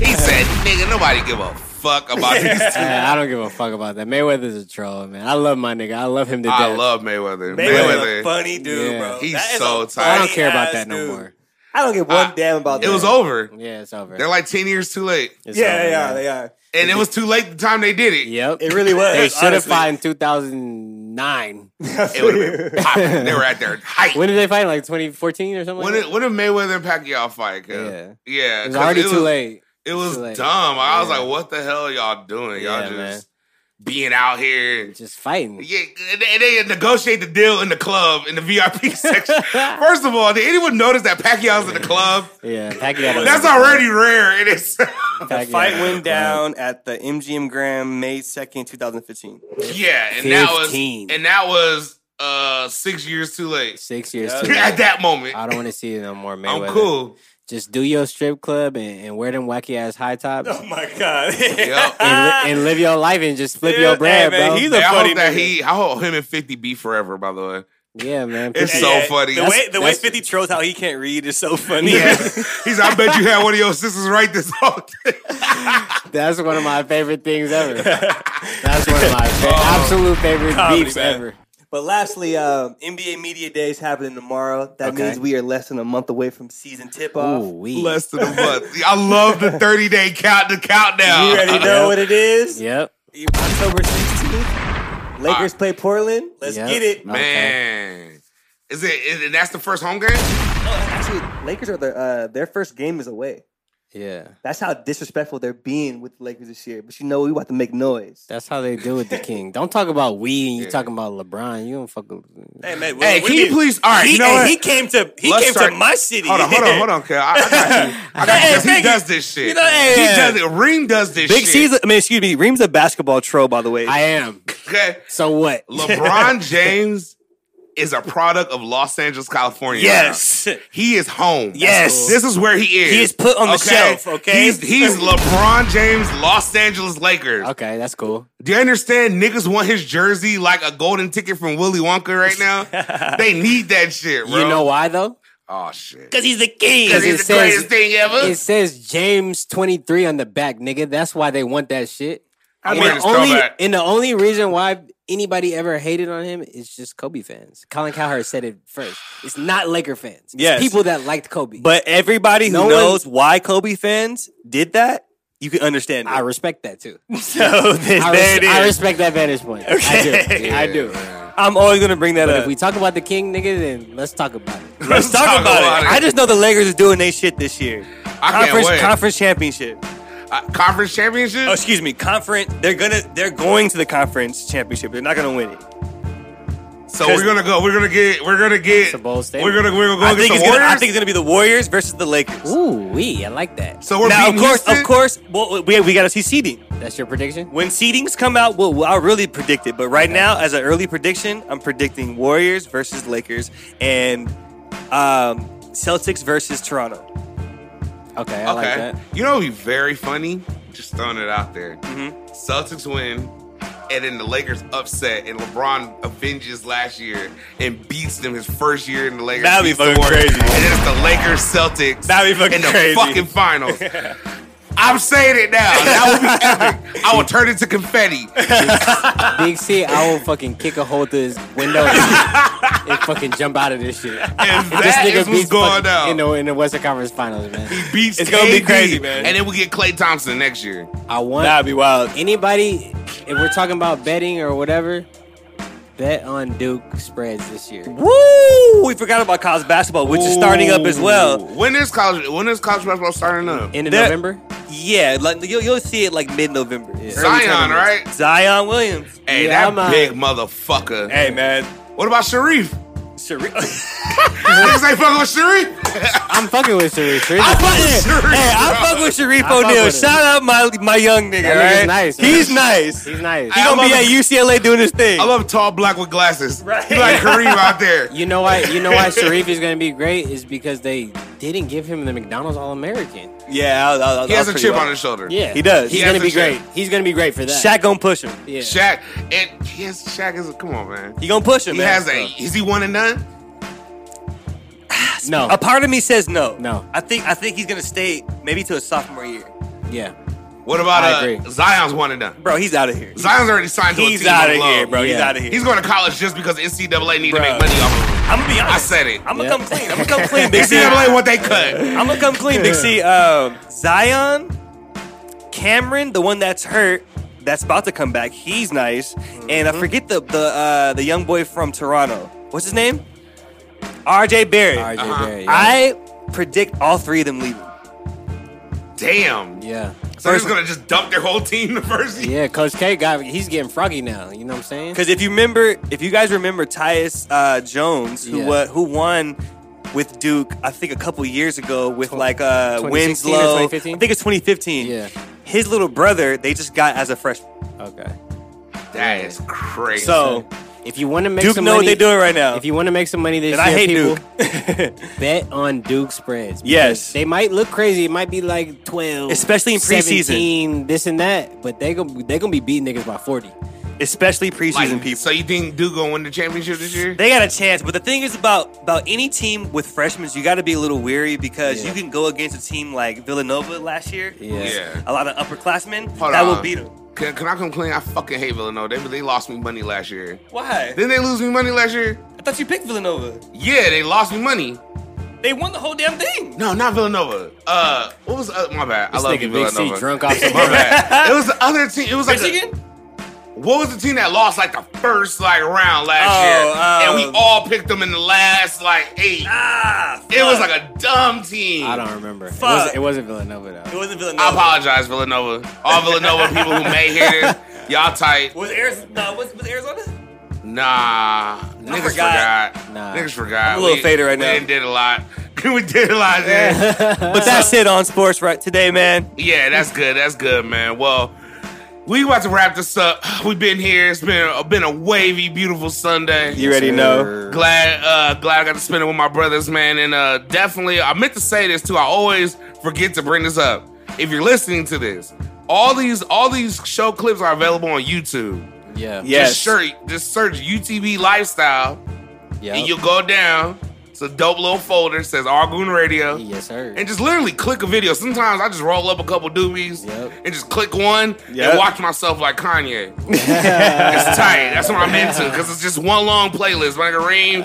He said, nigga, nobody give a fuck about these two. Hey, I don't give a fuck about that. Mayweather's a troll, man. I love my nigga. I love him to death. I love Mayweather. Mayweather's Mayweather. a funny dude, Yeah. bro. He's That is so a tight. I I don't care about funny-ass that no dude. more. I don't give one damn about It that. was over. Yeah, it's over. They're like 10 years too late. It's Yeah, over, they are. man. They are. And it was too late the time they did it. Yep. It really was. They should honestly. have fought in 2009. It would have been popping. They were at their height. When When, did they fight? Like 2014 or something? like did, that? when did Mayweather and Pacquiao fight? Cause, Yeah. yeah. Yeah. it was 'cause already it too late. It was Too late. dumb. I was Yeah. like, what the hell y'all doing? Y'all Yeah, just man. being out here and Just fighting. Yeah, and they, and they negotiate the deal in the club in the VIP section. First of all, did anyone notice that Pacquiao's in the club? Yeah, Pacquiao. was- That's already rare in itself. The Pacquiao fight was went down at the MGM Grand May 2nd, 2015. yeah, and that was 15. and that was uh six years too late. Six years too late. At that moment, I don't want to see it no more, I'm Mayweather. cool. Just do your strip club and, and wear them wacky ass high tops Oh my god. Yup. and, li- and live your life and just flip Dude, your bread, hey, man, bro. he's a Hey, I funny hope that nigga. he, I hope him and Fifty be forever. By the way, yeah, man. It's People- so funny. The That's- way the way that's- 50 trolls how he can't read is so funny. he's. I bet you had one of your sisters write this off. That's one of my favorite things ever. That's one of my fa- Oh. absolute favorite comedy, beefs man. ever. But lastly, um, NBA Media Day is happening tomorrow. That Okay. means we are less than a month away from season tip off. Ooh, we. Less than a month. I love the thirty day count. The countdown. You already know what it is. Yep. October 16th. Lakers play Portland. Let's Yep. get it. Okay. Man. Is it, is it that's the first home game? Actually, Lakers are the, uh, their first game is away. Yeah. That's how disrespectful they're being with the Lakers this year. But you know we about to make noise. That's how they deal with the king. Don't talk about we and you talking about LeBron. You don't fuck with Hey man, Hey, what can do you please- all right, He, you know hey, what? he came to he Let's came start- to my city. Hold on, hold on, hold on, cuz. I, got you. I got you. 'Cause He does this shit. you know, hey, he yeah. does it. Reem does this Big shit. C's, I mean, excuse me, Reem's a basketball troll, by the way. I am. Okay. So what? LeBron James is a product of Los Angeles, California. right Yes. now. He is home. Yes. That's cool. This is where he is. He is put on the shelf, okay? He's, he's LeBron James, Los Angeles Lakers. Okay, that's cool. Do you understand niggas want his jersey like a golden ticket from Willy Wonka right now? they need that shit, bro. You know why though? Oh shit. Because he's the king. Because he's the greatest thing ever. It says James twenty three on the back, nigga. That's why they want that shit. I and, mean, the it's only, throwback. and the only reason why anybody ever hated on him is just Kobe fans. Colin Cowherd said it first. It's not Laker fans. It's Yes. people that liked Kobe. But everybody who No one- knows why Kobe fans did that, you can understand. I respect that too. So then, I, there it is. I respect that vantage point. I do. Okay. I do. I'm always gonna bring that But up. if we talk about the king, nigga, then let's talk about it. Let's talk, talk about, about it. it. I just know the Lakers is doing their shit this year. I can't conference, wait. conference championship. conference championship? Oh, excuse me. Conference. They're gonna. They're going to the conference championship. They're not gonna win it. Oh, So we're gonna go. We're gonna get. We're gonna get. We're gonna. We're gonna go I get think the it's gonna- Warriors. I think it's gonna be the Warriors versus the Lakers. Ooh, we. I like that. So we're now, of beating course, of Houston? course, well, we we gotta see seeding. That's your prediction. When seedings come out, well, I'll really predict it. But right now, as an early prediction, I'm predicting Warriors versus Lakers and um, Celtics versus Toronto. Okay, okay. You know, it'd be very funny. Just throwing it out there. Mm-hmm. Celtics win, and then the Lakers upset, and LeBron avenges last year and beats them his first year in the Lakers. That'd be beats the fucking Warriors, crazy. And then it's the Lakers Celtics. That'd be fucking in the crazy. fucking finals. I'm saying it now. That would be epic. I will turn into confetti. Big C, I will fucking kick a hole through his window and, and fucking jump out of this shit. If that is what's going fucking- down. in the in the Western Conference Finals, man. Beats It's gonna be KD, crazy, man. And then we get Clay Thompson next year. I want That'd be wild. Anybody, if we're talking about betting or whatever, bet on Duke spreads this year. Woo! We forgot about college basketball, which is starting up as well. When is college? When is college basketball starting up? End of That- November. Yeah, like you'll, you'll see it like mid-November. Early Zion, tournaments. right? Zion Williams. Hey, Yeah, that I'm, uh, big motherfucker. Hey, man. What about Sharif? Sharif. Niggas ain't fucking with Sharif. I'm fucking with Sharif. Sharif I is- fuck with, Sharif, hey, I bro. fuck with Sharif I fuck O'Neal. with him. Shout out my my young nigga, That nigga's right? nice, man. He's nice. He's he's nice. gonna be at UCLA doing his thing. I love tall black with glasses. Right. You like Kareem out there. You know why? You know why Sharif is gonna be great is because they didn't give him the McDonald's All American. yeah, I, I, I, He has a chip on his shoulder. Yeah, He does. He's He has gonna a be chip. great. He's gonna be great for that. Shaq gonna push him. yeah. Shaq and he has Shaq is come on man. He gonna push him. He man. has a is he one and done? No. A part of me says no. No. I think I think he's gonna stay maybe to his sophomore year. Yeah. What about I uh, agree. Zion's one and done? Bro, he's out of here. Zion's already signed to a team. He's out of on loan. here, bro. He's Yeah. out of here. He's going to college just because the NCAA need Bruh. to make money off of him. I'm gonna be I honest. said it. I'm gonna Yeah. come clean. I'm gonna come clean, Big C. NCAA what they cut. I'm gonna come clean, Big C. Um, Zion, Cameron, the one that's hurt, that's about to come back. He's nice, and I Mm-hmm. forget the the uh, the young boy from Toronto. What's his name? R.J. Barrett. RJ Uh-huh. Barrett. Yeah. I predict all three of them leaving. Damn. yeah. So they're just going to just dump their whole team the first year. Yeah, Coach K got he's getting froggy now. You know what I'm saying? Because if you remember, if you guys remember Tyus uh, Jones, who Yeah. wa- who won with Duke, I think a couple years ago with like uh, 2016 or Winslow. I 2015? think it's 2015. Yeah. His little brother, they just got as a freshman. Okay. That is crazy. So If you want to make Duke some know what money, they're doing right now. if you want to make some money this and I year, hate people, Duke, bet on Duke spreads. because Yes. they might look crazy. It might be like 12, Especially in preseason. 17, this and that. But they gonna they gonna be beating niggas by 40. especially preseason like, people. So you think Duke going to win the championship this year? They got a chance, but the thing is about about any team with freshmen, you got to be a little weary because Yeah. you can go against a team like Villanova last year. Yeah. Yeah. a lot of upperclassmen Hold that on. will beat them. Can, can I come clean? I fucking hate Villanova. They, they lost me money last year. Why? Didn't they lose me money last year? I thought you picked Villanova. Yeah, they lost me money. They won the whole damn thing. No, not Villanova. Uh, what was uh, my bad? I This love nigga you, Big Villanova. C drunk off some My bad. It was the other team. It was like the- what was the team that lost like the first like round last Oh, year, and um, we all all picked them in the last like eight. Ah, it was like a dumb team. I don't remember. It Fuck. wasn't, it wasn't Villanova though. It wasn't Villanova. I apologize, Villanova. All Villanova people who may hear this, y'all tight. Was Arizona? No, was, was Arizona? Nah, niggas forgot. forgot. Niggas forgot. I'm a little We- faded right we now. didn't did a lot. we did a lot. Yeah. but that's it on sports right today, man. Yeah, that's good. That's good, man. Well, we about to wrap this up. We've been here. It's been a, been a wavy, beautiful Sunday. You already know. Glad, uh, glad I got to spend it with my brothers, man. And uh, definitely, I meant to say this too. I always forget to bring this up. If you're listening to this, all these all these show clips are available on YouTube. Yeah. Just search, just search UTV Lifestyle, Yep. and you'll go down. It's a dope little folder. Says Argoon Radio. Yes, sir. And just literally click a video. Sometimes I just roll up a couple doobies and just click one Yep. and watch myself like Kanye. it's tight. That's what I'm into because it's just one long playlist. My nigga Reem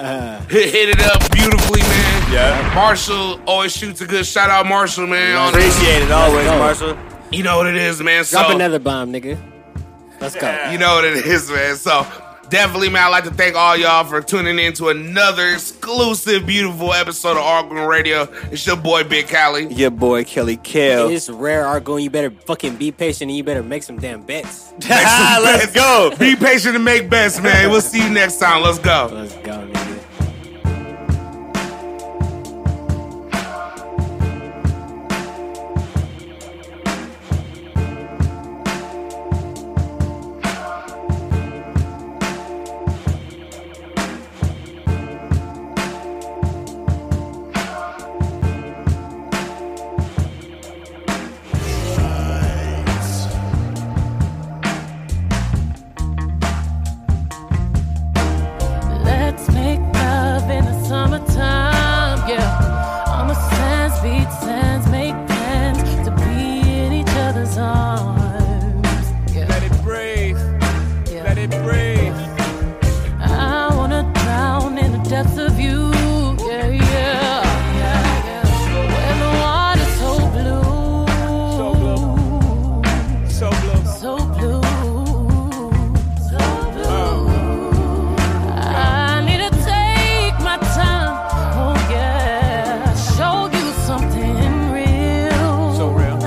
hit, hit it up beautifully, man. Yeah. Marshall always shoots a good shout out, Marshall, man. on- Appreciate it always, Marshall. You know what it is, man. So, Drop another bomb, nigga. Let's go. you know what it is, man. So definitely, man, I'd like to thank all y'all for tuning in to another exclusive, beautiful episode of Argon Radio. It's your boy Big Cali. Your boy Kelly Kale. It's rare Argoon. You better fucking be patient and you better make some damn bets. Let's go. Be patient and make bets, man. We'll see you next time. Let's go. Let's go, nigga. Let's make love in the summertime, yeah. On the sands, beach sands, make plans to be in each other's arms. Let it breathe, let it breathe. I wanna drown in the depths of you, yeah, yeah. yeah, yeah. When the water's so blue, so blue, so blue, so blue, so blue. I need to take my time. Oh yeah, show you something real. So real.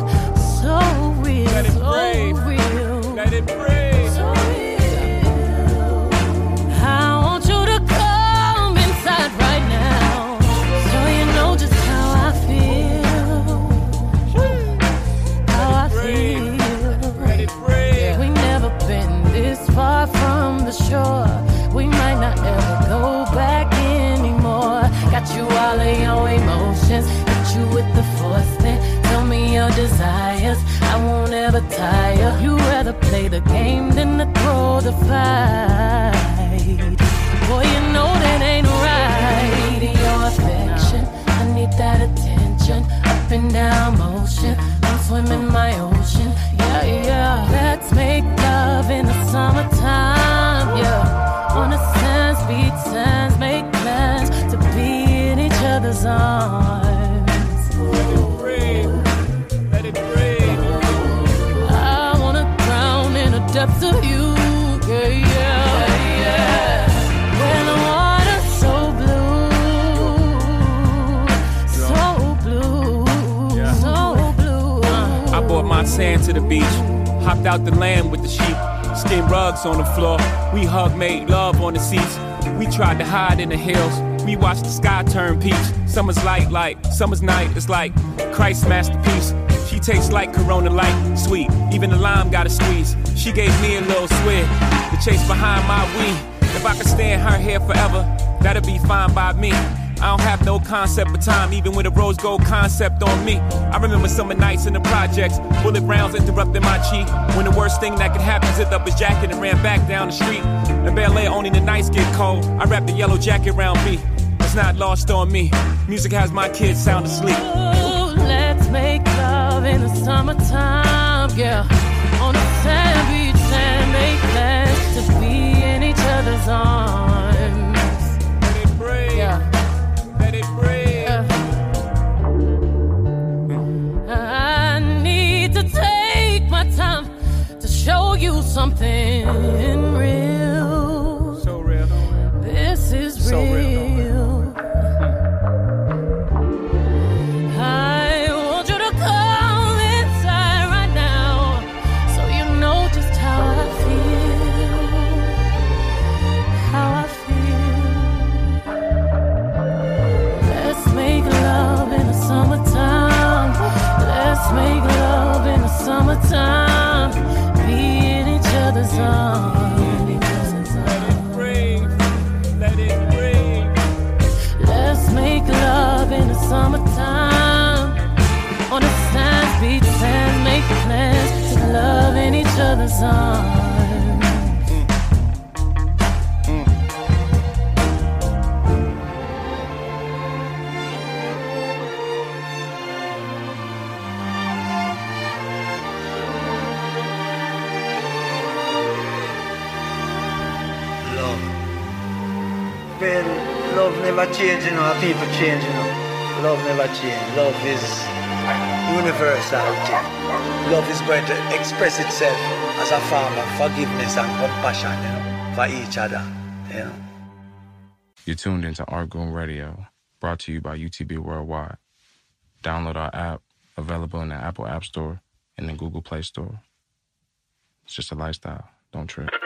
So real. Let it so real. Let it breathe. So real. I want you to come inside right now, so you know just how I feel. How I feel. Let it breathe. We never been this far from the shore. We might not ever go back anymore. Got you all of your emotions, hit you with the force. Then tell me your desires. I won't ever tire. You rather play the game than to throw the fight. Boy, you know that ain't right. Need your affection, I need that attention. Up and down motion, I'm swimming my ocean. Yeah, yeah. Let's make love in the summertime. Yeah, on the sands, beach sands, make plans to be in each other's arms. Let it breathe. I wanna drown in the depths of you. Yeah, yeah, yeah. When the water's so blue, so blue, so blue. I brought my sand to the beach, hopped out the land with the sheep, skin rugs on the floor. We hug, made love on the seats. We tried to hide in the hills. We watched the sky turn peach. Summer's light, like summer's night. It's like Christ's masterpiece. She tastes like Corona Light, sweet. Even the lime got a squeeze. She gave me a little swig. The chase behind my weed. If I could stay in her hair forever, that'd be fine by me. I don't have no concept of time, even with a rose gold concept on me. I remember summer nights in the projects, bullet rounds interrupting my cheek. When the worst thing that could happen zipped up his jacket and ran back down the street. In Bel Air, only the nights get cold. I wrapped the yellow jacket around me. It's not lost on me. Music has my kids sound asleep. Ooh, Let's make love in the summertime, yeah. On the sand beach and make plans to be in each other's arms. Let it breathe. Let it breathe. I need to take my time to show you something real. So real. This is real. the time, be in each other's arms. Let's make love in the summertime. On the sands, beach sands, make plans to love in each other's arms. love. Well, love never change, you know. People change, you know. Love never change. Love is universal thing. Love is going to express itself as a form of forgiveness and compassion, you know, for each other, you know. You're tuned into Art Goon Radio, brought to you by UTB Worldwide. Download our app, available in the Apple App Store and the Google Play Store. It's just a lifestyle. Don't trip.